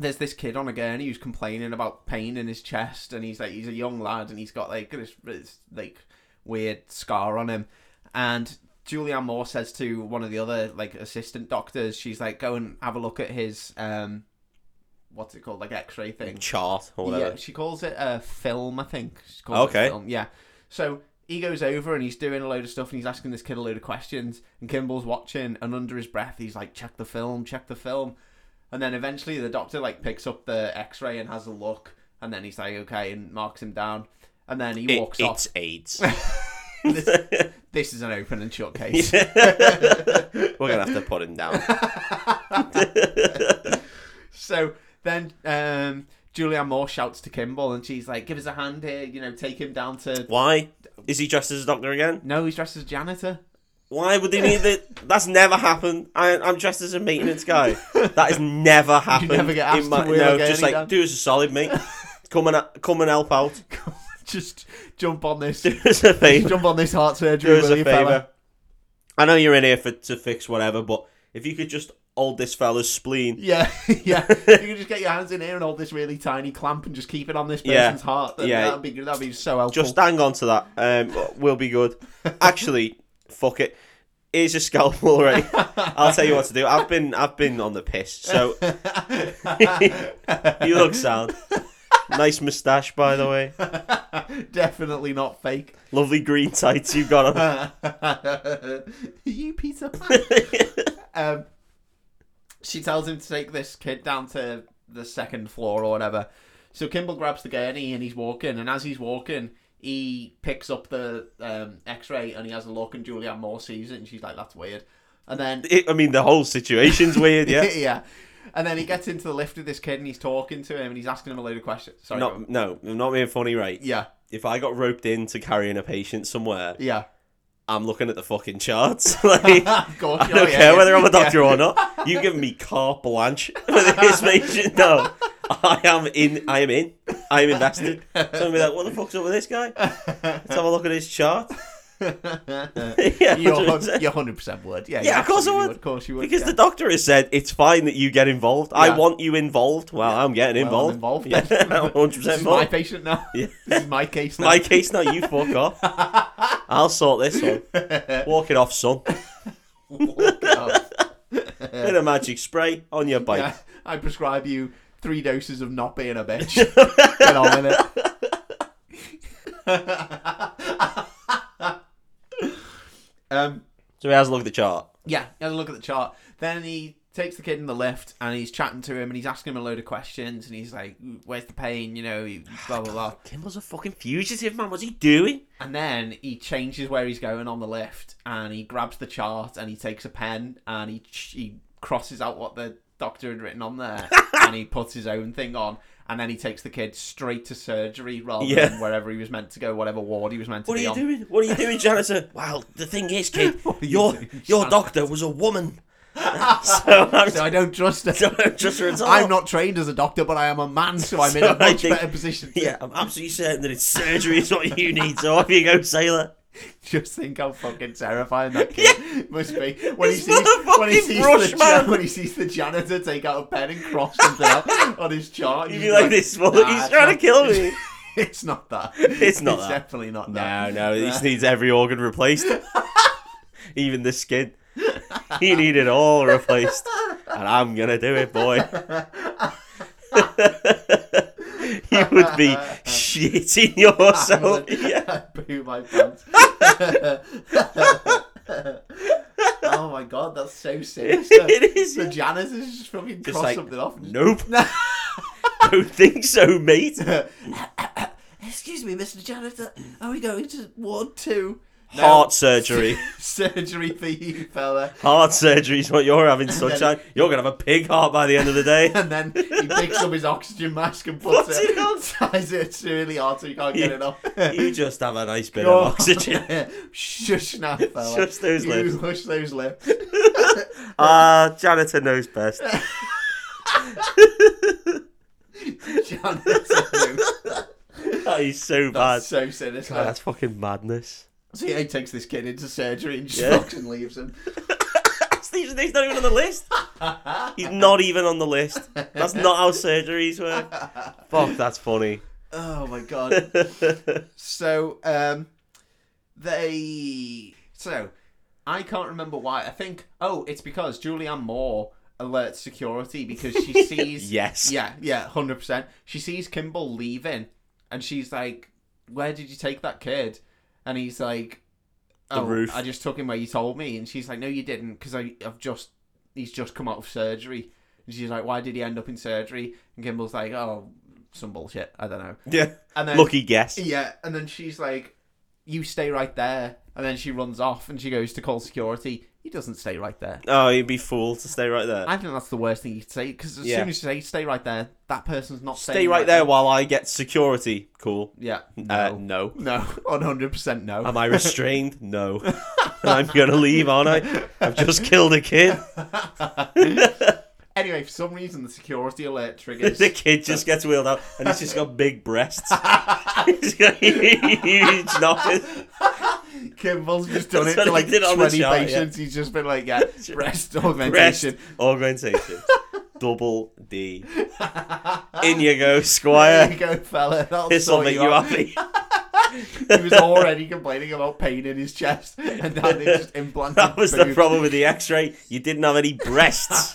there's this kid on a gurney who's complaining about pain in his chest and he's like he's a young lad and he's got like this, this like weird scar on him and Julianne Moore says to one of the other like assistant doctors she's like go and have a look at his um what's it called like x-ray thing chart or whatever. Yeah, she calls it a film, I think. She calls It Okay. a film. Yeah. So he goes over and he's doing a load of stuff and he's asking this kid a load of questions and Kimball's watching and under his breath he's like, check the film, check the film. And then eventually the doctor like picks up the X-ray and has a look and then he's like, okay, and marks him down. And then he It- walks off. it's AIDS. This, this is an open and shut case. We're gonna have to put him down. So then um, Julianne Moore shouts to Kimball and she's like, give us a hand here, you know, take him down to. Why is he dressed as a doctor again? No, he's dressed as a janitor. Why would they need that? That's never happened. I, I'm dressed as a maintenance guy. That has never happened. never get asked in to wheel no, again, just you like don't. do us a solid, mate. Come and come and help out. Just jump on this. Do us a favor. jump on this heart Do surgery, us will a you, favor. fella? I know you're in here for to fix whatever, but if you could just hold this fella's spleen. Yeah, yeah. you can just get your hands in here and hold this really tiny clamp and just keep it on this person's Yeah. heart. Then Yeah. that'd be that'd be so helpful. Just hang on to that. Um, we'll be good. Actually, fuck it. Here's your scalpel already. I'll tell you what to do. I've been I've been on the piss, so you look sound. Nice moustache, by the way. Definitely not fake. Lovely green tights you've got on. you Peter Pan. um, she tells him to take this kid down to the second floor or whatever. So Kimball grabs the gurney and he's walking, and as he's walking, he picks up the um, X-ray and he has a look, and Julianne Moore sees it, and she's like, "That's weird." And then It- I mean, the whole situation's weird. Yeah. yeah. And then he gets into the lift with this kid and he's talking to him and he's asking him a load of questions. Sorry. go on. Not, no, I'm not being funny, right? Yeah, If I got roped into carrying a patient somewhere, yeah. I'm looking at the fucking charts. like, of course. oh, I don't care whether I'm a doctor or not. You give me carte blanche for this patient. No, I am in. I am in. I am invested. So I'm gonna be like, what the fuck's up with this guy? Let's have a look at his chart. yeah, you're, 100%. you're 100% would. Yeah, Yeah, you of course I absolutely would. Of course you would. because yeah. the doctor has said it's fine that you get involved. I Yeah. want you involved. Well, I'm getting Well, I'm involved. involved. Yeah, then. 100 This percent is my involved. patient now. Yeah. This is my case now. My case now. You fuck off. I'll sort this one. Walk it off, son. Oh, Bit of magic spray on your bike. Yeah, I prescribe you three doses of not being a bitch. Get on with it. um, So he has a look at the chart. yeah, he has a look at the chart. Then he takes the kid in the lift and he's chatting to him and he's asking him a load of questions and he's like, "Where's the pain?" You know, blah blah blah. Kimball's a fucking fugitive, man. What's he doing? And then he changes where he's going on the lift, and he grabs the chart, and he takes a pen, and he he crosses out what the doctor had written on there, and he puts his own thing on, and then he takes the kid straight to surgery rather Yeah. than wherever he was meant to go, whatever ward he was meant to What are be you on. doing? What are you doing, janitor? Well, the thing is, kid, What are you your doing, your janitor? doctor was a woman. so I'm So I don't trust him. don't trust her at all. I'm not trained as a doctor, but I am a man, so I'm in So a I much think- better position. To Yeah, I'm absolutely certain that it's surgery is what you need. So off you go, sailor. Just think how fucking terrifying that kid must be when This he sees when he motherfucking sees brush the man. when he sees the janitor take out a pen and cross something out on his chart. You'd He's be like, this fuck, "Nah, he's it's trying not- to kill me. It's not that. It's not It's that. definitely not No, that. no, he just needs every organ replaced, even the skin. He need it all replaced, and I'm gonna do it, boy. you would be shitting yourself. Yeah. I poo my pants. oh my god, that's so sinister. It is, The yeah. janitor's just fucking Just cross like, something off. Nope. Don't think so, mate. Excuse me, Mr. Janitor. Are we going to Ward 2? Heart surgery. surgery for you, fella. Heart surgery is what you're having, sunshine. You're gonna have a pig heart by the end of the day. And then he picks up his oxygen mask and puts Puts it, it on. ties it really hard so you can't get it off. You just have a nice bit God. of oxygen. Shush now, fella. Shush those you lips. Hush those lips. Ah, janitor knows best. Janitor. That is so bad. That's so sinister. God, that's fucking madness. So yeah, he takes this kid into surgery and just Yeah. fucking leaves him. Steve's he's not even on the list. He's not even on the list. That's not how surgeries work. Fuck, that's funny. Oh my god. so um they so I can't remember why. I think oh, it's because Julianne Moore alerts security because she sees yes. Yeah, yeah, hundred percent. She sees Kimball leaving, and she's like, "Where did you take that kid?" And he's like, The "Oh, roof." I just took him where you told me." And she's like, "No, you didn't, because I've just he's just come out of surgery." And she's like, "Why did he end up in surgery?" And Kimball's like, "Oh, some bullshit. I don't know." Yeah. And then Lucky guess. yeah, and then she's like, "You stay right there." And then she runs off, and she goes to call security. He doesn't stay right there. Oh, you'd be fooled to stay right there. I think that's the worst thing you could say because as Yeah. soon as you say "stay right there," that person's not Stay staying right there while I get security. Cool. Yeah. Uh, No. no. no. One hundred percent no. Am I restrained? No. I'm gonna leave, aren't I? I've just killed a kid. anyway, for some reason, the security alert triggers. The kid just gets wheeled out, and he's just got big breasts. he's got huge knockers. Kimball's just done it That's to what he like did on the twenty chart, yeah. patients. He's just been like, yeah, breast augmentation. Breast augmentation. Double D. In you go, Squire. There you go, fella. That'll This'll sort make you you out. happy. He was already complaining about pain in his chest, and now they just implanted. That was the boobs. problem with the X-ray. You didn't have any breasts.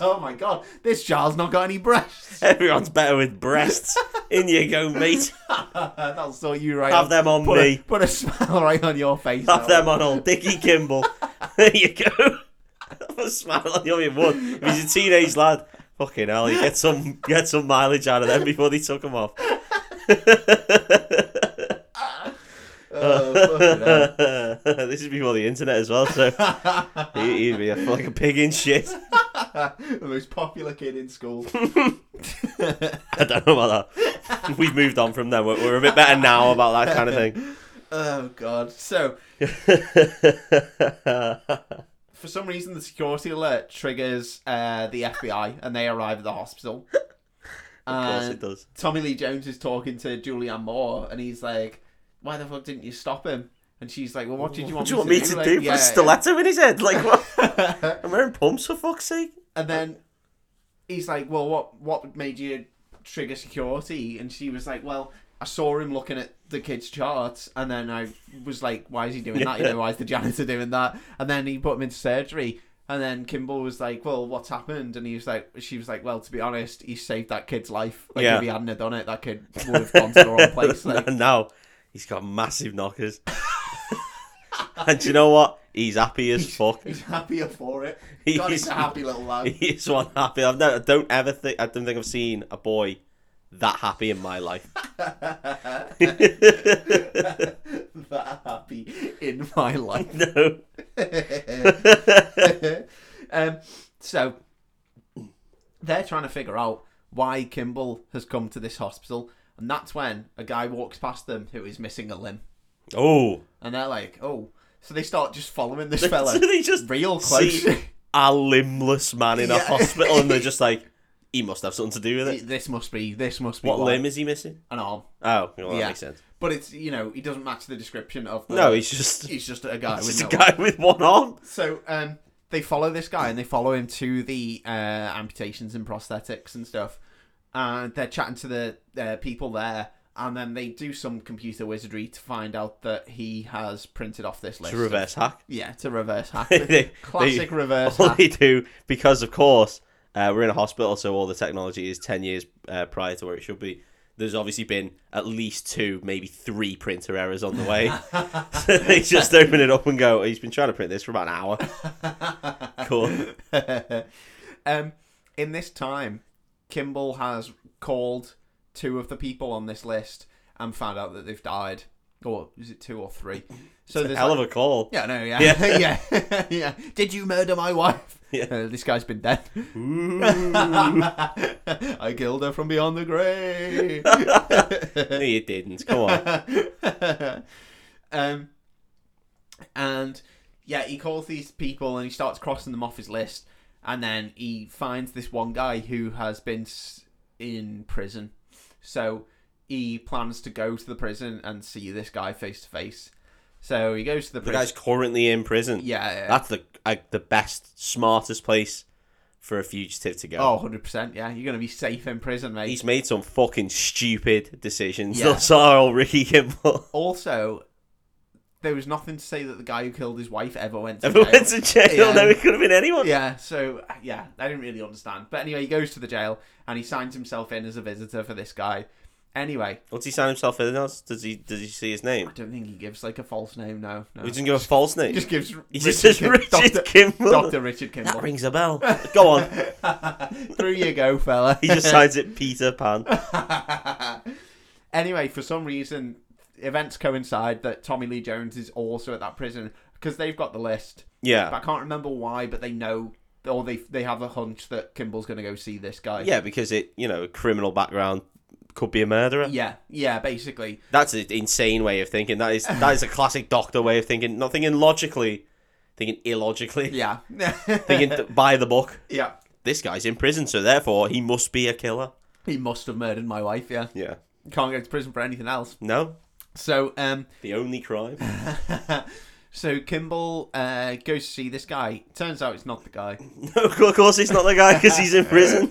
Oh my god, this child's not got any breasts. Everyone's better with breasts. In you go, mate. Uh, That'll sort you right. Have out. them on put me. A, put a smile right on your face. Have Alan. them on old Dickie Kimball. there you go. Have a smile on the other one. If he's a teenage lad, fucking hell, you get some get some mileage out of them before they took him off. Oh, fucking hell. this is before the internet as well, so he- he'd be a, like a pig in shit. the most popular kid in school. I don't know about that. We've moved on from them. We're, we're a bit better now about that kind of thing. oh god. So for some reason, the security alert triggers uh, the FBI, and they arrive at the hospital. of course And it does. Tommy Lee Jones is talking to Julianne Moore, and he's like, "Why the fuck didn't you stop him?" And she's like, "Well, what did you want What do you me want me to to Like, do? Put yeah, a stiletto in his head? Like, what? yeah. I'm wearing pumps for fuck's sake. And then he's like, "Well, what what made you trigger security?" And she was like, "Well, I saw him looking at the kid's charts, and then I was like, why is he doing that? You know, why is the janitor doing that?" And then he put him into surgery. And then Kimball was like, "Well, what's happened?" And he was like, "She was like, well, to be honest, he saved that kid's life. Like, Yeah. if he hadn't have done it, that kid would have gone to the wrong place." Like, and now he's got massive knockers. and do you know what? He's happy as fuck. He's happier for it. God, he's He's- a happy little lad. He is one happy. I've never, I don't ever think. I don't think I've seen a boy that happy in my life. that happy in my life. No. um, so they're trying to figure out why Kimball has come to this hospital, and that's when a guy walks past them who is missing a limb, Oh, and they're like, "Oh!" So they start just following this fella they just real close. See a limbless man in a Yeah. hospital, and they're just like, he must have something to do with it. this must be. This must be What limb is he missing? An arm. Oh, well, that Yeah. makes sense. But it's you know he doesn't match the description of. The, No, he's just, he's just a guy with just no a guy with one arm. So um, they follow this guy and they follow him to the uh, amputations and prosthetics and stuff. And they're chatting to the uh, people there. And then they do some computer wizardry to find out that he has printed off this list. To reverse hack. Yeah, to reverse hack. They- Classic they- reverse all hack. they do because of course uh, we're in a hospital so all the technology is 10 years uh, prior to where it should be there's obviously been at least two maybe three printer errors on the way so they just open it up and go he's been trying to print this for about an hour cool um, in this time, Kimball has called two of the people on this list and found out that they've died. Or is it two or three? So there's hell like- of a call Yeah, no, yeah, Yeah. yeah, yeah, Did you murder my wife? Yeah. Uh, this guy's been dead. I killed her from beyond the grave. no you didn't come on um, and yeah, he calls these people and he starts crossing them off his list, and then he finds this one guy who has been s- in prison. So he plans to go to the prison and see this guy face to face. So he goes to the the prison. guy's currently in prison yeah, yeah. that's the like, the best smartest place for a fugitive to go Oh, 100%. Yeah, you're going to be safe in prison, mate. He's made some fucking stupid decisions. Yeah. That's our old Ricky Kimball. Also, there was nothing to say that the guy who killed his wife ever went to Ever jail. went to jail? Yeah. No, it could have been anyone. yeah, so, yeah, I didn't really understand. But anyway, he goes to the jail and he signs himself in as a visitor for this guy. Anyway, What's he sign himself in as? Does he does he see his name? I don't think he gives like a false name, no. no. He doesn't give a false He name. just gives He just says Kim- Richard Dr. Kimball. Dr. Richard That Kimball. rings a bell. Go on. Through you go, fella. He just signs it Peter Pan. anyway, for some reason, events coincide that Tommy Lee Jones is also at that prison because they've got the list. But I Yeah. can't remember why, but they know or they they have a hunch that Kimball's going to go see this guy. Yeah, because it you know, criminal background could be a murderer. yeah, yeah. Basically, That's an insane way of thinking. That is that is a classic doctor way of thinking. Not thinking logically, thinking illogically. yeah, Thinking th- by the book. yeah. This guy's in prison, so therefore he must be a killer. He must have murdered my wife. Yeah, Yeah. can't go to prison for anything else. No? So, um, The only crime. So Kimball uh, goes to see this guy. Turns out it's not the guy. No, of course it's not the guy because he's in prison.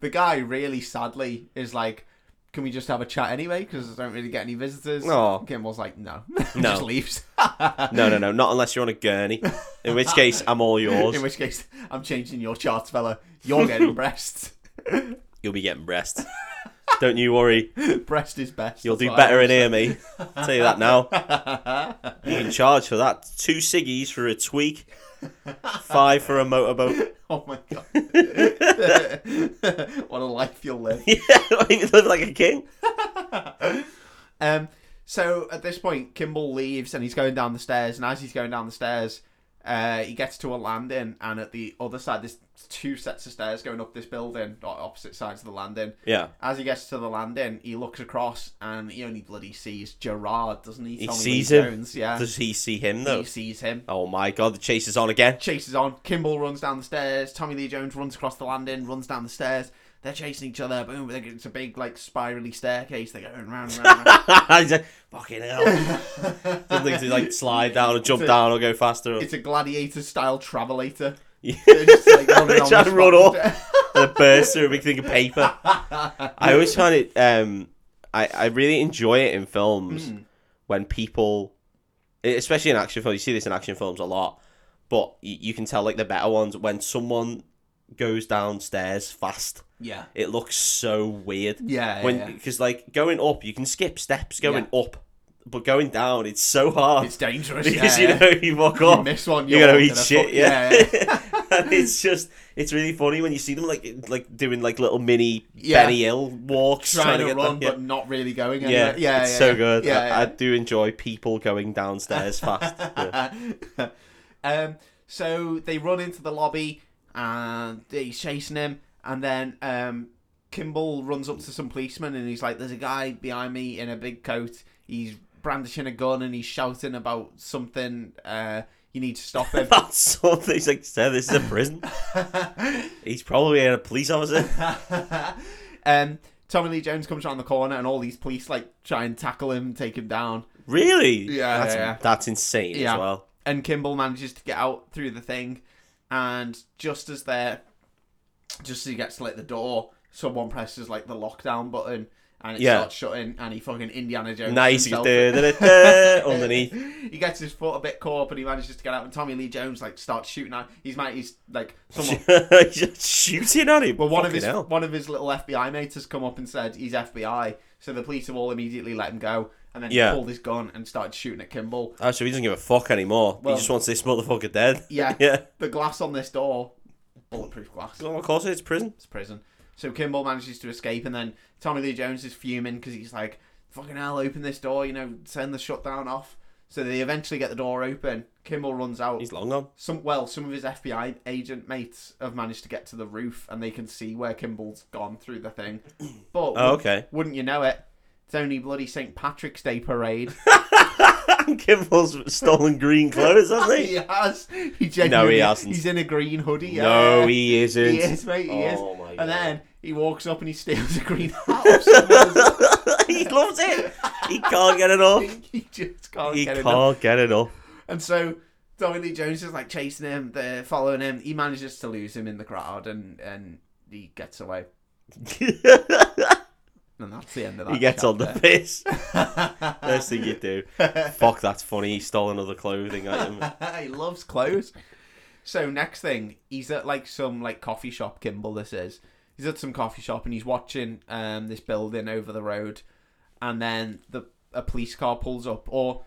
the guy really sadly is like, "Can we just have a chat anyway? Because I don't really get any visitors." Aw. Kimball's like, "No, No. just leaves." No, no, no, not unless you're on a gurney. In which case, I'm all yours. In which case, I'm changing your charts, fella. You're getting breasts. You'll be getting breast. Don't you worry. Breast is best. You'll That's do what I better in always here, me. I'll tell you that now. say. You can charge for that. Two ciggies for a tweak, five for a motorboat. oh my god! what a life you'll live. Yeah, you live like a king. Um, so at this point, Kimball leaves and he's going down the stairs. And as he's going down the stairs, uh, he gets to a landing. And at the other side, there's two sets of stairs going up this building, or opposite sides of the landing. Yeah, As he gets to the landing, he looks across and he only bloody sees Gerard, doesn't he? He Tommy sees Lee him. Jones, yeah. does he see him He though? sees him. Oh my god, the chase is on again. chases on. Kimball runs down the stairs. Tommy Lee Jones runs across the landing, runs down the stairs. They're chasing each other. Boom! they get- It's a big like spirally staircase. They're going round and round. and He's like, fucking hell. round. Something to like slide down or jump It's a- down or go faster. Or... It's a gladiator style travelator. Yeah. They're just like running Trying on the to run spot. the burst through a big thing of paper. I always find it. Um, I I really enjoy it in films Hmm. when people, e, especially in action films. You see this in action films a lot, but you, you can tell like the better ones when someone goes downstairs fast. Yeah. It looks so weird. Yeah, yeah, When yeah. because like going up, you can skip steps going up, but going down, it's so hard It's dangerous. because yeah, you yeah. know you walk You off miss one, you're you're gonna eat fuck- shit. Yeah, yeah. and it's just it's really funny when you see them like like doing like little mini Yeah. Benny Hill walks Trying to get run, them. but not really going. yeah. Anywhere. Yeah, yeah, it's yeah, so yeah. good. Yeah, I, yeah. I do enjoy people going downstairs fast. Yeah. um, so they run into the lobby and he's chasing him, and then um, Kimball runs up to some policeman and he's like, "There's a guy behind me in a big coat. He's brandishing a gun and he's shouting about something. Uh, you need to stop him." That's something. He's like, "Sir, this is a prison. He's probably a police officer." um, Tommy Lee Jones comes around the corner and all these police like try and tackle him, take him down. Really? Yeah, that's, yeah, yeah. that's insane Yeah. as well. and Kimball manages to get out through the thing, and just as they're, just as he gets to like the door, someone presses like the lockdown button, and it Yeah. starts shutting, and he fucking Indiana Jones. Nice himself. da-da-da, uh, underneath. He gets his foot a bit caught up, and he manages to get out. And Tommy Lee Jones like starts shooting at. He's mate. He's like someone. He's just shooting at him. Well, one of Fucking his hell. one of his little FBI mates has come up and said he's FBI, so the police have all immediately let him go, and then Yeah. he pulled his gun and started shooting at Kimball. Oh, so he doesn't give a fuck anymore. Well- he just wants this motherfucker dead. Yeah. yeah. The glass on this door, bulletproof glass. Well, of course, it's prison. It's prison. So Kimball manages to escape, and then Tommy Lee Jones is fuming because he's like, "Fucking hell, open this door! You know, send the shutdown off." So they eventually get the door open. Kimball runs out. He's long gone. Some well, some of his FBI agent mates have managed to get to the roof, and they can see where Kimball's gone through the thing. But Oh, okay. wouldn't you know it? It's only bloody St. Patrick's Day parade. Kimball's stolen green clothes, hasn't he? he has. He genuinely- hasn't. He's in a green hoodie. No, yeah. he isn't. He is, mate. He Oh is. my God. and then he walks up and he steals a green hat. off someone. he loves it. He can't get it off. he just can't He get can't enough. get it off. And so Tommy Lee Jones is like chasing him. They're following him. He manages to lose him in the crowd, and and he gets away. And that's the end of that. he gets on the chapter. piss. First thing you do. Fuck, that's funny. He stole another clothing item. he loves clothes. So next thing, he's at like some like coffee shop. Kimball, this is. He's at some coffee shop and he's watching um this building over the road, and then the a police car pulls up, or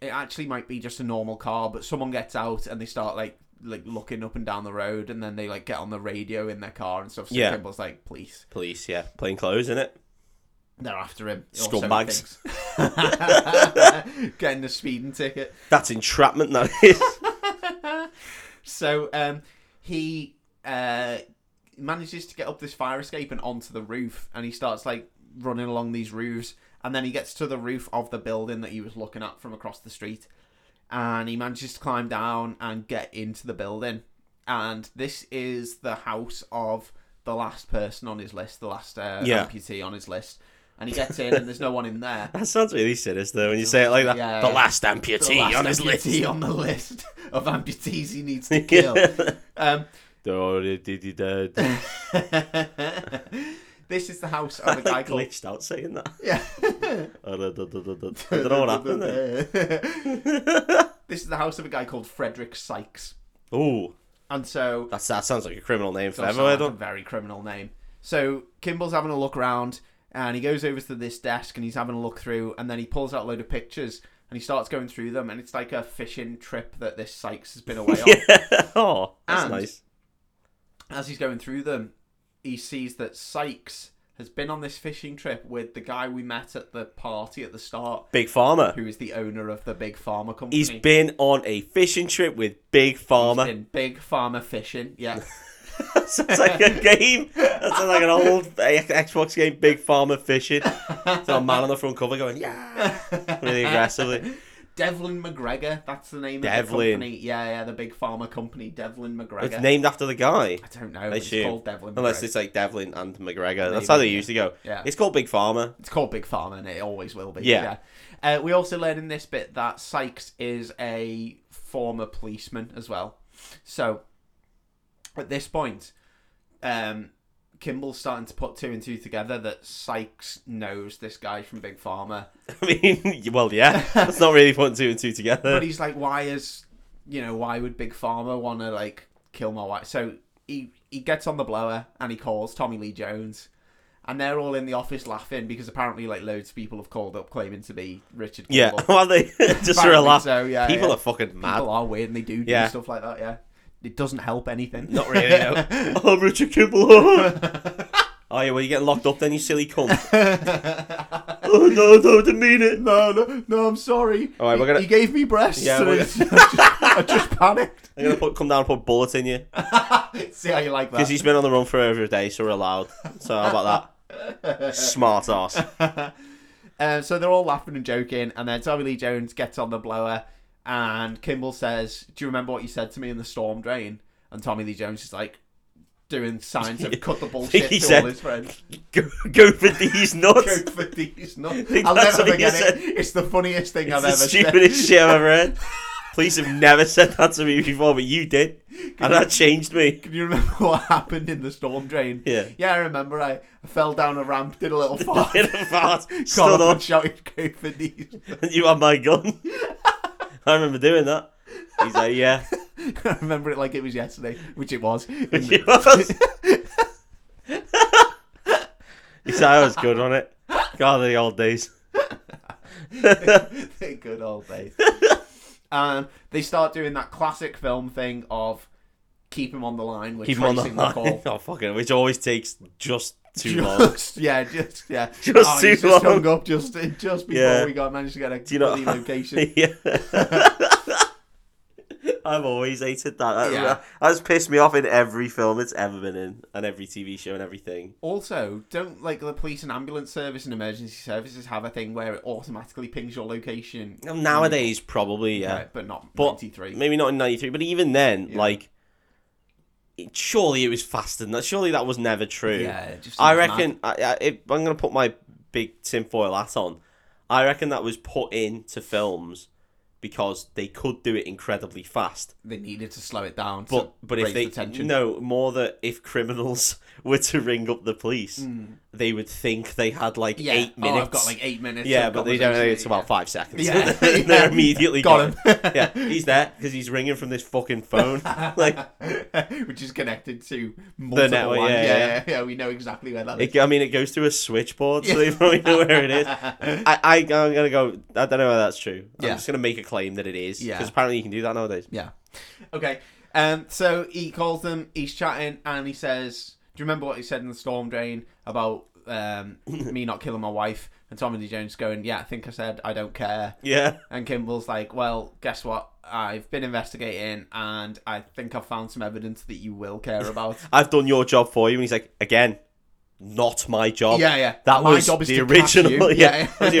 it actually might be just a normal car, but someone gets out and they start like like looking up and down the road, and then they like get on the radio in their car and stuff. So Yeah. Kimball's like, police, Police, yeah. Plain clothes, innit? they're after him. He also Scumbags. thinks- Getting the speeding ticket. That's entrapment, that is. So um, he uh, manages to get up this fire escape and onto the roof, and he starts like running along these roofs, and then he gets to the roof of the building that he was looking at from across the street, and he manages to climb down and get into the building, and this is the house of the last person on his list, the last uh, Yeah. amputee on his list. and he gets in, and there's no one in there. That sounds really sinister when you say it like that. Yeah. the last The amputee last on his amputee list. on the list of amputees he needs to kill. um, I this is the house of a guy called. glitched out saying that. Uh, Yeah. I don't know what happened there. this is the house of a guy called Frederick Sykes, Ooh, and so that's, that sounds like a criminal name for Does ever. I sound like a don't. very criminal name. So Kimball's having a look around, and he goes over to this desk and he's having a look through, and then he pulls out a load of pictures and he starts going through them, and it's like a fishing trip that this Sykes has been away on. oh, that's And- nice. As he's going through them, he sees that Sykes has been on this fishing trip with the guy we met at the party at the start, Big Farmer. who is the owner of the big pharma company. He's been on a fishing trip with Big Farmer. in big pharma fishing, yeah. Sounds like a game. That sounds like an old Xbox game, Big Farmer Fishing. So a man on the front cover going, yeah, really aggressively. Devlin McGregor, that's the name of the Devlin. company. Yeah, yeah, the big pharma company, Devlin McGregor. It's named after the guy. I don't know. I It's assume. called Devlin. Unless McGregor. it's like Devlin and McGregor. That's how they Maybe. usually go. Yeah. It's called Big Farmer. it's called Big Pharma, and it always will be. Yeah. yeah. Uh, we also learn in this bit that Sykes is a former policeman as well. So at this point, um, Kimball's starting to put two and two together that Sykes knows this guy from Big Pharma, I mean, well, yeah. That's not really putting two and two together. but he's like, why is you know why would Big Pharma want to like kill my wife? So he he gets on the blower and he calls Tommy Lee Jones, and they're all in the office laughing because apparently like loads of people have called up claiming to be Richard. Yeah. Kimball. Well, they just for a Apparently laugh. So yeah, People yeah. are fucking mad. people are weird and they do do Yeah. stuff like that. Yeah, it doesn't help anything. Not really, no. oh, Richard Kimball. oh, yeah, well, you're getting locked up then, you silly cunt. oh, no, no, I didn't mean it. no, no, no. I'm sorry. All right, we're He- gonna- He gave me breasts. Yeah, and we're I just- I just panicked. I'm going to put come down and put bullets in you. See how you like that? Because he's been on the run for over a day, so we're allowed. So how about that? Smart ass. Uh, so they're all laughing and joking, and then Tommy Lee Jones gets on the blower, and Kimball says, "Do you remember what you said to me in the storm drain?" And Tommy Lee Jones is like doing signs of cut the bullshit He to said- all his friends. Go, go for these nuts. Joke for these nuts. think I'll that's never what he forget said. it. It's the funniest thing I've It's the ever stupidest shit I've ever heard. Police have never said that to me before, but you did. And that changed me. said. Can you remember what happened in the storm drain? Yeah. Yeah, I remember. I fell down a ramp, did a little fart, In a fart, got stood up up, and shouted, "Go for these!" and you had my gun. I remember doing that. He's like, yeah. I remember it like it was yesterday, which it was. He was. He said I was good on it. God, the old days. They're good old days. and they start doing that classic film thing of keep him on the line. We're Keep him on the tracing the, line. call. Oh, fucking, which always takes just too long. Just, yeah, just yeah, Just oh, he's too just long. Hung up just just before Yeah. we got managed to get a you know- bloody location. yeah. I've always hated that. That, Yeah. that's pissed me off in every film it's ever been in, and every TV show and everything. also, don't like the police and ambulance service and emergency services have a thing where it automatically pings your location. Nowadays, probably Um, yeah, Right, but not But- ninety three. maybe not in '93, but even then, like, it, surely it was faster than that. Surely that was never true. Yeah, it just I seems reckon. I, I, if I'm gonna put my big tinfoil hat on, I reckon that was put into films because they could do it incredibly fast. they needed to slow it down. to But but if break they the tension. no more that if criminals were to ring up the police, they would think they had like yeah. eight oh, minutes. I've got like eight minutes. yeah, of but they don't. know It's conversation. about five seconds. Yeah. they're immediately Got him. yeah, he's there because he's ringing from this fucking phone. like which is connected to multiple network, lines. yeah, Yeah, yeah. yeah, yeah, We know exactly where that is. It, I mean, it goes through a switchboard, so they probably know where it is. I, I, I'm gonna go. I don't know whether that's true. I'm Yeah. just gonna make a claim that it is. Yeah. Because apparently you can do that nowadays. Yeah. Okay. Um. So he calls them. He's chatting, and he says, "Do you remember what he said in the storm drain about um me not killing my wife?" And Tommy Lee Jones going, "Yeah, I think I said I don't care." Yeah. And Kimball's like, "Well, guess what? I've been investigating, and I think I've found some evidence that you will care about." I've done your job for you, and he's like, again, not my job. yeah, yeah. That My was job is the to catch you. original. Yeah, Yeah. that was the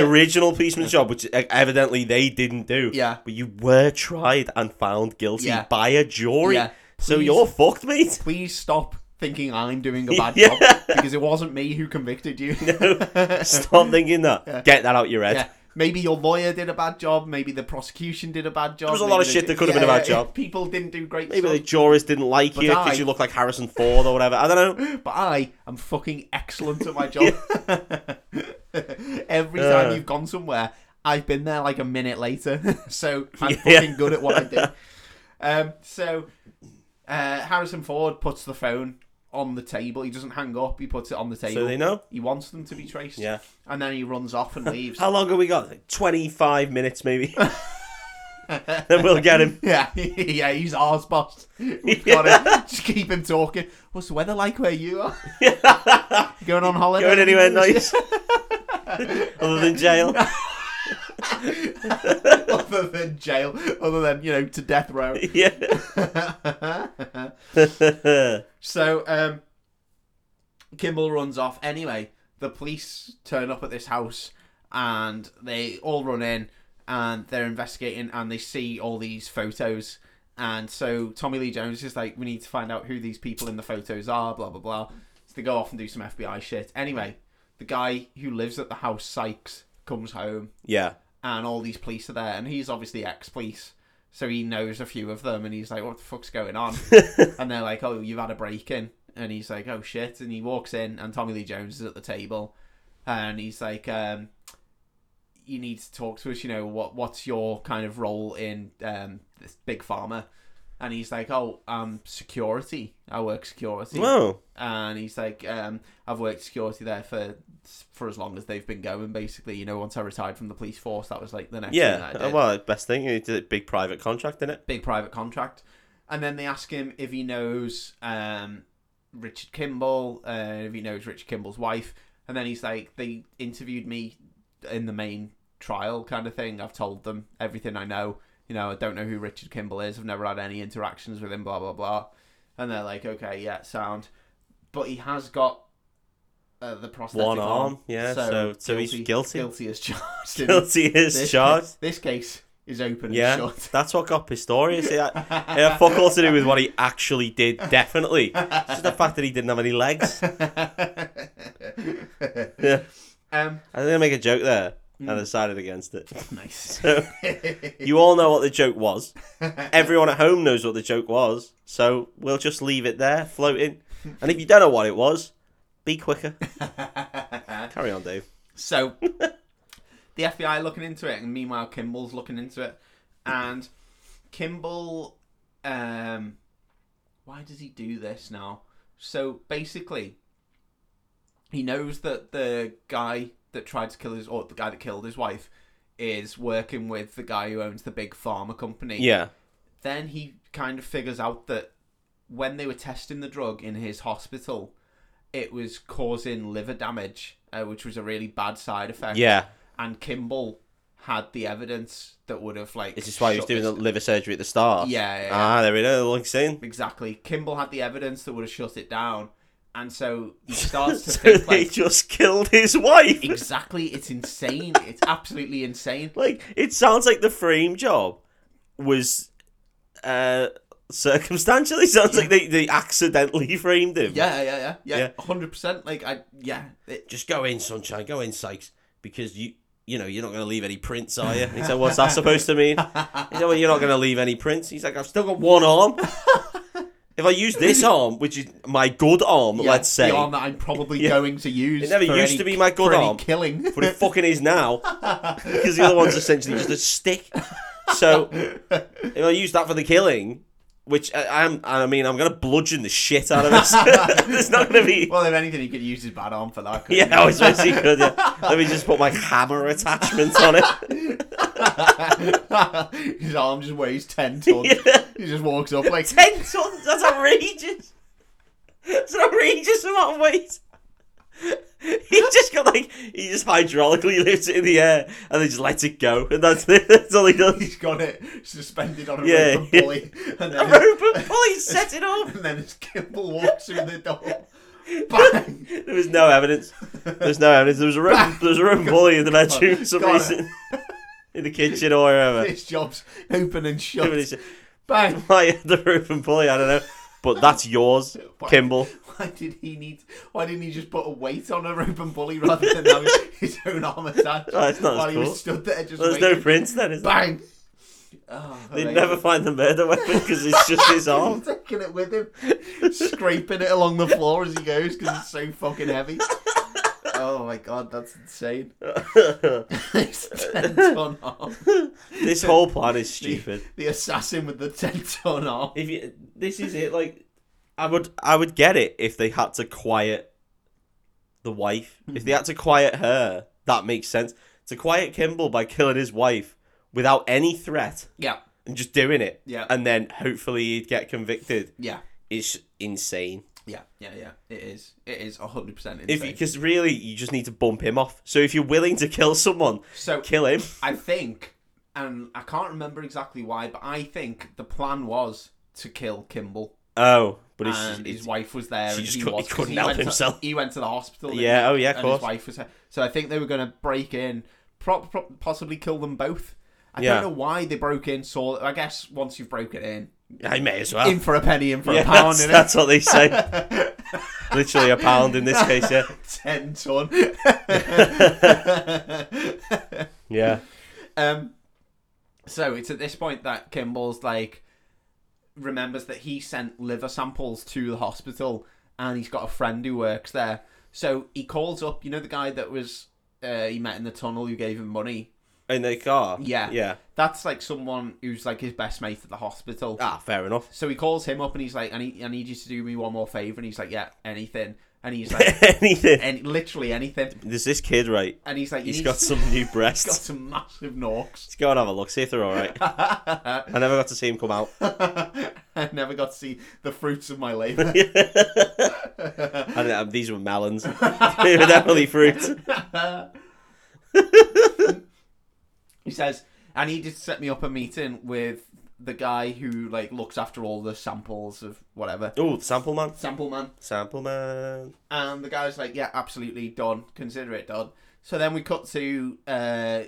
original policeman's job, which uh, evidently they didn't do. Yeah. But you were tried and found guilty Yeah. by a jury. Yeah. So Please- you're fucked, mate. Please stop thinking I'm doing a bad Yeah. job because it wasn't me who convicted you. Stop thinking that. Get that out your head. Yeah. Maybe your lawyer did a bad job. Maybe the prosecution did a bad job. There was a lot of shit that could have been a bad job. People didn't do great Maybe stuff. the jurors didn't like you I- because you look like Harrison Ford or whatever. I don't know. but I am fucking excellent at my job. Every time Yeah. you've gone somewhere, I've been there like a minute later, so I'm Yeah. fucking good at what I do. Um, so uh, Harrison Ford puts the phone on the table. He doesn't hang up. He puts it on the table. So they know. He wants them to be traced. Yeah. And then he runs off and leaves. How long have we got? Like 25 minutes, maybe. then we'll get him. Yeah, yeah, he's ours, boss. We've got it. Just keep him talking. What's the weather like where you are? Going on holiday? Going anywhere nice. Other than jail. other than jail, other than you know to death row. Yeah. so um, Kimball runs off. Anyway, the police turn up at this house and they all run in and they're investigating and they see all these photos. And so Tommy Lee Jones is like, we need to find out who these people in the photos are, blah, blah, blah. So they go off and do some FBI shit. Anyway, the guy who lives at the house, Sykes, comes home yeah. and all these police are there, and he's obviously ex-police, so he knows a few of them, and he's like, "What the fuck's going on?" and they're like, "Oh, you've had a break-in," and he's like, "Oh shit!" And he walks in, and Tommy Lee Jones is at the table, and he's like, um, "You need to talk to us. You know what? What's your kind of role in um, this big pharma?" And he's like, "Oh, um, security. I work security." Whoa. and he's like, um, I've worked security there for for as long as they've been going. Basically, you know, once I retired from the police force, that was like the next Yeah. thing that I Oh, did. well, best thing. It's a big private contract, in it? Big private contract, and then they ask him if he knows um, Richard Kimball, uh, if he knows Richard Kimball's wife, and then he's like, they interviewed me in the main trial kind of thing. I've told them everything I know. You know, I don't know who Richard Kimball is. I've never had any interactions with him. Blah blah blah. And they're like, okay, yeah, sound. But he has got uh, the prosthetic One arm, yeah, so- so he's guilty. Guilty as charged. in Guilty this is charged. Case, this case is open Yeah. and shut. That's what got Pistorius. It had, it had fuck all to do with what he actually did, definitely. It's just the fact that he didn't have any legs. Yeah. um, I was going to make a joke there, Hmm. and I decided against it. nice. So, you all know what the joke was. Everyone at home knows what the joke was. So we'll just leave it there, floating. And if you don't know what it was, be quicker. Carry on, Dave. So the FBI are looking into it, and meanwhile Kimball's looking into it, and Kimball, um, why does he do this now? So basically, he knows that the guy that tried to kill his, or the guy that killed his wife, is working with the guy who owns the big pharma company. Yeah. then he kind of figures out that when they were testing the drug in his hospital, it was causing liver damage, uh, which was a really bad side effect. Yeah. And Kimball had the evidence that would have like. This is why he was shut doing the this- liver surgery at the start. Yeah, yeah, yeah. Ah, there we go. The link's in. exactly. Kimball had the evidence that would have shut it down, and so he starts to So think they like. just killed his wife. Exactly, it's insane. It's absolutely insane. Like it sounds like the frame job was uh circumstantial. It sounds like they, they accidentally framed him. Yeah, yeah, yeah, yeah. Yeah. Hundred percent. Like I, yeah. It, Just go in, sunshine. Go in, Sykes, because you you know you're not going to leave any prints, are you? He said, "What's that supposed to mean?" He said, "Well, you're not going to leave any prints." He's like, "I've still got one arm." If I use this arm, which is my good arm, yeah, let's say, the arm that I'm probably Yeah. going to use. It never for used any- to be my good for any arm. Killing, but it fucking is now because the other one's essentially just a stick. So if I use that for the killing, which I, I'm, I mean, I'm gonna bludgeon the shit out of this. There's not gonna be. Well, if anything, he could use his bad arm for that. couldn't Yeah, I was supposed to could. Yeah. Let me just put my hammer attachment on it. he? his arm just weighs ten tons. Yeah. He just walks up like Ten tons. That's outrageous. It's an outrageous amount of weight. He just got like he just hydraulically lifts it in the air and then just lets it go, and that's it. That's all he does. he's got it suspended on a Yeah. rope and pulley, and A then his, rope and pulley set it off. and then his Kimball walks through the door. Bang! There was no evidence. There's no evidence. There was a rope. There was a rope bully in the bedroom for some Got it. reason, in the kitchen or wherever. This job's open and shut. Somebody said, Bang! Why the rope and pulley? I don't know. But that's yours, Kimball. why did he need? Why didn't he just put a weight on a rope and bully rather than have his own arm attached? Oh, it's not as while he cool. was stood there just There's waiting. no prints then, is there? Bang! Oh, They'd amazing. never find the murder weapon because it's just his arm. He's taking it with him, scraping it along the floor as he goes because it's so fucking heavy. Oh my god, that's insane. It's ten ton arm. this whole plan is stupid. The assassin with the ten ton arm. If you, this is it, like I would, I would get it if they had to quiet the wife. If Mm-hmm. they had to quiet her, that makes sense. To quiet Kimball by killing his wife without any threat Yeah, and just doing it, Yeah. and then hopefully he'd get convicted yeah, is insane. yeah, yeah, yeah. It is. It is hundred percent If insane. because really you just need to bump him off. So if you're willing to kill someone, so kill him. I think, and I can't remember exactly why, but I think the plan was to kill Kimball, Oh, but it's, and it's his wife was there, she and just he, cou- he was, 'cause couldn't help went to- himself. he went to the hospital. didn't yeah. he? Oh yeah, of and his course. wife was there. So I think they were going to break in, pro- pro- possibly kill them both. I Yeah. don't know why they broke in. So I guess once you've broken in, I may as well. in for a penny, in for yeah, a pound, that's, innit? that's what they say. Literally a pound in this case. Yeah, ten ton. yeah. um, so it's at this point that Kimball's like remembers that he sent liver samples to the hospital, and he's got a friend who works there. So he calls up, you know, the guy that was uh, he met in the tunnel who gave him money. In the car. Yeah. Yeah. That's like someone who's like his best mate at the hospital. Ah, fair enough. So he calls him up and he's like, I need, I need you to do me one more favor. And he's like, Yeah, anything. And he's like, Anything. any, Literally anything. There's this kid, right? And he's like, you He's need got to- some new breasts. got some massive norks. Let's go and have a look. See if they're all right. I never got to see him come out. I never got to see the fruits of my labor. I don't, um, these were melons. they were definitely fruit. he says, I need you to set me up a meeting with the guy who like looks after all the samples of whatever. Oh, sample man. Sample man. Sample man. And the guy's like, yeah, absolutely, done. Consider it done. So then we cut to uh,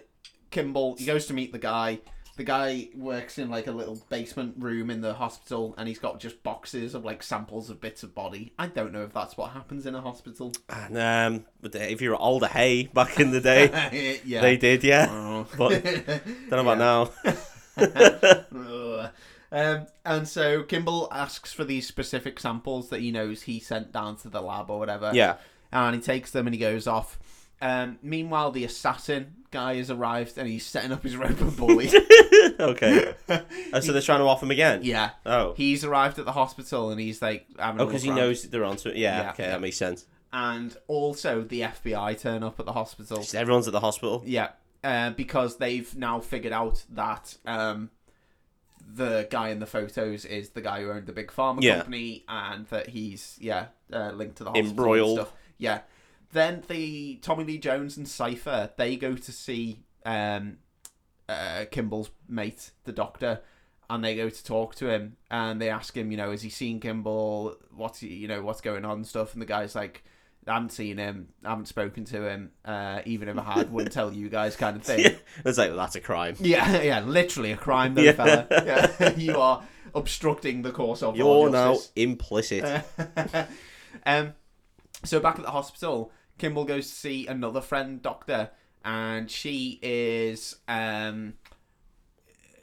Kimball. He goes to meet the guy. The guy works in like a little basement room in the hospital, and he's got just boxes of like samples of bits of body. I don't know if that's what happens in a hospital. And um, but if you were older, hey, back in the day, yeah. they did, yeah. Oh. But don't know about Ugh. um, and so Kimball asks for these specific samples that he knows he sent down to the lab or whatever. now. Yeah. and he takes them and he goes off. Um, meanwhile, the assassin guy has arrived and he's setting up his rope and bully. okay. Oh, so they're trying to off him again. yeah, Oh. he's arrived at the hospital and he's like, having a Oh, because look he around. knows that they're onto it. Yeah, Yeah, okay, yeah. that makes sense. And also, the FBI turn up at the hospital. Just everyone's at the hospital. Yeah, uh, because they've now figured out that um, the guy in the photos is the guy who owned the big pharma Yeah. company, and that he's yeah uh, linked to the hospital Embroiled. And stuff. Yeah. Then the Tommy Lee Jones and Cipher they go to see um, uh, Kimball's mate, the doctor. And they go to talk to him, and they ask him, you know, has he seen Kimball? What's he, you know, what's going on and stuff? And the guy's like, I haven't seen him, I haven't spoken to him, uh, even if I had, wouldn't tell you guys kind of thing. Yeah. It's like, well, that's a crime. Yeah, yeah, literally a crime, though, Yeah. fella. Yeah, you are obstructing the course of law You're and now justice. implicit. um, so back at the hospital, Kimball goes to see another friend, doctor, and she is um,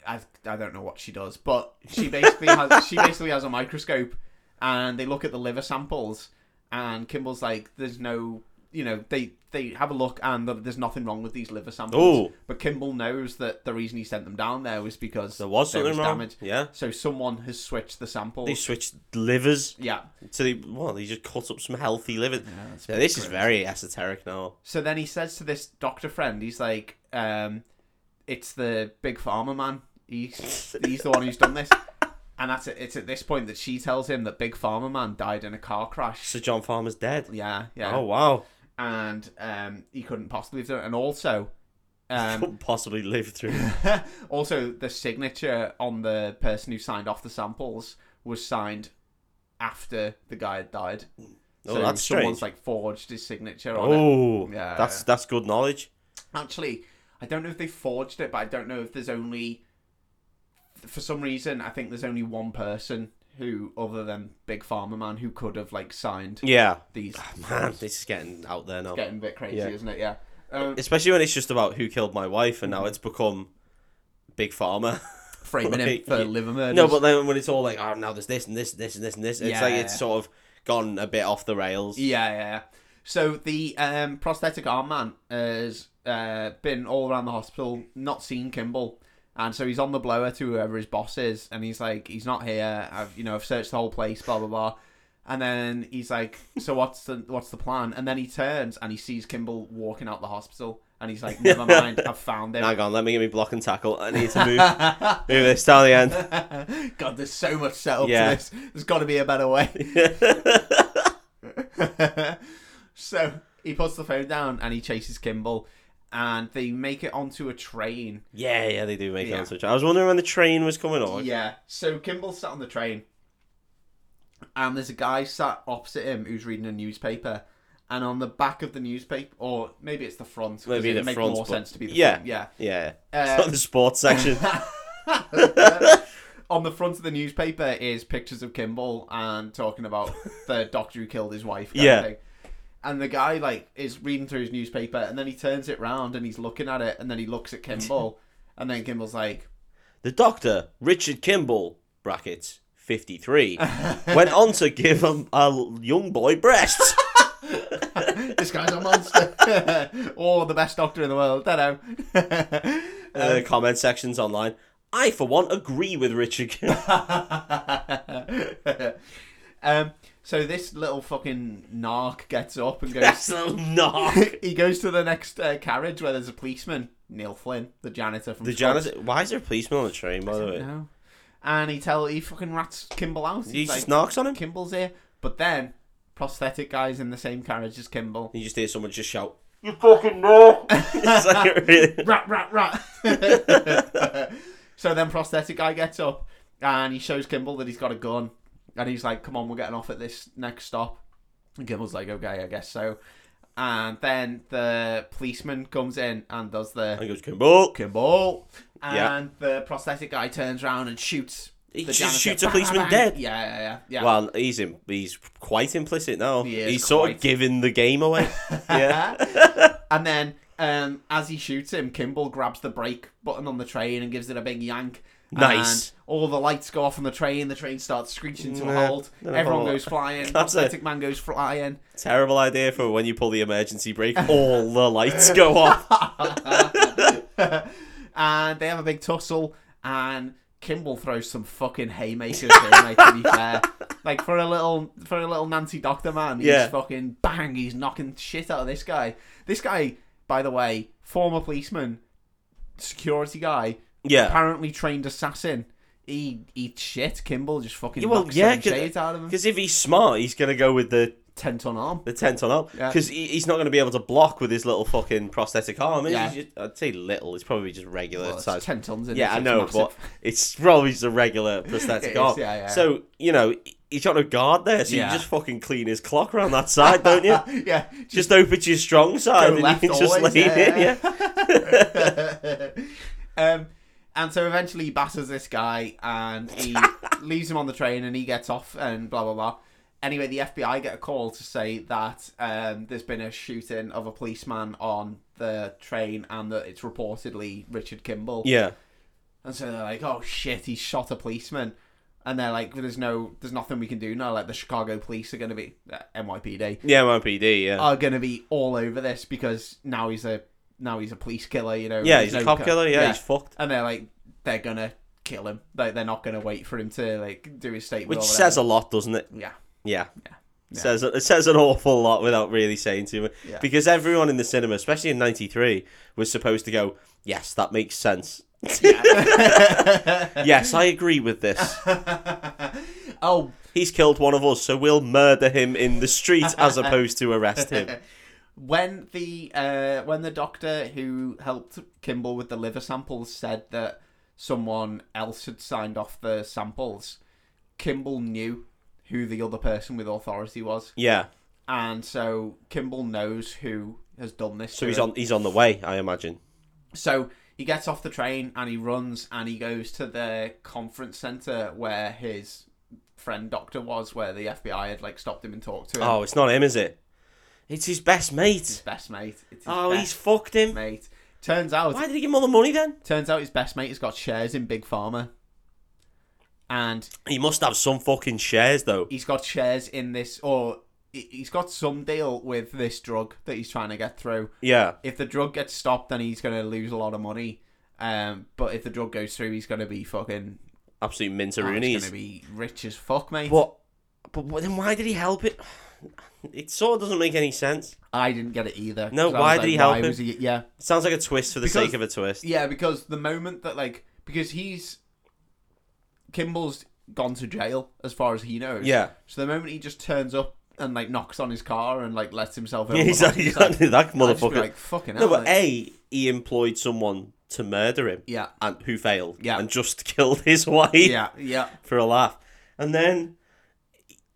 I I don't know what she does, but she basically has she basically has a microscope, and they look at the liver samples, and Kimball's like, "There's no." You know, they they have a look and th- there's nothing wrong with these liver samples. Ooh. But Kimball knows that the reason he sent them down there was because there was something wrong. damage. Yeah. So someone has switched the samples. They switched livers yeah. to the well. They just cut up some healthy livers. Yeah, this is very esoteric now. So then he says to this doctor friend, he's like, um, "It's the big farmer man. He's he's the one who's done this." And that's it. It's at this point that she tells him that big farmer man died in a car crash. Sir John Farmer's dead. Yeah, yeah. Oh wow! And um, he couldn't possibly have done it. And also, um, Couldn't possibly live through. also the signature on the person who signed off the samples was signed after the guy had died. Oh, so that's someone's strange. like forged his signature on it. Oh, Yeah. that's that's good knowledge. Actually, I don't know if they forged it, but I don't know if there's only. For some reason, I think there's only one person who other than Big Farmer Man who could have like signed Yeah. these. Ah, Man, this is getting out there now. Getting a bit crazy, Yeah. isn't it? Yeah. Um, Especially when it's just about who killed my wife, and now it's become Big Farmer. framing him like, for yeah. liver murders. no, but then when it's all like, oh, now there's this and this and this and this and this, it's like Yeah. it's sort of gone a bit off the rails. Yeah, yeah. yeah. So the um, prosthetic arm man has uh, been all around the hospital, not seen Kimball, and so he's on the blower to whoever his boss is, and he's like, he's not here. I've you know I've searched the whole place, blah blah blah. And then he's like, "So what's the what's the plan?" And then he turns and he sees Kimball walking out the hospital, and he's like, "Never mind, I've found him." Hang on, let me give me block and tackle. I need to move, move this down the end. God, there's so much setup Yeah. to this. There's got to be a better way. so he puts the phone down and he chases Kimball, and they make it onto a train. yeah, yeah, they do make Yeah. it on switch. I was wondering when the train was coming on. Yeah. So Kimball sat on the train, and there's a guy sat opposite him who's reading a newspaper. And on the back of the newspaper, or maybe it's the front. 'cause Maybe it'd the make front, more but- sense to be the yeah. front, Yeah. Yeah, Uh, it's not the sports section. on the front of the newspaper is pictures of Kimball and talking about the doctor who killed his wife. kind of Yeah. thing. And the guy like is reading through his newspaper and then he turns it round and he's looking at it and then he looks at Kimball and then Kimball's like, the doctor Richard Kimball brackets fifty three went on to give a, a young boy breasts. "This guy's a monster," or the best doctor in the world. Don't know. Uh, the comment sections online. I for one agree with Richard. Kimball. um, so this little fucking narc gets up and goes. That's a knock. he goes to the next uh, carriage where there's a policeman, Neil Flynn, the janitor from The janitor. Why is there a policeman on the train? By the way, No. And he tell he fucking rats Kimball out. he He's just like, knocks on him. Kimball's here, but then prosthetic guys in the same carriage as Kimball. You just hear someone just shout, "You fucking know!" it's like a really- rat, rat, rat. so then prosthetic guy gets up and he shows Kimball that he's got a gun, and he's like, "Come on, we're getting off at this next stop." And Kimball's like, "Okay, I guess so." And then the policeman comes in and does the and goes Kimball. Kimball. Yeah. And the prosthetic guy turns around and shoots. He the just janitor. shoots a Bang, policeman bang. dead. Yeah, yeah, yeah. yeah. Well, he's in, he's quite implicit now. He is he's sort quite. of giving the game away. yeah, and then um, as he shoots him, Kimball grabs the brake button on the train and gives it a big yank. Nice. And all the lights go off on the train. The train starts screeching to a Nah, halt. don't know Everyone about goes flying. That's it. prosthetic man goes flying. terrible idea for when you pull the emergency brake, all the lights go off. and they have a big tussle and Kimball throws some fucking haymakers in, like, to be fair. Like for a little for a little Nancy Doctor man, he's Yeah. fucking bang, he's knocking shit out of this guy. This guy, by the way, former policeman, security guy, Yeah, apparently trained assassin. He eats shit, Kimball just fucking Yeah, well, knocks yeah, some 'cause- shades out of him. because if he's smart, he's gonna go with the Ten ton arm. the tent on up Yeah. because he, he's not gonna be able to block with his little fucking prosthetic arm. is he? Yeah. He's just- I'd say little. It's probably just regular Well, it's size. ten tons in Yeah, I know, but it's probably just a regular prosthetic It is, arm. yeah, yeah. So, you know, he's got a guard there, so Yeah. you just fucking clean his clock around that side, don't you? yeah, just Just open to your strong side Go and left you can just always, lean yeah, in, yeah. um, and so eventually he batters this guy and he leaves him on the train and he gets off and blah blah blah. Anyway, the FBI get a call to say that um, there's been a shooting of a policeman on the train and that it's reportedly Richard Kimball. Yeah. And so they're like, "Oh shit, he shot a policeman." And they're like, "There's no, there's nothing we can do now. Like the Chicago police are going to be uh, NYPD Yeah, MIPD, yeah. are going to be all over this because now he's a now he's a police killer. You know, yeah, there's he's a no cop co- killer, yeah, he's fucked. and they're like they're gonna kill him. Like they're not gonna wait for him to like do his statement. Which or says a lot, doesn't it? whatever. yeah, Yeah. Yeah. Says it says an awful lot without really saying too much Yeah. because everyone in the cinema, especially in '93, was supposed to go, "Yes, that makes sense. yes, I agree with this." oh, He's killed one of us, so we'll murder him in the street as opposed to arrest him. when the uh, when the doctor who helped Kimball with the liver samples said that someone else had signed off the samples, Kimball knew who the other person with authority was, Yeah, and so Kimball knows who has done this. so to he's him. on he's on the way, I imagine. So he gets off the train and he runs and he goes to the conference center where his friend doctor was, where the FBI had like stopped him and talked to him. Oh, it's not him, is it? It's his best His mate. best mate. It's his Oh, best he's fucked him. mate. Turns out, Why did he give him all the money then? turns out his best mate has got shares in Big Pharma, and He must have some fucking shares though. he's got shares in this, or he- he's got some deal with this drug that he's trying to get through. Yeah. If the drug gets stopped, then he's going to lose a lot of money. Um, but if the drug goes through, he's going to be fucking. Absolute Oh, He's going mintaroonies. to be rich as fuck, mate. But, but wh- then why did he help it? It sort of doesn't make any sense. I didn't get it either. No, 'cause I why was did he like, help why him? was he- yeah, It sounds like a twist for the Because- sake of a twist. yeah, because the moment that like because he's Kimball's gone to jail as far as he knows. Yeah. So the moment he just turns up and like knocks on his car and like lets himself in, Yeah, he's like, he's like, that I'd just be motherfucker. like fucking no, hell, but like- A, he employed someone to murder him yeah, and who failed Yeah. and just killed his wife yeah, yeah, for a laugh. And then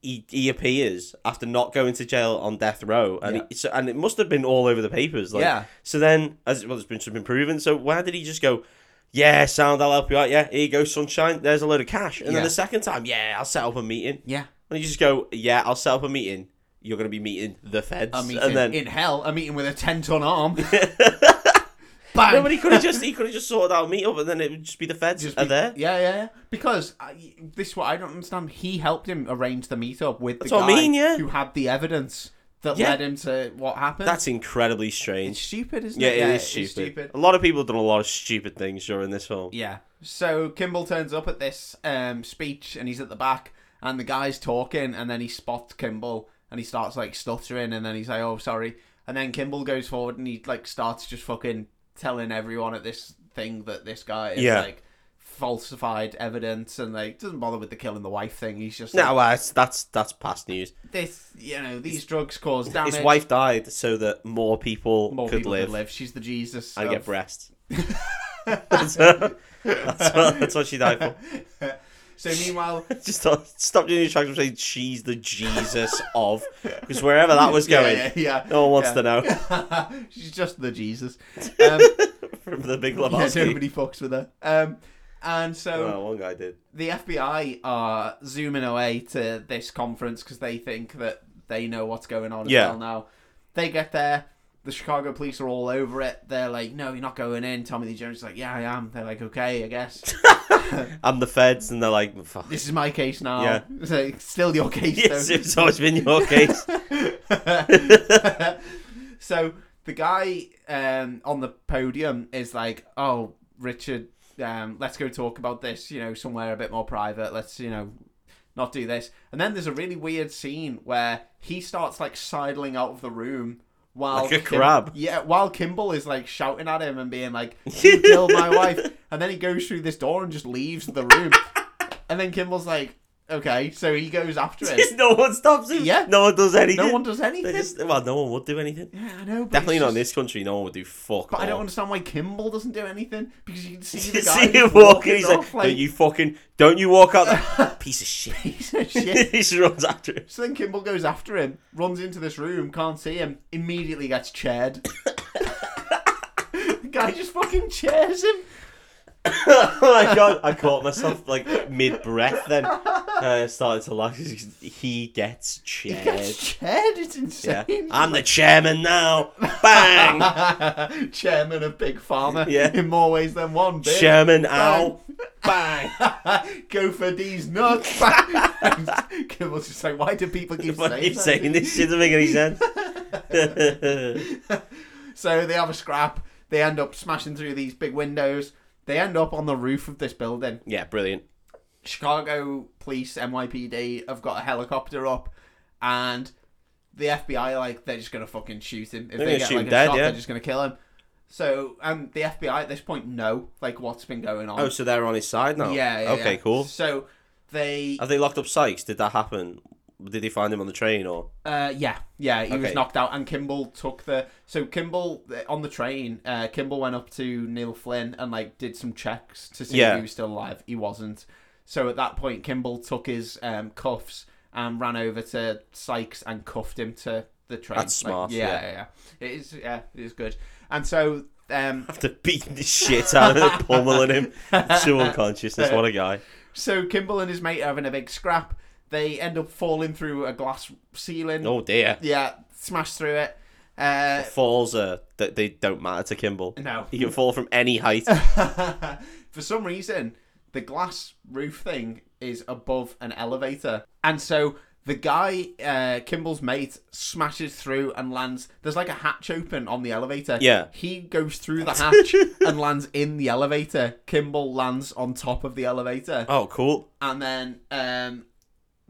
he, he appears after not going to jail on death row. And, Yeah. he, so, and it must have been all over the papers. Like, Yeah. So then, as well, it's been, it's been proven. So why did he just go, yeah, sound, I'll help you out. Yeah, here you go, sunshine. There's a load of cash. And Yeah. then the second time, yeah, I'll set up a meeting. yeah. And you just go, yeah, I'll set up a meeting. You're going to be meeting the feds. A meeting and then in hell, a meeting with a ten ton arm. Bang. No, but he could have just he could have just sorted out a meetup, and then it would just be the feds Just are be- there. Yeah, yeah, yeah. Because I, this is what I don't understand. He helped him arrange the meetup with the That's guy what I mean, yeah. who had the evidence that Yeah. led him to what happened. That's incredibly it's strange. stupid, isn't Yeah, it? it is stupid. it's stupid. A lot of people have done a lot of stupid things during this film. Yeah. So Kimball turns up at this um, speech and he's at the back and the guy's talking and then he spots Kimball and he starts like stuttering and then he's like, "Oh, sorry." And then Kimball goes forward and he like starts just fucking telling everyone at this thing that this guy is Yeah. like falsified evidence and like doesn't bother with the killing the wife thing. He's just like, No, well, uh, it's, that's that's past news. this, you know, these drugs cause damage. His wife died so that more people, More could, people live could live. She's the Jesus. and of- get breasts. that's, what, that's what she died for. So meanwhile, Just stop, stop doing your tracks and saying she's the Jesus of because wherever that was going, yeah, yeah, no one wants yeah. to know she's just the Jesus. Um, from the Big Yeah, Lebowski. nobody fucks with her. Um, and so well, one guy did. the FBI are zooming away to this conference because they think that they know what's going on as Yeah. well now. They get there. The Chicago police are all over it. They're like, no, you're not going in. Tommy Lee Jones is like, yeah, I am. They're like, okay, I guess. I'm the feds, and they're like, fuck. this is my case now. Yeah. It's like, still your case, Yes, though. it's always been your case. so the guy um, on the podium is like, "Oh, Richard, um, let's go talk about this. You know, somewhere a bit more private. Let's, you know, not do this." And then there's a really weird scene where he starts like sidling out of the room. While Like a crab. yeah. While Kimball is like shouting at him and being like, "You killed my wife," and then he goes through this door and just leaves the room. and then Kimball's like, "Okay," so he goes after him. no one stops him. Yeah. No one does anything. No one does anything. They just, well, no one would do anything. Yeah, I know. But Definitely it's not just- in this country. No one would do fuck. But I don't all. understand why Kimball doesn't do anything because you can see You the guy see him just walking. He's like, off, like, don't you fucking, don't you walk out. there." Piece of shit. piece of shit. he just runs after him. So then Kimball goes after him, runs into this room, can't see him, immediately gets chaired. the guy just fucking chairs him. oh my god! I caught myself like mid breath. Then I started to laugh. He gets He chaired. gets chaired. It's Yeah. insane. I'm the chairman now. Bang. Chairman of Big Pharma Yeah. in more ways than one. Big. Chairman ow. Bang. Go for these nuts. Bang. Kimball's just like, why do people keep Why are saying you that? saying this shit doesn't make any sense. So they have a scrap. They end up smashing through these big windows. They end up on the roof of this building. yeah, brilliant. Chicago police, NYPD, have got a helicopter up, and the FBI like they're just gonna fucking shoot him. If They're they gonna get shoot like him a dead, shot, yeah. they're just gonna kill him. So and the FBI at this point know like what's been going on. Oh, so they're on his side now. yeah, yeah. Okay, yeah. cool. So they Have they locked up Sykes? Did that happen? Did they find him on the train or? Uh, yeah, yeah, he was Okay. knocked out, and Kimball took the. So Kimball uh, on the train, uh, Kimball went up to Neil Flynn and like did some checks to see if Yeah. he was still alive. He wasn't. So at that point, Kimball took his um, cuffs and ran over to Sykes and cuffed him to the train. That's smart, yeah, yeah. yeah, yeah. It is. Yeah, it is good. And so, um, After beating the shit out of him, pummeling him to unconsciousness. What a guy. So Kimball and his mate are having a big scrap. They end up falling through a glass ceiling. Oh dear. Yeah, smash through it. Uh, Falls are that they don't matter to Kimball. no. He can fall from any height. For some reason, the glass roof thing is above an elevator. And so the guy, uh, Kimball's mate, smashes through and lands. There's like a hatch open on the elevator. Yeah. He goes through the hatch and lands in the elevator. Kimball lands on top of the elevator. Oh, cool. and then um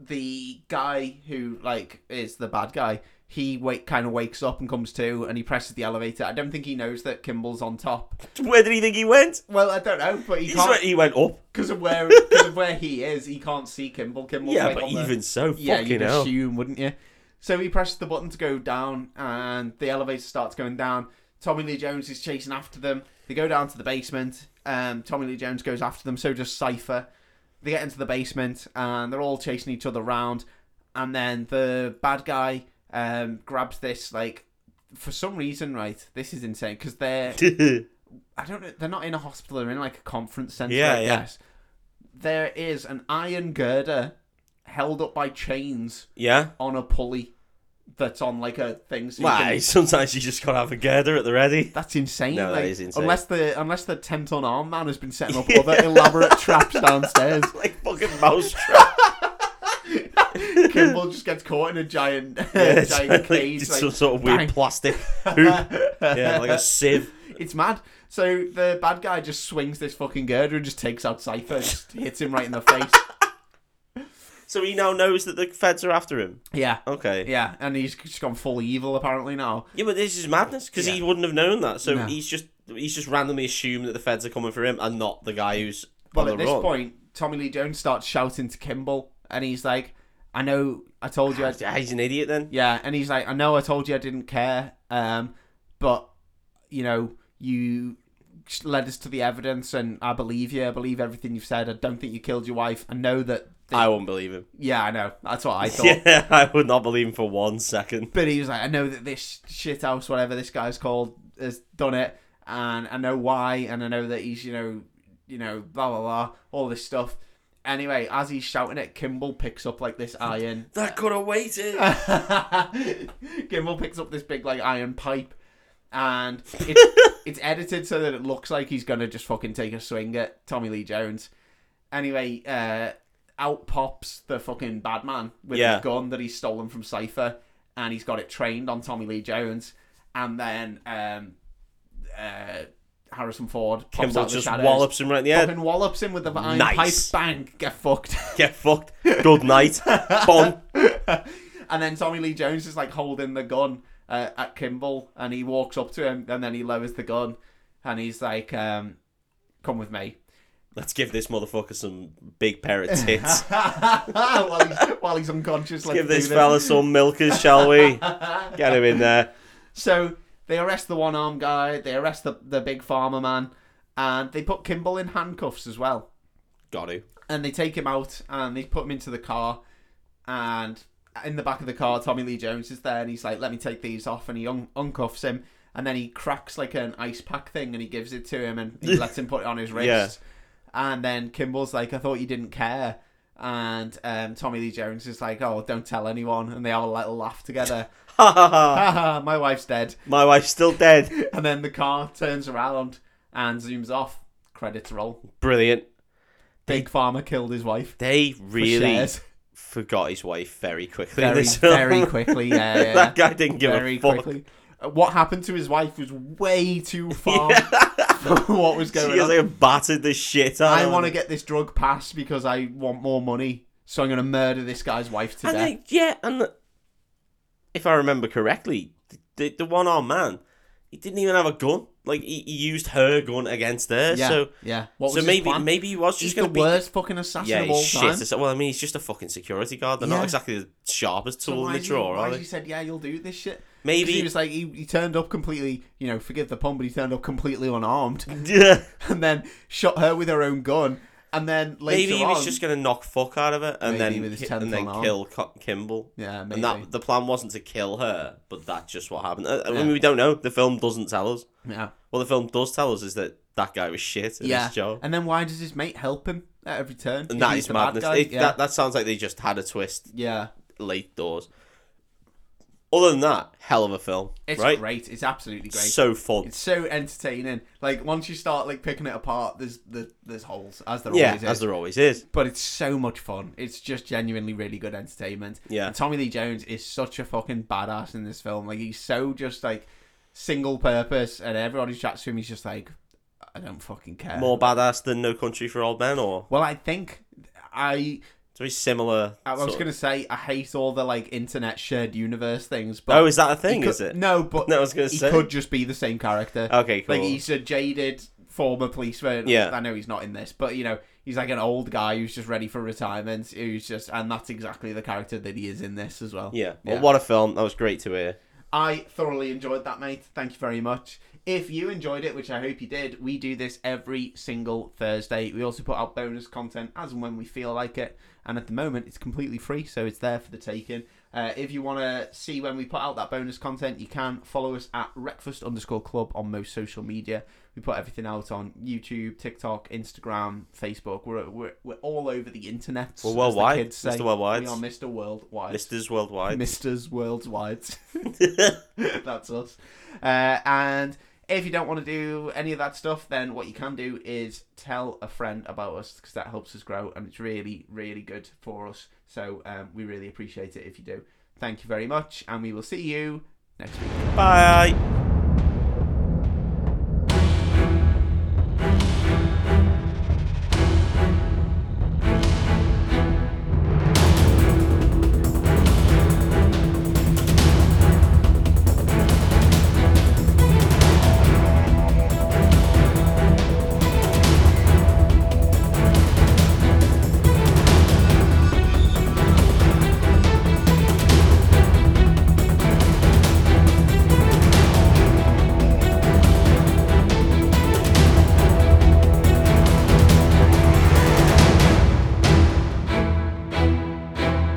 the guy who like is the bad guy he wake kind of wakes up and comes to and he presses the elevator i don't think he knows that kimball's on top Where did he think he went? well i don't know but he He's can't went- he went up. because of where because of where he is he can't see kimball kimball's Yeah, like but on the- even so, yeah fucking you'd hell. assume wouldn't you so he presses the button to go down and the elevator starts going down tommy lee jones is chasing after them they go down to the basement um tommy lee jones goes after them so does cypher they get into the basement and they're all chasing each other around and then the bad guy um grabs this like for some reason right this is insane because they're i don't know they're not in a hospital they're in like a conference center Yeah, i yeah. guess there is an iron girder held up by chains yeah. on a pulley that's on like a thing so you Why? can- Sometimes you just gotta have a girder at the ready. that's insane. No, that like, is insane. Unless the unless the ten ton arm man has been setting up other elaborate traps downstairs, like fucking mouse trap. Kimball just gets caught in a giant Yeah, it's giant like cage. some like- sort of weird bang. plastic hoop. Yeah, like a sieve. It's mad. So the bad guy just swings this fucking girder and just takes out Cypher, just hits him right in the face. So he now knows that the feds are after him. Yeah. Okay. Yeah, Yeah, and he's just gone full evil apparently now. but this is madness because he Yeah. wouldn't have known that. So No. he's just he's just randomly assumed that the feds are coming for him and not the guy who's Well, on at the this run. point, Tommy Lee Jones starts shouting to Kimball, and he's like, "I know, I told you, I Yeah, he's an idiot then. Yeah, and he's like, I know I told you I didn't care, um, but you know, you led us to the evidence, and I believe you. I believe everything you've said. I don't think you killed your wife. I know that. I won't believe him. Yeah, I know. That's what I thought. Yeah, I would not believe him for one second. But he was like, I know that this shit house, whatever this guy's called, has done it, and I know why, and I know that he's, you know, you know, blah blah blah, all this stuff. Anyway, as he's shouting it, Kimball picks up like this iron That could have waited. Gimbal picks up this big like iron pipe, and it's, it's edited so that it looks like he's gonna just fucking take a swing at Tommy Lee Jones. Anyway, uh, out pops the fucking bad man with Yeah. his gun that he's stolen from Cipher, and he's got it trained on Tommy Lee Jones, and then um, uh, Harrison Ford pops out Kimball of the just shadows. wallops him right in the head. Fucking wallops him with the iron Nice. pipe. Bang! Get fucked. Get fucked. Good night. Bon. and then Tommy Lee Jones is like holding the gun uh, at Kimball, and he walks up to him, and then he lowers the gun, and he's like, um, "Come with me." Let's give this motherfucker some big pair of tits. while, he's, while he's unconscious, let's give do this fella some milkers, shall we? Get him in there. So they arrest the one armed guy, they arrest the the big farmer man, and they put Kimball in handcuffs as well. Got to. and they take him out and they put him into the car and in the back of the car tommy lee jones is there and he's like let me take these off and he un- uncuffs him and then he cracks like an ice pack thing and he gives it to him and he lets him put it on his wrist Yeah. and then kimball's like i thought you didn't care and um, tommy lee jones is like oh don't tell anyone and they have a little laugh together Ha ha ha. haha my wife's dead My wife's still dead. and then the car turns around and zooms off credits roll Brilliant. big farmer killed his wife They for really shares. forgot his wife very quickly. in very, this film. very quickly. Yeah, yeah, that yeah. guy didn't give very a fuck. quickly. Uh, What happened to his wife was way too far from what was She going has on. like battered the shit out I of want to him. get this drug passed because I want more money, so I'm going to murder this guy's wife to And death. they, yeah, and the- if I remember correctly, the, the, the one armed man, he didn't even have a gun. Like he, he used her gun against theirs. yeah, So yeah. What was so his maybe plan? maybe he was he's just the going to be worst fucking assassin yeah of he's all shit. time. It's- well, I mean, he's just a fucking security guard. They're Yeah. not exactly the sharpest So tool why in the did drawer, he, why are did they? he said, "Yeah, you'll do this shit"? 'Cause Maybe he was like, he, he turned up completely, you know, forgive the pun, but he turned up completely unarmed, Yeah. and then shot her with her own gun, and then later maybe he on- was just going to knock fuck out of her and Maybe with then his ki- tenth and then on arm. kill Co- Kimball. yeah, maybe. And that the plan wasn't to kill her, but that's just what happened. Uh, I, I Yeah. mean, we don't know. The film doesn't tell us. yeah. What the film does tell us is that that guy was shit at his job. And then why does his mate help him? at every turn. And that He's is the bad madness. guy, It- yeah. that, that sounds like they just had a twist yeah, late doors. Other than that, hell of a film, it's right? great. It's absolutely great. So fun. it's so entertaining. Like once you start like picking it apart, there's the there's holes as there yeah, always is. as there always is. but it's so much fun. It's just genuinely really good entertainment. Yeah. And Tommy Lee Jones is such a fucking badass in this film. Like he's so just like single purpose, and everybody chats to him. He's just like, I don't fucking care. More badass than No Country for Old Men, or Well, I think I it's very similar. I was sort of- gonna say I hate all the like internet shared universe things, but Oh, is that a he thing? could- is it? No, but No, I was gonna he say. could just be the same character. Okay, cool. Like he's a jaded former policeman. Yeah. I know he's not in this, but you know he's like an old guy who's just ready for retirement. Who's just and that's exactly the character that he is in this as well. yeah. Well, Yeah. what a film. That was great to hear. I thoroughly enjoyed that, mate. Thank you very much. If you enjoyed it, which I hope you did, we do this every single Thursday. We also put out bonus content as and when we feel like it. And at the moment, it's completely free, so it's there for the taking. Uh, if you want to see when we put out that bonus content, you can follow us at breakfast underscore club on most social media. We put everything out on YouTube, TikTok, Instagram, Facebook. We're, we're, we're all over the internet. We're as worldwide, The kids say. Mr. Worldwide. We are Mr. Worldwide. Listers worldwide. Misters Worldwide. That's us. Uh, and if you don't want to do any of that stuff, then what you can do is tell a friend about us because that helps us grow and it's really, really good for us. So um, we really appreciate it if you do. Thank you very much, and we will see you next week. Bye.